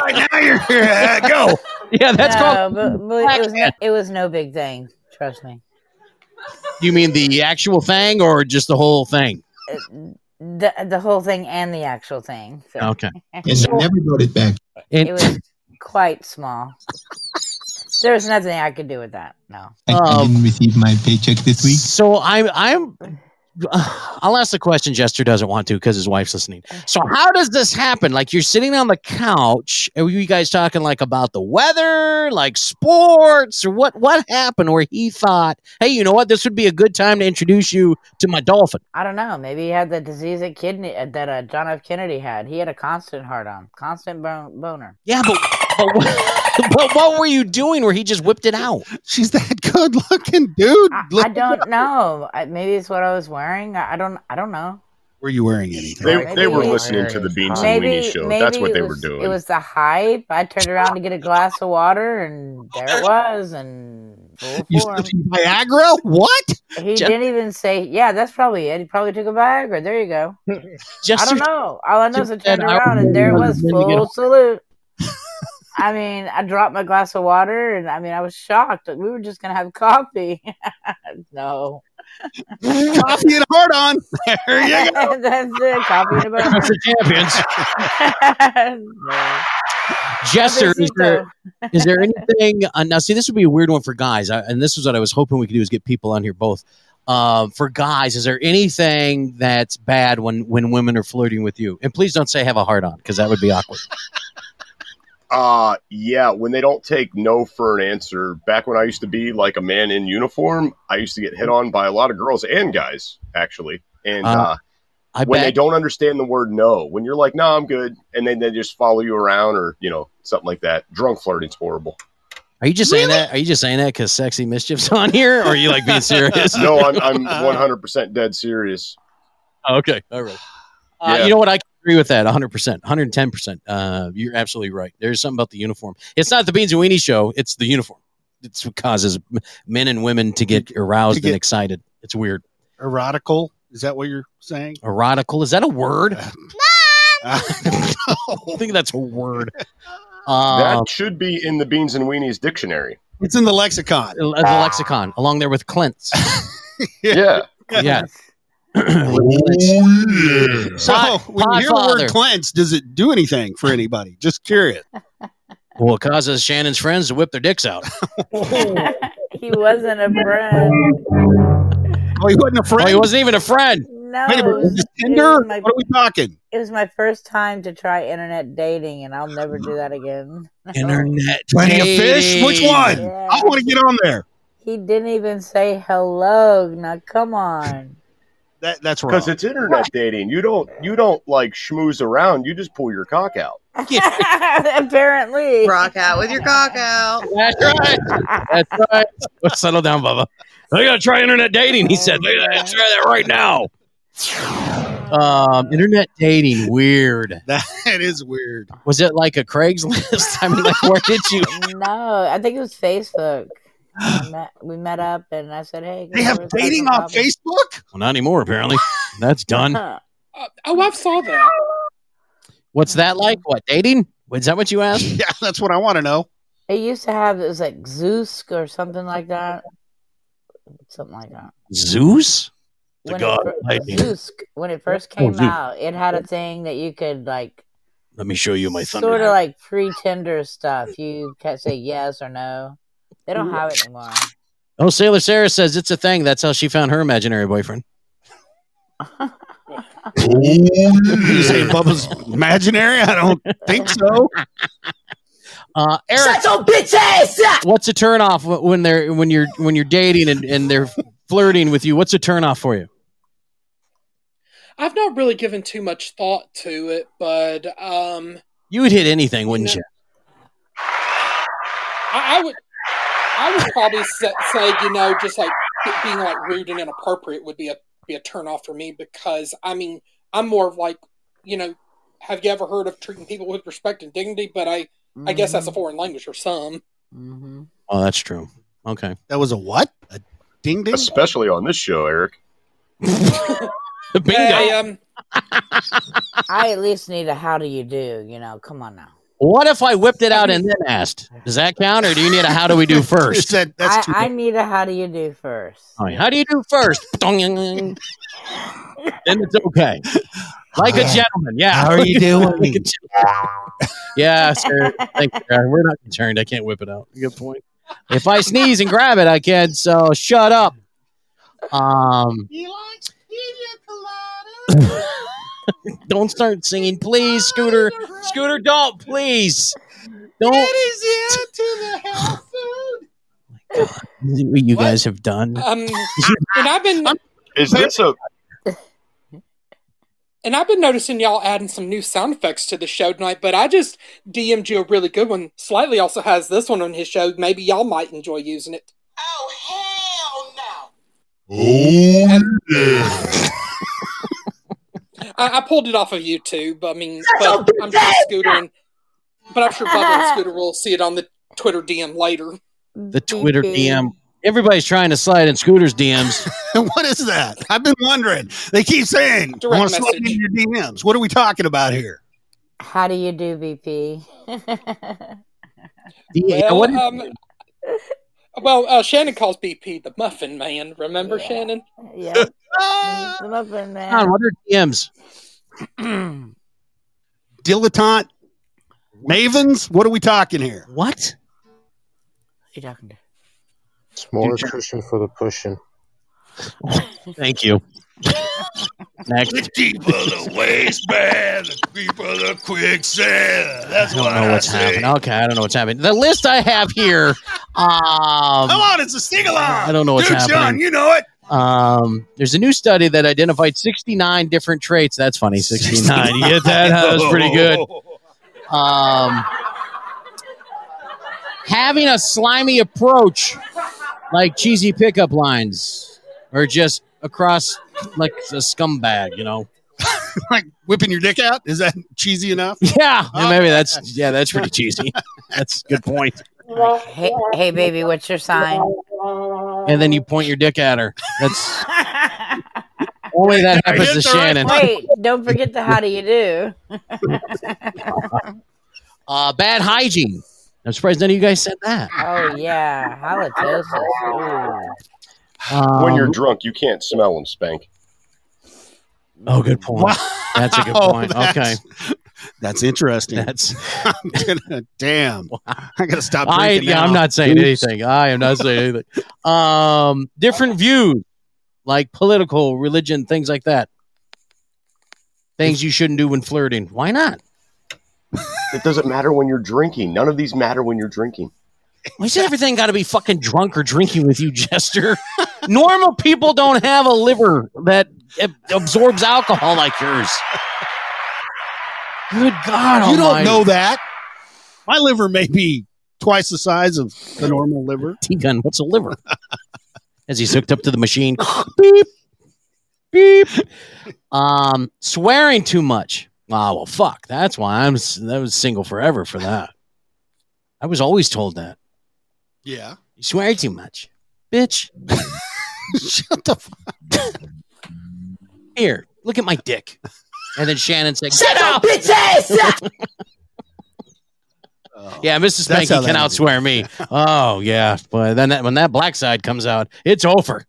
Speaker 4: right, now you're uh, go.
Speaker 10: Yeah, that's
Speaker 17: no,
Speaker 10: called.
Speaker 17: But, but it, was, it was no big thing. Trust me.
Speaker 10: You mean the actual thing or just the whole thing?
Speaker 17: The the whole thing and the actual thing. So.
Speaker 10: Okay.
Speaker 2: wrote it back.
Speaker 17: it was quite small. there was nothing I could do with that. No.
Speaker 2: I, I
Speaker 16: Oh.
Speaker 2: didn't receive my paycheck this week.
Speaker 10: So I'm I'm. [sighs] I'll ask the question Jester doesn't want to because his wife's listening. So how does this happen? Like you're sitting on the couch, and were you guys talking like about the weather, like sports, or what? What happened where he thought, hey, you know what, this would be a good time to introduce you to my dolphin?
Speaker 17: I don't know. Maybe he had the disease that kidney uh, that uh, John F. Kennedy had. He had a constant heart on, constant bon- boner.
Speaker 10: Yeah, but but [laughs] what, but what were you doing where he just whipped it out?
Speaker 11: She's that good looking dude.
Speaker 17: I, I don't know. I, maybe it's what I was wearing. I, I don't. I don't know.
Speaker 11: Were you wearing anything?
Speaker 16: They,
Speaker 17: Maybe
Speaker 16: they were
Speaker 17: it-
Speaker 16: listening to the Beans and Weenie show.
Speaker 17: maybe
Speaker 16: That's what
Speaker 17: it
Speaker 16: they
Speaker 17: was-
Speaker 16: were doing.
Speaker 17: It was the hype. I turned around to get a glass of water, and there it was. And full
Speaker 11: You [laughs]
Speaker 17: form.
Speaker 11: slipped in Viagra? What?
Speaker 17: He
Speaker 11: Jeff-
Speaker 17: didn't even say. Yeah, that's probably it. He probably took a Viagra. There you go.
Speaker 10: Jester-
Speaker 17: I don't know. All I know is I
Speaker 10: Jester said
Speaker 17: turned
Speaker 10: I
Speaker 17: around, and there it was
Speaker 10: wanted to get
Speaker 17: full
Speaker 10: a-
Speaker 17: salute. I mean, I dropped my glass of water, and I mean, I was shocked. We were just gonna have coffee. [laughs] no.
Speaker 11: Coffee and hard on. There you go.
Speaker 17: [laughs] That's it. Coffee and a bun.
Speaker 10: That's the champions.
Speaker 17: [laughs] No.
Speaker 10: Jester, is
Speaker 17: Nothing
Speaker 10: there, is there anything? Uh, now, see, this would be a weird one for guys, I, and this is what I was hoping we could do is get people on here both. Um, for guys, is there anything that's bad when when women are flirting with you? And please don't say have a heart on because that would be awkward.
Speaker 16: Uh yeah, when they don't take no for an answer. Back when I used to be like a man in uniform, I used to get hit on by a lot of girls and guys, actually. And
Speaker 10: Uh,
Speaker 16: uh,
Speaker 10: I
Speaker 16: when they
Speaker 10: bet-
Speaker 16: don't understand the word no, when you're like, "No, I'm good," and then they just follow you around or, you know, something like that. Drunk flirting's horrible.
Speaker 10: Are you just saying that? Are you just saying that because sexy mischief's [laughs] on here, or are you like being serious?
Speaker 16: no, I'm I'm
Speaker 17: [laughs]
Speaker 16: 100% dead serious.
Speaker 10: [laughs] Okay, all right. [sighs] Uh,
Speaker 16: Yeah.
Speaker 10: You know what? I can agree with that 100%, 110%. Uh, you're absolutely right. There's something about the uniform. It's not the Beans and Weenie show, it's the uniform. It's what causes m- men and women to get aroused
Speaker 11: get-
Speaker 10: and excited. It's weird.
Speaker 11: Erotical. Is that what you're saying?
Speaker 10: Erotical. Is that a word?
Speaker 11: Uh,
Speaker 10: I think that's a word. Um,
Speaker 16: that should be in the Beans and Weenies dictionary.
Speaker 11: [laughs] It's in the lexicon.
Speaker 10: the lexicon, along there with
Speaker 11: [laughs]
Speaker 10: Clint's.
Speaker 16: Yeah.
Speaker 10: yeah.
Speaker 11: Oh, yeah. So
Speaker 10: Pod-
Speaker 11: when you hear the
Speaker 10: Podfather.
Speaker 11: word cleanse, does it do anything for anybody? Just curious.
Speaker 10: Well, it causes Shannon's friends to whip their dicks out. Oh,
Speaker 15: Oh,
Speaker 17: he wasn't a friend.
Speaker 11: Oh, he wasn't a friend.
Speaker 10: Oh, he wasn't even a friend.
Speaker 17: No.
Speaker 11: Wait a minute, is this Tinder?
Speaker 17: my-
Speaker 11: what are we talking?
Speaker 17: It was my first time to try internet dating, and I'll never do that again.
Speaker 10: Internet.
Speaker 11: Plenty of fish. Which
Speaker 10: dating.
Speaker 11: one? I want to get on there.
Speaker 17: He didn't even say hello. Now, come on. [laughs]
Speaker 11: That, that's wrong.
Speaker 16: Because it's internet dating. You don't you don't like schmooze around. You just pull your cock out.
Speaker 17: Apparently.
Speaker 19: Rock out with your cock out.
Speaker 10: That's right. That's right. Settle down, Bubba. I gotta try internet dating. He said, "They gotta try that right now." Um, internet dating, weird.
Speaker 11: That [laughs] is weird.
Speaker 10: Was it like a Craigslist? [laughs] I mean, like, where did you?
Speaker 17: No, I think it was Facebook.
Speaker 10: [gasps]
Speaker 17: I met, we met up, and I said, hey.
Speaker 11: They have dating on Facebook?
Speaker 10: [laughs] Well, not anymore, apparently. That's done.
Speaker 15: Uh, oh, I saw that.
Speaker 10: What's that like? What dating? Is that what you asked?
Speaker 11: Yeah, [laughs] that's what I want to know.
Speaker 17: It used to have, it was like Zeus or something like that. Something like that.
Speaker 10: Zeus, the
Speaker 17: When it
Speaker 10: god
Speaker 17: fir-
Speaker 10: of lightning.
Speaker 17: Zeus, when it first
Speaker 10: Oh,
Speaker 17: came
Speaker 10: Zeus.
Speaker 17: out, it had a thing that you could like
Speaker 10: Let me show you my thunder.
Speaker 17: sort of like pre Tinder stuff. You can say yes or no. They don't have it anymore. [laughs]
Speaker 10: oh, Sailor Sarah says it's a thing. That's how she found her imaginary boyfriend.
Speaker 11: You say Bubba's imaginary? I don't think so.
Speaker 10: Uh, Eric,
Speaker 6: Shut your bitch ass up!
Speaker 10: what's a turnoff wh- when they're when you're when you're dating and, and they're flirting with you? What's a turnoff for you?
Speaker 15: I've not really given too much thought to it, but um,
Speaker 10: You would hit anything, wouldn't you?
Speaker 15: I, I would, I would probably sa- say, you know, just like be- being like rude and inappropriate would be a be a turnoff for me because I mean, I'm more of like, you know, have you ever heard of treating people with respect and dignity? But I, I guess that's a foreign language for some.
Speaker 17: Mm-hmm.
Speaker 10: Oh, that's true. Okay.
Speaker 11: That was a what? A ding ding?
Speaker 16: Especially on this show, Eric.
Speaker 10: Bingo.
Speaker 15: Hey, um,
Speaker 17: I at least need a how do you do, you know? Come on now.
Speaker 10: What if I whipped it out and then asked? Does that count, or do you need a how do we do first?
Speaker 17: I, I need a how do you do first.
Speaker 10: All right, how do you do first? then it's okay. Like a gentleman, yeah.
Speaker 20: How are you doing?
Speaker 16: [laughs]
Speaker 10: Like a gentleman. yeah, sir. Thank you. sir. We're not concerned. I can't whip it out. Good point. If I sneeze and grab it, I can. So shut up. Um, [laughs] don't start singing, please, Scooter. Scooter, don't, please. Don't. What Oh you guys have done.
Speaker 15: Um, and I've been
Speaker 16: [laughs] Is this a
Speaker 15: and I've been noticing y'all adding some new sound effects to the show tonight. But I just DM'd you a really good one. Slightly also has this one on his show. Maybe y'all might enjoy using it.
Speaker 5: Oh, yeah.
Speaker 15: I, I pulled it off of YouTube. I mean, but I'm sure Scooter and but I'm sure Bubba and Scooter will see it on the Twitter DM
Speaker 10: [laughs]
Speaker 15: later.
Speaker 10: The Twitter DM. Everybody's trying to slide in Scooter's DMs.
Speaker 11: [laughs] what is that? I've been wondering. They keep saying,
Speaker 15: Direct
Speaker 11: I want to slide
Speaker 15: message.
Speaker 11: into your DMs. What are we talking
Speaker 15: [clears throat]
Speaker 11: about here?
Speaker 17: How do you do, BP?
Speaker 15: Well, um, well uh, Shannon calls BP the Muffin Man. Remember, Shannon?
Speaker 17: Yeah. the Muffin Man.
Speaker 10: Come on, what are DMs?
Speaker 11: Dilettante? Mavens? What are we talking here? [laughs]
Speaker 10: What?
Speaker 17: you talking to?
Speaker 18: More cushion for the pushing.
Speaker 10: Thank you. Next.
Speaker 4: People the waistband, the people the quicksand. That's
Speaker 10: I don't
Speaker 4: what
Speaker 10: know what's happening. Okay, I don't know what's happening. The list I have here. Um,
Speaker 4: Come on, it's a sing along.
Speaker 10: I don't know what's
Speaker 4: Dude,
Speaker 10: happening.
Speaker 4: John, you know it.
Speaker 10: Um, there's a new study that identified 69 different traits. That's funny, 69. You get that? uh, That was pretty good. [laughs] Um, having a slimy approach, like cheesy pickup lines, or just across like a scumbag, you know.
Speaker 11: like whipping your dick out? Is that cheesy enough?
Speaker 10: Yeah, yeah, maybe that's
Speaker 4: [laughs]
Speaker 10: yeah, that's pretty cheesy. That's a good point.
Speaker 17: Hey, hey, baby, what's your sign?
Speaker 10: And then you point your dick at her.
Speaker 16: [laughs]
Speaker 10: That's only that happens to Shannon.
Speaker 17: Wait, don't forget the how do you do.
Speaker 10: Uh, bad hygiene. I'm surprised none of you guys said that.
Speaker 17: Oh, yeah. Halitosis. Ooh.
Speaker 16: when you're [laughs]
Speaker 10: Um,
Speaker 16: drunk, you can't smell them, Spank.
Speaker 10: Oh, good point. That's
Speaker 11: [laughs]
Speaker 10: a good
Speaker 11: Wow, Oh,
Speaker 10: point.
Speaker 11: that's-
Speaker 10: Okay.
Speaker 11: That's interesting.
Speaker 10: That's
Speaker 11: [laughs] I'm gonna,
Speaker 10: [laughs]
Speaker 11: damn. I gotta stop.
Speaker 10: I,
Speaker 11: drinking
Speaker 10: yeah, I'm
Speaker 11: now.
Speaker 10: not saying
Speaker 11: Oops.
Speaker 10: anything. I am not saying anything. Um, different views, like political, religion, things like that. Things you shouldn't do when flirting. Why not?
Speaker 16: It doesn't matter when you're drinking. None of these matter when you're drinking.
Speaker 10: Why said everything got to be fucking drunk or drinking with you, Jester? Normal people don't have a liver that ab- absorbs alcohol like yours. Good God,
Speaker 11: You don't
Speaker 10: almighty.
Speaker 11: know that. My liver may be twice the size of the normal liver.
Speaker 10: T gun, what's a liver? [laughs] As he's hooked up to the machine. [laughs] beep, beep. Um, swearing too much. Ah, well, fuck. That's why I'm. s- That was single forever for that. I was always told that
Speaker 11: Yeah.
Speaker 10: you swear too much, bitch.
Speaker 11: [laughs] Shut the fuck.
Speaker 10: Here, look at my dick. And then Shannon said,
Speaker 6: Shut
Speaker 10: "Get
Speaker 6: up,
Speaker 10: out,
Speaker 6: bitch ass!
Speaker 15: Oh.
Speaker 10: Yeah, Mrs.
Speaker 11: That's how
Speaker 10: Spanky
Speaker 11: that
Speaker 10: can
Speaker 11: is.
Speaker 10: outswear [laughs] me. Oh yeah, but then that, when that black side comes out, it's over.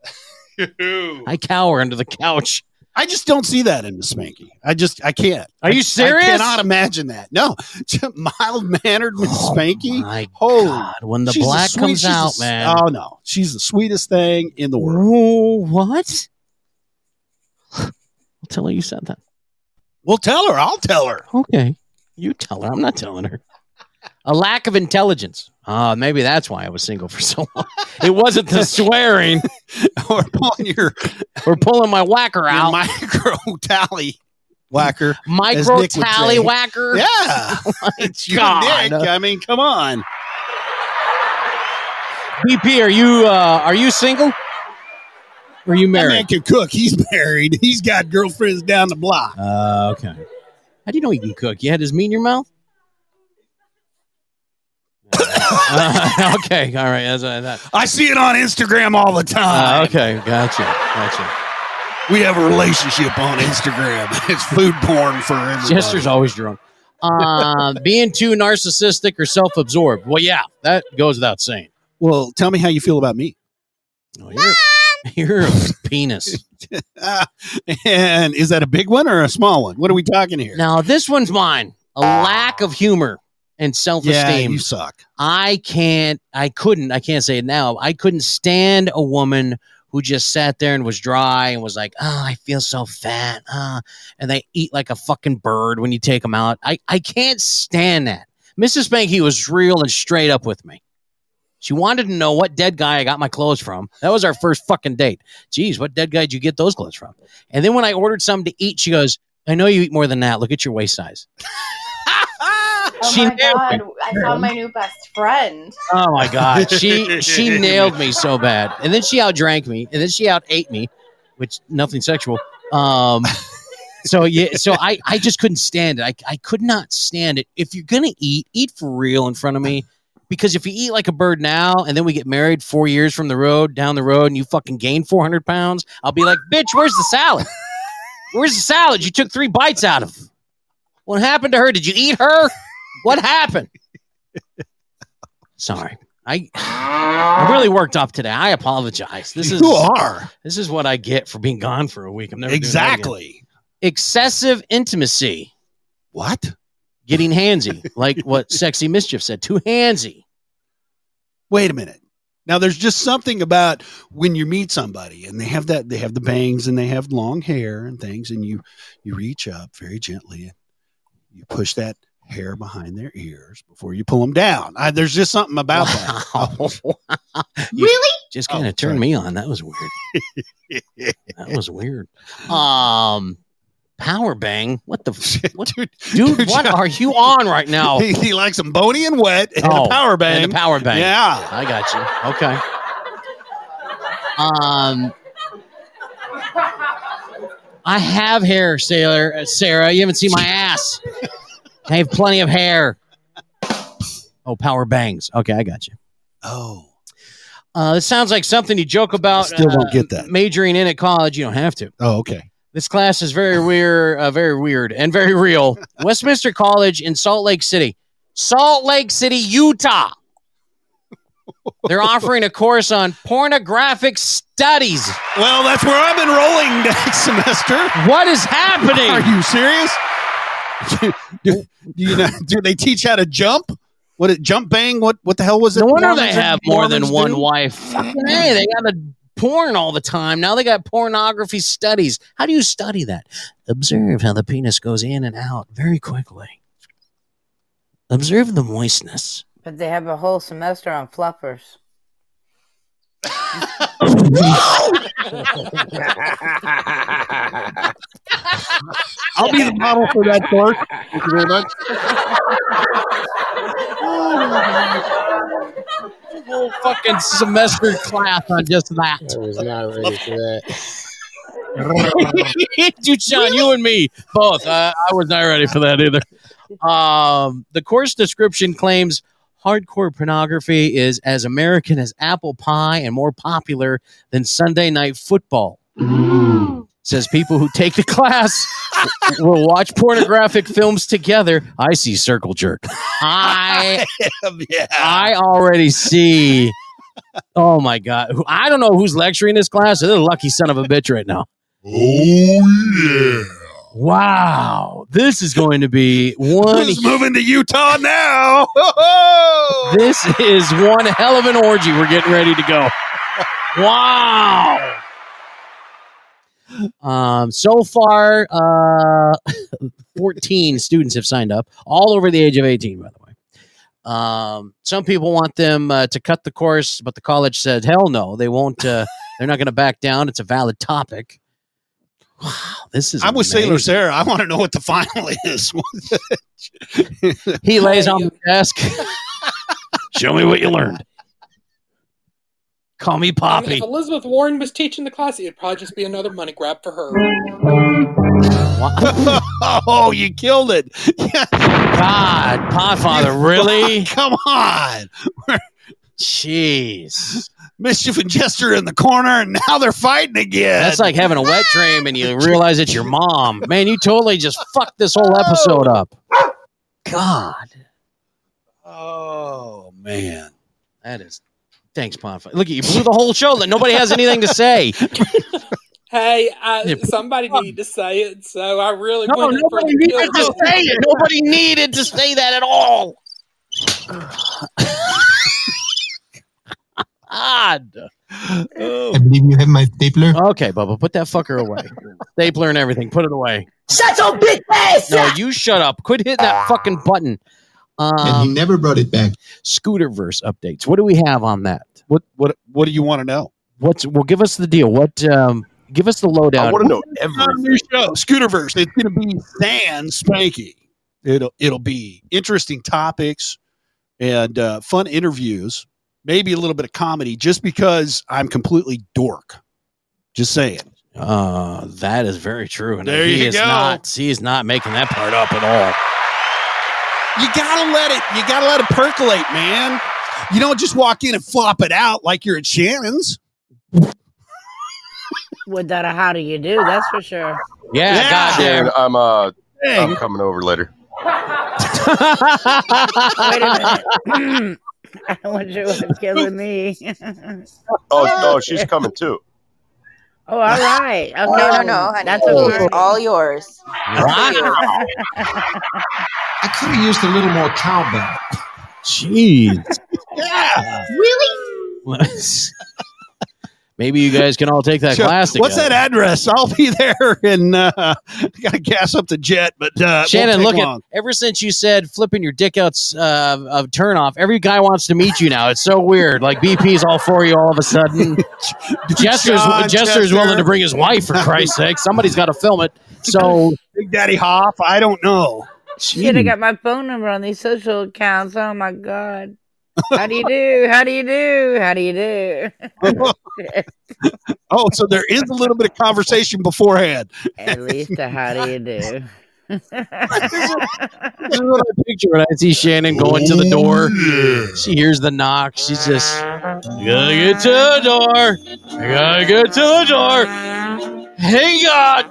Speaker 10: I cower under the couch.
Speaker 11: I just don't see that in the Spanky. I just I can't.
Speaker 10: Are you serious?
Speaker 11: I cannot imagine that. No, [laughs] mild mannered Miss Spanky.
Speaker 10: Oh My
Speaker 11: Holy,
Speaker 10: God, when the
Speaker 11: she's
Speaker 10: black
Speaker 11: sweet-
Speaker 10: comes
Speaker 11: she's the
Speaker 10: out,
Speaker 11: s-
Speaker 10: man.
Speaker 11: Oh no, she's the sweetest thing in the world.
Speaker 10: Oh, what? I'll tell her you said that.
Speaker 11: Well, tell her. I'll tell her. [laughs]
Speaker 10: Okay. You tell her. I'm not telling her. A lack of intelligence. Ah, maybe that's why I was single for so long. It wasn't
Speaker 11: [laughs]
Speaker 10: the swearing
Speaker 11: or pulling your,
Speaker 10: or pulling my whacker
Speaker 11: your
Speaker 10: out.
Speaker 11: micro [laughs] tally
Speaker 10: [laughs]
Speaker 11: whacker. as
Speaker 10: Micro
Speaker 11: Nick would say.
Speaker 10: tallywhacker.
Speaker 11: Yeah, [laughs] it's you,
Speaker 10: Oh God.
Speaker 11: Nick. I mean, come on.
Speaker 10: BP, are you uh, are you single? Or are you
Speaker 11: That
Speaker 10: married?
Speaker 11: man can cook. He's married. He's got girlfriends down the block.
Speaker 10: Uh, okay. How do you know he can cook? You had his meat in your
Speaker 11: [laughs]
Speaker 10: mouth? [laughs] Uh, okay, all right. That's, uh, that.
Speaker 11: Ah,
Speaker 10: Oh,
Speaker 11: I see it on Instagram all the time.
Speaker 10: Uh, okay, gotcha, gotcha.
Speaker 20: We have a relationship on Instagram. [laughs] It's food porn for everybody.
Speaker 10: Jester's always
Speaker 11: [laughs]
Speaker 10: drunk. Uh, being too narcissistic or self absorbed. Well, yeah, that goes without saying.
Speaker 11: Well, tell me how you feel about me. [laughs]
Speaker 10: Oh, you're, [laughs] you're a
Speaker 11: [laughs]
Speaker 10: penis.
Speaker 11: and is that a big one or a small one? What are we talking here?
Speaker 10: Now, this one's mine. A lack of humor and self esteem.
Speaker 11: Yeah, you suck.
Speaker 10: I can't, I couldn't, I can't say it now. I couldn't stand a woman who just sat there and was dry and was like, oh, I feel so fat. ah," and they eat like a fucking bird when you take them out. I, I can't stand that. Mrs. Spanky was real and straight up with me. She wanted to know what dead guy I got my clothes from. That was our first fucking date. Geez, what dead guy did you get those clothes from? And then when I ordered something to eat, she goes, I know you eat more than that. Look at your waist size.
Speaker 19: [laughs] Oh
Speaker 10: She
Speaker 19: my god,
Speaker 10: nailed
Speaker 19: I found my new best friend.
Speaker 10: Oh my god, she she nailed me so bad, and then she outdrank me, and then she outate me, which nothing sexual. Um, so yeah, so I I just couldn't stand it. I I could not stand it. If you're gonna eat, eat for real in front of me, because if you eat like a bird now, and then we get married four years from the road down the road, and you fucking gain four hundred pounds, I'll be like, bitch, where's the salad? Where's the salad? You took three bites out of. What happened to her? Did you eat her? What happened? Sorry. I I really worked up today. I apologize. This is
Speaker 11: You are.
Speaker 10: This is what I get for being gone for a week. I'm never doing that
Speaker 11: Exactly.
Speaker 10: again. Excessive intimacy.
Speaker 11: What?
Speaker 10: Getting handsy, like what sexy mischief said. Too handsy.
Speaker 11: Wait a minute. Now there's just something about when you meet somebody and they have that they have the bangs and they have long hair and things and you you reach up very gently and you push that hair behind their ears before you pull them down. I, there's just something about
Speaker 10: [laughs]
Speaker 11: Oh,
Speaker 10: that. really? Just kind of turned me on. That was weird. [laughs] that was weird. [laughs] Um, power bang. What
Speaker 11: [laughs]
Speaker 10: the f- what, dude? what are you on right now?
Speaker 11: He, he likes them bony and wet and
Speaker 10: Oh,
Speaker 11: a power bang.
Speaker 10: And the power bang.
Speaker 11: Yeah.
Speaker 10: I got you. Okay. Um, I have hair, Sailor uh, Sarah. You haven't seen my ass. I have plenty of hair. Oh, power bangs. Okay, I got you.
Speaker 11: Oh.
Speaker 10: Uh, this sounds like something you joke about.
Speaker 11: Still don't
Speaker 10: uh,
Speaker 11: get that.
Speaker 10: Majoring in at college, you don't have to.
Speaker 11: Oh, okay.
Speaker 10: This class is very weird, uh, very weird, and very
Speaker 11: [laughs]
Speaker 10: real. Westminster College in Salt Lake City, Salt Lake City, Utah. They're offering a course on pornographic studies.
Speaker 11: Well, that's where I'm enrolling [laughs] next semester.
Speaker 10: What is happening?
Speaker 11: Are you serious? do, do you know, do they teach how to jump? What it jump bang? What what the hell was it?
Speaker 10: No wonder they
Speaker 11: Mormons and-
Speaker 10: have more than
Speaker 11: Mormons
Speaker 10: one
Speaker 11: do?
Speaker 10: wife. Fucking hey, they got a porn all the time. Now they got pornography studies. How do you study that? Observe how the penis goes in and out very quickly. Observe the moistness.
Speaker 17: But they have a whole semester on fluffers. [laughs]
Speaker 11: I'll be the model for that course.
Speaker 16: Thank you very much.
Speaker 10: Whole fucking semester class on just that.
Speaker 18: I was not ready for that.
Speaker 10: Dude, Sean, [laughs] you and me both. I, I was not ready for that either. Um, the course description claims hardcore pornography is as American as apple pie and more popular than Sunday night football. Says people who take the class will watch pornographic films together. I see circle jerk. I
Speaker 20: [laughs]
Speaker 10: I already see. Oh my god! Who- I don't know who's lecturing this class. They're the lucky son of a bitch right now.
Speaker 5: Oh, yeah.
Speaker 10: Wow, this is going to be one.
Speaker 11: Who's moving to Utah now?
Speaker 10: This is one hell of an orgy. We're getting ready to go. Wow. Um, so far, uh, [laughs] 14 students have signed up, all over the age of 18, by the way. Um, some people want them uh, to cut the course, but the college said, hell no, they won't. Uh, they're not going to back down. It's a valid topic. Wow, this is.
Speaker 11: I'm with
Speaker 10: amazing.
Speaker 11: Sailor Sarah. I want to know what the final [laughs] is.
Speaker 10: He lays on the desk. [laughs] Show me what you learned. Call me
Speaker 15: I
Speaker 20: [laughs]
Speaker 15: mean,
Speaker 10: Poppy.
Speaker 15: if Elizabeth Warren was teaching the class, it'd probably just be another money grab for her.
Speaker 11: oh, you killed it.
Speaker 20: [laughs]
Speaker 10: God, Podfather, really?
Speaker 11: Come on.
Speaker 10: Jeez.
Speaker 20: Mischief and Jester in the corner, and now they're fighting again.
Speaker 10: That's like having a wet dream and you realize it's your mom. Man, you totally just fucked this whole episode up. God.
Speaker 20: Oh man,
Speaker 10: that is. Thanks, Ponfa. Look, you blew the whole show. That nobody has anything to say.
Speaker 15: Hey, I, somebody needed to say it, so I really
Speaker 10: [laughs] No,
Speaker 15: wanted for
Speaker 10: nobody
Speaker 15: the
Speaker 10: needed
Speaker 15: kill
Speaker 10: to say it. Nobody needed to say that at all. Odd.
Speaker 2: I believe you have my stapler.
Speaker 10: Okay, Bubba, put that fucker away. stapler and everything. Put it away.
Speaker 6: Shut your bitch ass!
Speaker 10: No, you shut up. Quit hitting that fucking button. Um,
Speaker 2: and he never brought it back.
Speaker 10: Scooterverse updates. What do we have on that?
Speaker 11: What what what do you want to know?
Speaker 10: What's well? Give us the deal. What? Um, give us the lowdown.
Speaker 16: I want to know
Speaker 11: Not a
Speaker 16: everything.
Speaker 11: new show, Scooterverse. It's going to be San Spanky. It'll it'll be interesting topics and uh, fun interviews. Maybe a little bit of comedy, just because I'm completely dork. Just saying.
Speaker 10: Uh, that is very true. And
Speaker 20: There
Speaker 10: he
Speaker 20: you
Speaker 10: is
Speaker 20: go.
Speaker 10: not. He is not making that part up at all.
Speaker 20: you gotta let it. You gotta let it percolate, man. You don't just walk in and flop it out like you're at Shannon's.
Speaker 17: Would that a how do you do? That's for sure.
Speaker 10: Yeah,
Speaker 20: Yeah.
Speaker 10: goddamn.
Speaker 16: And I'm uh,
Speaker 20: Dang.
Speaker 16: I'm coming over later.
Speaker 17: Wait a minute. I want you to killing me. [laughs]
Speaker 16: Oh no, she's coming too.
Speaker 17: oh, all [laughs] right. Okay.
Speaker 19: No, no, no, honey.
Speaker 17: That's okay.
Speaker 19: It's all yours.
Speaker 10: Wow.
Speaker 3: I could have used a little more cowbell.
Speaker 10: Jeez.
Speaker 20: Yeah.
Speaker 12: Really?
Speaker 10: [laughs] Maybe you guys can all take that
Speaker 20: So, [laughs]
Speaker 10: class.
Speaker 20: what's that
Speaker 10: together.
Speaker 20: address? I'll be there, and uh, [laughs] I gotta gas up the jet. But uh, it won't
Speaker 10: Shannon, look
Speaker 20: take
Speaker 10: at.
Speaker 20: long.
Speaker 10: Ever since you said flipping your dick out's uh, of turn off, every guy wants to meet you now. It's so weird. Like BP's all for you all of a sudden. Jester's
Speaker 20: John
Speaker 10: Jester's
Speaker 20: Chester.
Speaker 10: willing to bring his wife for Christ's sake. Somebody's got to film it.
Speaker 20: [laughs]
Speaker 10: So
Speaker 20: Big Daddy Hoff. I don't know.
Speaker 17: Shit, I got my phone number on these social accounts. Oh my god. How do you do? How do you do? How do you do?
Speaker 20: Oh, so there is a little bit of conversation beforehand.
Speaker 17: At least a how do you do?
Speaker 10: this is what I picture when I see Shannon going to the door. She hears the knock. She's just, you gotta get to the door. You gotta get to the door. Hey God,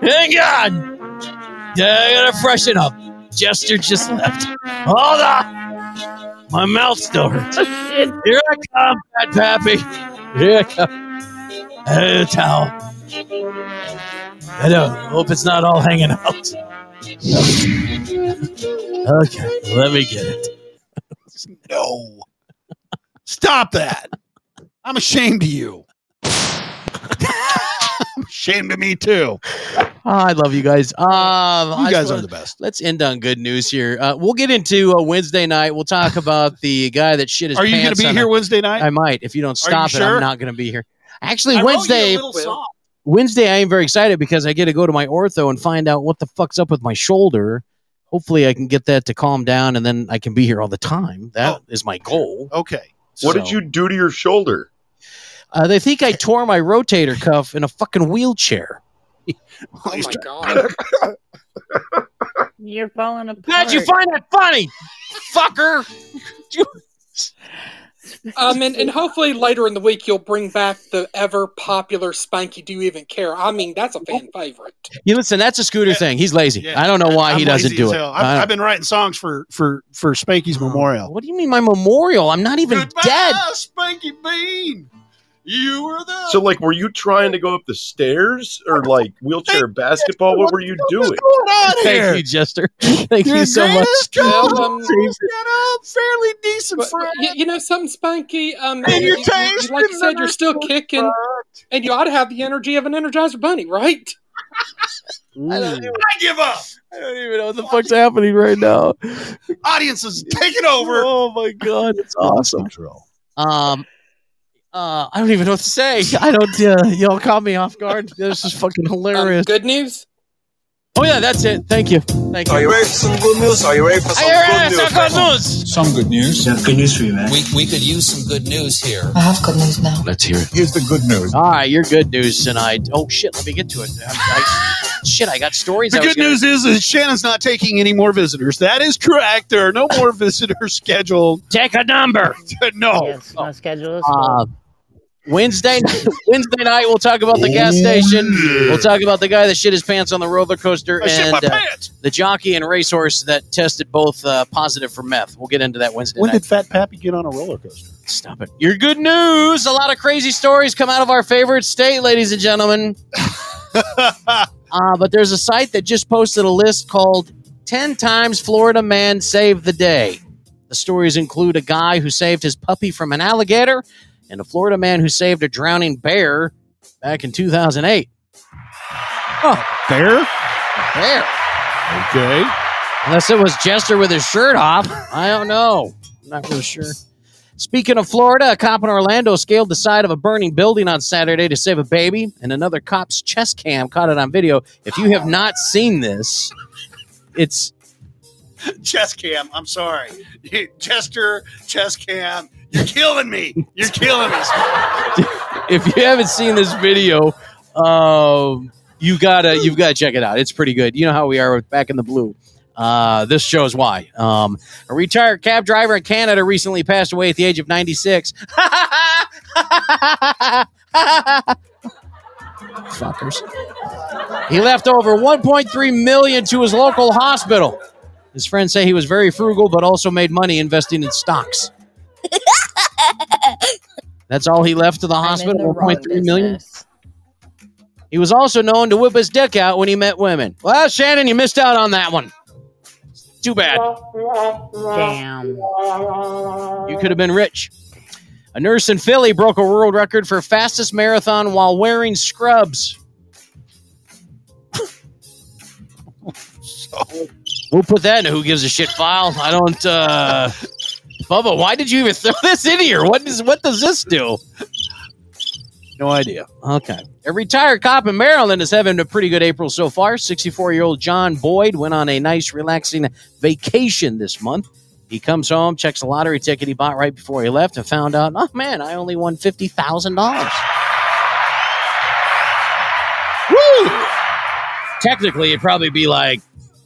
Speaker 10: [laughs] hey God. Yeah, I gotta freshen up. Jester just left. Hold on. My mouth still hurts. Here I come, Fat Pappy. Here I come. Hey, the towel. I don't hope it's not all hanging out. Okay, let me get it.
Speaker 20: No. Stop that. I'm ashamed of you. [laughs] I'm ashamed of me too.
Speaker 10: Oh, I love you guys. Um,
Speaker 20: You guys are the best.
Speaker 10: Let's end on good news here. Uh, we'll get into uh, Wednesday night. We'll talk about the guy that shit his
Speaker 20: Are you going to
Speaker 10: pants
Speaker 20: be
Speaker 10: on
Speaker 20: here
Speaker 10: a-
Speaker 20: Wednesday night?
Speaker 10: I might. If you don't
Speaker 20: Are you
Speaker 10: stop it,
Speaker 20: sure?
Speaker 10: I'm not going to be here. Actually, Wednesday, Wednesday, I am very excited because I get to go to my ortho and find out what the fuck's up with my shoulder. Hopefully, I can get that to calm down, and then I can be here all the time. That is
Speaker 20: Oh.
Speaker 10: my goal.
Speaker 20: Okay.
Speaker 16: What did
Speaker 10: So-
Speaker 16: you do to your shoulder?
Speaker 10: Uh, they think I tore my rotator cuff in a fucking wheelchair.
Speaker 15: Oh
Speaker 11: [laughs]
Speaker 15: my god!
Speaker 17: You're falling apart.
Speaker 10: How'd you find that funny, fucker?
Speaker 15: Um, and, and hopefully later in the week you'll bring back the ever popular Spanky. Do you even care? I mean, that's a fan favorite.
Speaker 10: You listen, that's a scooter thing. He's lazy.
Speaker 20: Yeah.
Speaker 10: I don't know why he
Speaker 20: I'm
Speaker 10: doesn't
Speaker 20: lazy
Speaker 10: do
Speaker 20: as
Speaker 10: it.
Speaker 20: hell.
Speaker 10: I
Speaker 20: I've,
Speaker 10: don't-
Speaker 20: I've been writing songs for for for Spanky's memorial.
Speaker 10: what do you mean my memorial? I'm not even
Speaker 20: Goodbye,
Speaker 10: dead.
Speaker 20: Spanky Bean. You were the
Speaker 16: So like, were you trying to go up the stairs or like wheelchair basketball? What were you
Speaker 20: What's
Speaker 16: doing?
Speaker 20: going on here?
Speaker 10: Thank you, Jester. [laughs] Thank
Speaker 20: You're
Speaker 10: you so much.
Speaker 20: greatest
Speaker 15: much.
Speaker 20: coach
Speaker 15: Um,
Speaker 20: who's got a fairly decent
Speaker 15: But,
Speaker 20: friend.
Speaker 15: you, you know, something Spanky. Um,
Speaker 20: And
Speaker 15: you-
Speaker 20: your
Speaker 15: you-
Speaker 20: taste
Speaker 15: you- like you said, you're still kicking, and you ought to have the energy of an Energizer Bunny, right?
Speaker 10: I don't, even,
Speaker 20: I give up.
Speaker 10: I don't even know what the fuck's happening right now.
Speaker 20: Audience is taking over.
Speaker 10: Oh my god, it's awesome. Um, uh, I don't even know what to say. I don't. Uh, y'all caught me off guard. This is fucking
Speaker 15: Um,
Speaker 10: hilarious.
Speaker 15: good news.
Speaker 10: Oh yeah, that's it. Thank you. Thank you.
Speaker 9: ready for some good news? Are you ready for
Speaker 10: Hey, hey, hey, good news.
Speaker 21: Some good news. That's good news for you, man. We, we could use some good news here. I have good news now. Let's hear it. Here's the good news.
Speaker 10: All right, your good news tonight. Oh shit, let me get to it. I, Shit, I got stories.
Speaker 11: The
Speaker 10: I was
Speaker 11: good news
Speaker 10: gonna-
Speaker 11: is, is Shannon's not taking any more visitors. That is correct. There are no more visitors scheduled.
Speaker 10: Take a number.
Speaker 11: no.
Speaker 17: My schedule is
Speaker 10: Uh, Wednesday [laughs] Wednesday night we'll talk about the gas
Speaker 11: Oh,
Speaker 10: station.
Speaker 11: yeah.
Speaker 10: We'll talk about the guy that shit his pants on the roller coaster
Speaker 11: I shit
Speaker 10: and
Speaker 11: my
Speaker 10: uh, the jockey and racehorse that tested both uh, positive for meth. We'll get into that Wednesday
Speaker 11: When
Speaker 10: night.
Speaker 11: did Fat Pappy get on a roller coaster?
Speaker 10: Stop it. Your good news. A lot of crazy stories come out of our favorite state, ladies and gentlemen. uh, but there's a site that just posted a list called 10 Times Florida Man Saved the Day. The stories include a guy who saved his puppy from an alligator and a Florida man who saved a drowning bear back in 2008. Oh,
Speaker 11: bear?
Speaker 10: Bear.
Speaker 11: Okay.
Speaker 10: Unless it was Jester with his shirt off. I don't know. I'm not really sure. Speaking of Florida, a cop in Orlando scaled the side of a burning building on Saturday to save a baby, and another cop's chest cam caught it on video. If you have not seen this, it's
Speaker 11: Chess cam.
Speaker 20: [laughs]
Speaker 11: I'm sorry. Chester, chess cam. You're killing me. You're killing us.
Speaker 10: if you haven't seen this video, um, you gotta you've gotta check it out. It's pretty good. You know how we are with Back in the Blue. Uh, this shows why. Um, a retired cab driver in Canada recently passed away at the age of 96. [laughs] Fuckers. He left over 1.3 million to his local hospital. His friends say he was very frugal, but also made money investing in stocks. That's all he left to the hospital.
Speaker 19: the wrong
Speaker 10: 1.3 million. He was also known to whip his dick out when he met women. Well, Shannon, you missed out on that one. Too bad.
Speaker 17: Damn.
Speaker 10: You could have been rich. A nurse in Philly broke a world record for fastest marathon while wearing scrubs. We'll put that in a who gives a shit file. I don't uh Bubba, why did you even throw [laughs] this in here? What is what does this do? No idea. Okay. A retired cop in Maryland is having a pretty good April so far. 64 year old John Boyd went on a nice, relaxing vacation this month. He comes home, checks the lottery ticket he bought right before he left, and found out, oh man, I only won $50,000. Woo! Technically, it'd probably be like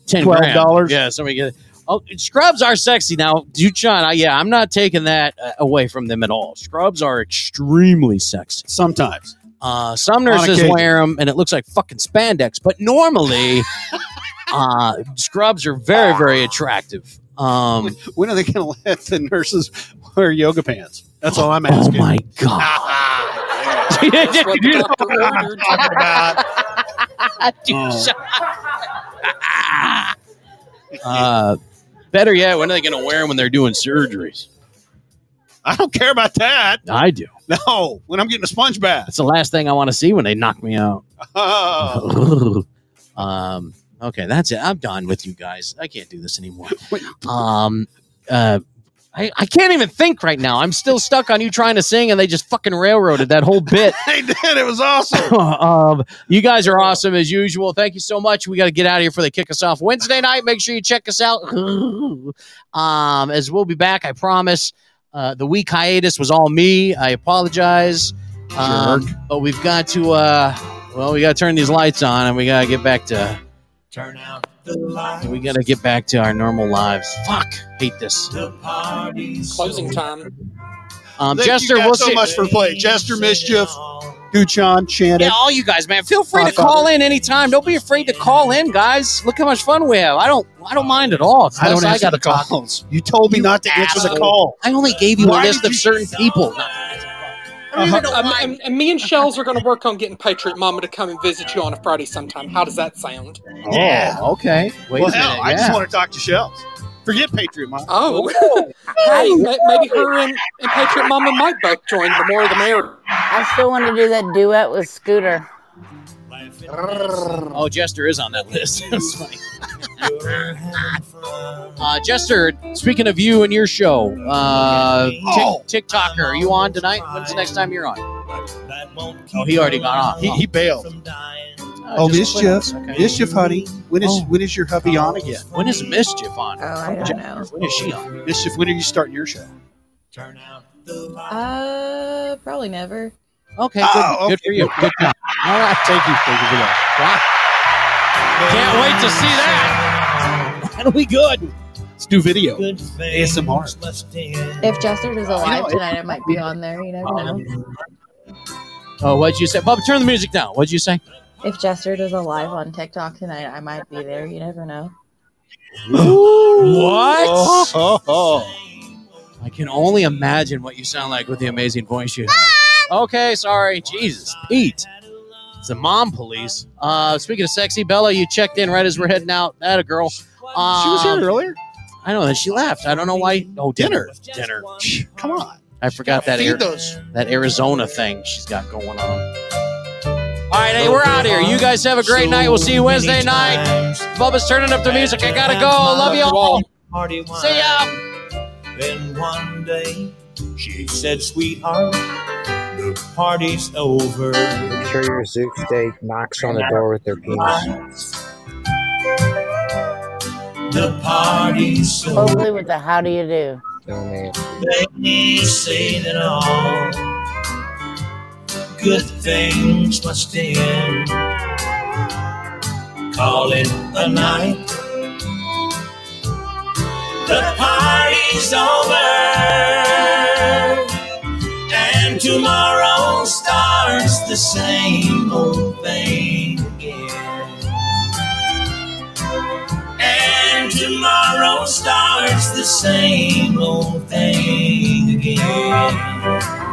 Speaker 10: 10 grand.
Speaker 11: $12.
Speaker 10: Yeah, somebody get it. Oh, scrubs are sexy now. You, John, I, yeah, I'm not taking that uh, away from them at all. Scrubs are extremely sexy.
Speaker 11: Sometimes.
Speaker 10: Uh, some
Speaker 11: On
Speaker 10: nurses
Speaker 11: occasion.
Speaker 10: wear them and it looks like fucking spandex, but normally uh, scrubs are very, very attractive. Um,
Speaker 11: When are they going to let the nurses wear yoga pants? That's all I'm asking.
Speaker 10: Oh my god!
Speaker 11: That's what the doctor ordered.
Speaker 10: Dude, shut- Oh. [laughs] uh, better yet, when are they going to wear them when they're doing surgeries?
Speaker 11: I don't care about that.
Speaker 10: I do.
Speaker 11: No, when I'm getting a sponge bath.
Speaker 10: That's the last thing I want to see when they knock me out.
Speaker 11: Oh.
Speaker 10: [laughs] um, okay, that's it. I'm done with you guys. I can't do this anymore.
Speaker 11: [laughs]
Speaker 10: Um, uh, I, I can't even think right now. I'm still stuck on you trying to sing, and they just fucking railroaded that whole bit.
Speaker 11: [laughs] they did. It was
Speaker 10: [laughs]
Speaker 11: awesome.
Speaker 10: um, you guys are awesome as usual. Thank you so much. We got to get out of here before they kick us off Wednesday night. Make sure you check us out. [laughs] Um, as we'll be back, I promise. Uh, the week hiatus was all me. I apologize. Um, but we've got to, uh, well, we got to turn these lights on and we got to get back to,
Speaker 21: Turn out the light.
Speaker 10: we got to get back to our normal lives. Fuck, hate this.
Speaker 21: The party's
Speaker 15: Closing time.
Speaker 10: Um,
Speaker 11: Thank
Speaker 10: Jester,
Speaker 11: you guys
Speaker 10: we'll
Speaker 11: so
Speaker 10: see-
Speaker 11: much for playing. Jester Mischief, Guchon, Shannon.
Speaker 10: Yeah, all you guys, man. Feel free to
Speaker 11: Hot dog.
Speaker 10: call in anytime. Don't be afraid to call in, guys. Look how much fun we have. I don't, I don't mind at all. It's
Speaker 11: I don't
Speaker 10: less I
Speaker 11: answer
Speaker 10: got
Speaker 11: the
Speaker 10: to talk.
Speaker 11: calls. You told me not to answer the
Speaker 10: asshole.
Speaker 11: call.
Speaker 10: I only gave you
Speaker 11: Why
Speaker 10: a list
Speaker 11: did
Speaker 10: of certain people.
Speaker 15: Um, um, and me and Shells are going to work on getting Patriot Mama to come and visit you on a Friday sometime. How does that sound?
Speaker 11: Yeah.
Speaker 10: Oh, okay. Wait
Speaker 11: well,
Speaker 10: a minute.
Speaker 11: hell, I just
Speaker 10: yeah.
Speaker 11: want to talk to Shells. Forget Patriot Mom.
Speaker 15: Oh, hey, ma- maybe her and, and Patriot Mama might both join. The more, the merrier.
Speaker 17: I still want to do that duet with Scooter.
Speaker 10: Oh, Jester is on that list. [laughs] That's funny. uh, Jester, speaking of you and your show, uh, Tik-
Speaker 11: Oh.
Speaker 10: TikToker, are you on tonight? When's the next time you're on? Oh, he already got off.
Speaker 11: He, he bailed.
Speaker 10: Oh, just quit on us, okay. Oh.
Speaker 11: mischief, honey. When is when is your hubby on again?
Speaker 10: When is Mischief on? Oh, I
Speaker 11: don't
Speaker 10: know. When is she on?
Speaker 11: Mischief, when are you starting your show?
Speaker 19: Uh, probably never.
Speaker 10: Okay, good,
Speaker 11: Oh,
Speaker 10: good
Speaker 11: okay.
Speaker 10: for you. Good job. All right.
Speaker 11: Thank you, thank you for that.
Speaker 10: Wow. Can't wait to see that.
Speaker 11: That'll be good. Let's do video. ASMR.
Speaker 22: If Jester is alive tonight, it might be on there. You never know.
Speaker 10: Oh, what'd you say? Bob, turn the music down. What'd you say?
Speaker 22: If Jester is alive on TikTok tonight, I might be there. You never know.
Speaker 10: [gasps] What?
Speaker 11: Oh,
Speaker 10: I can only imagine what you sound like with the amazing voice you have. Okay, sorry. Jesus, Pete. It's the mom police. Uh, speaking of sexy, Bella, you checked in right as we're heading out. That a girl. Um,
Speaker 11: was here earlier.
Speaker 10: I know, and she left. I don't know why. Oh, dinner. Dinner.
Speaker 11: Come on.
Speaker 10: I forgot that,
Speaker 11: Feed
Speaker 10: Ari-
Speaker 11: those.
Speaker 10: that Arizona thing she's got going on. All right, hey, we're out here. You guys have a great night. We'll see you Wednesday night. Bubba's turning up the music. I gotta go. Love you all.
Speaker 19: Party wine.
Speaker 10: See ya.
Speaker 19: [laughs] Then one day she said, "Sweetheart, the party's over."
Speaker 23: Sure, your Zoot steak knocks on the door with their penis.
Speaker 19: The party's over.
Speaker 17: Totally with the how do you do.
Speaker 23: Oh man.
Speaker 19: They say that all good things must end. Call it a night. The party's over, and tomorrow starts the same old thing again. And tomorrow starts the same old thing again.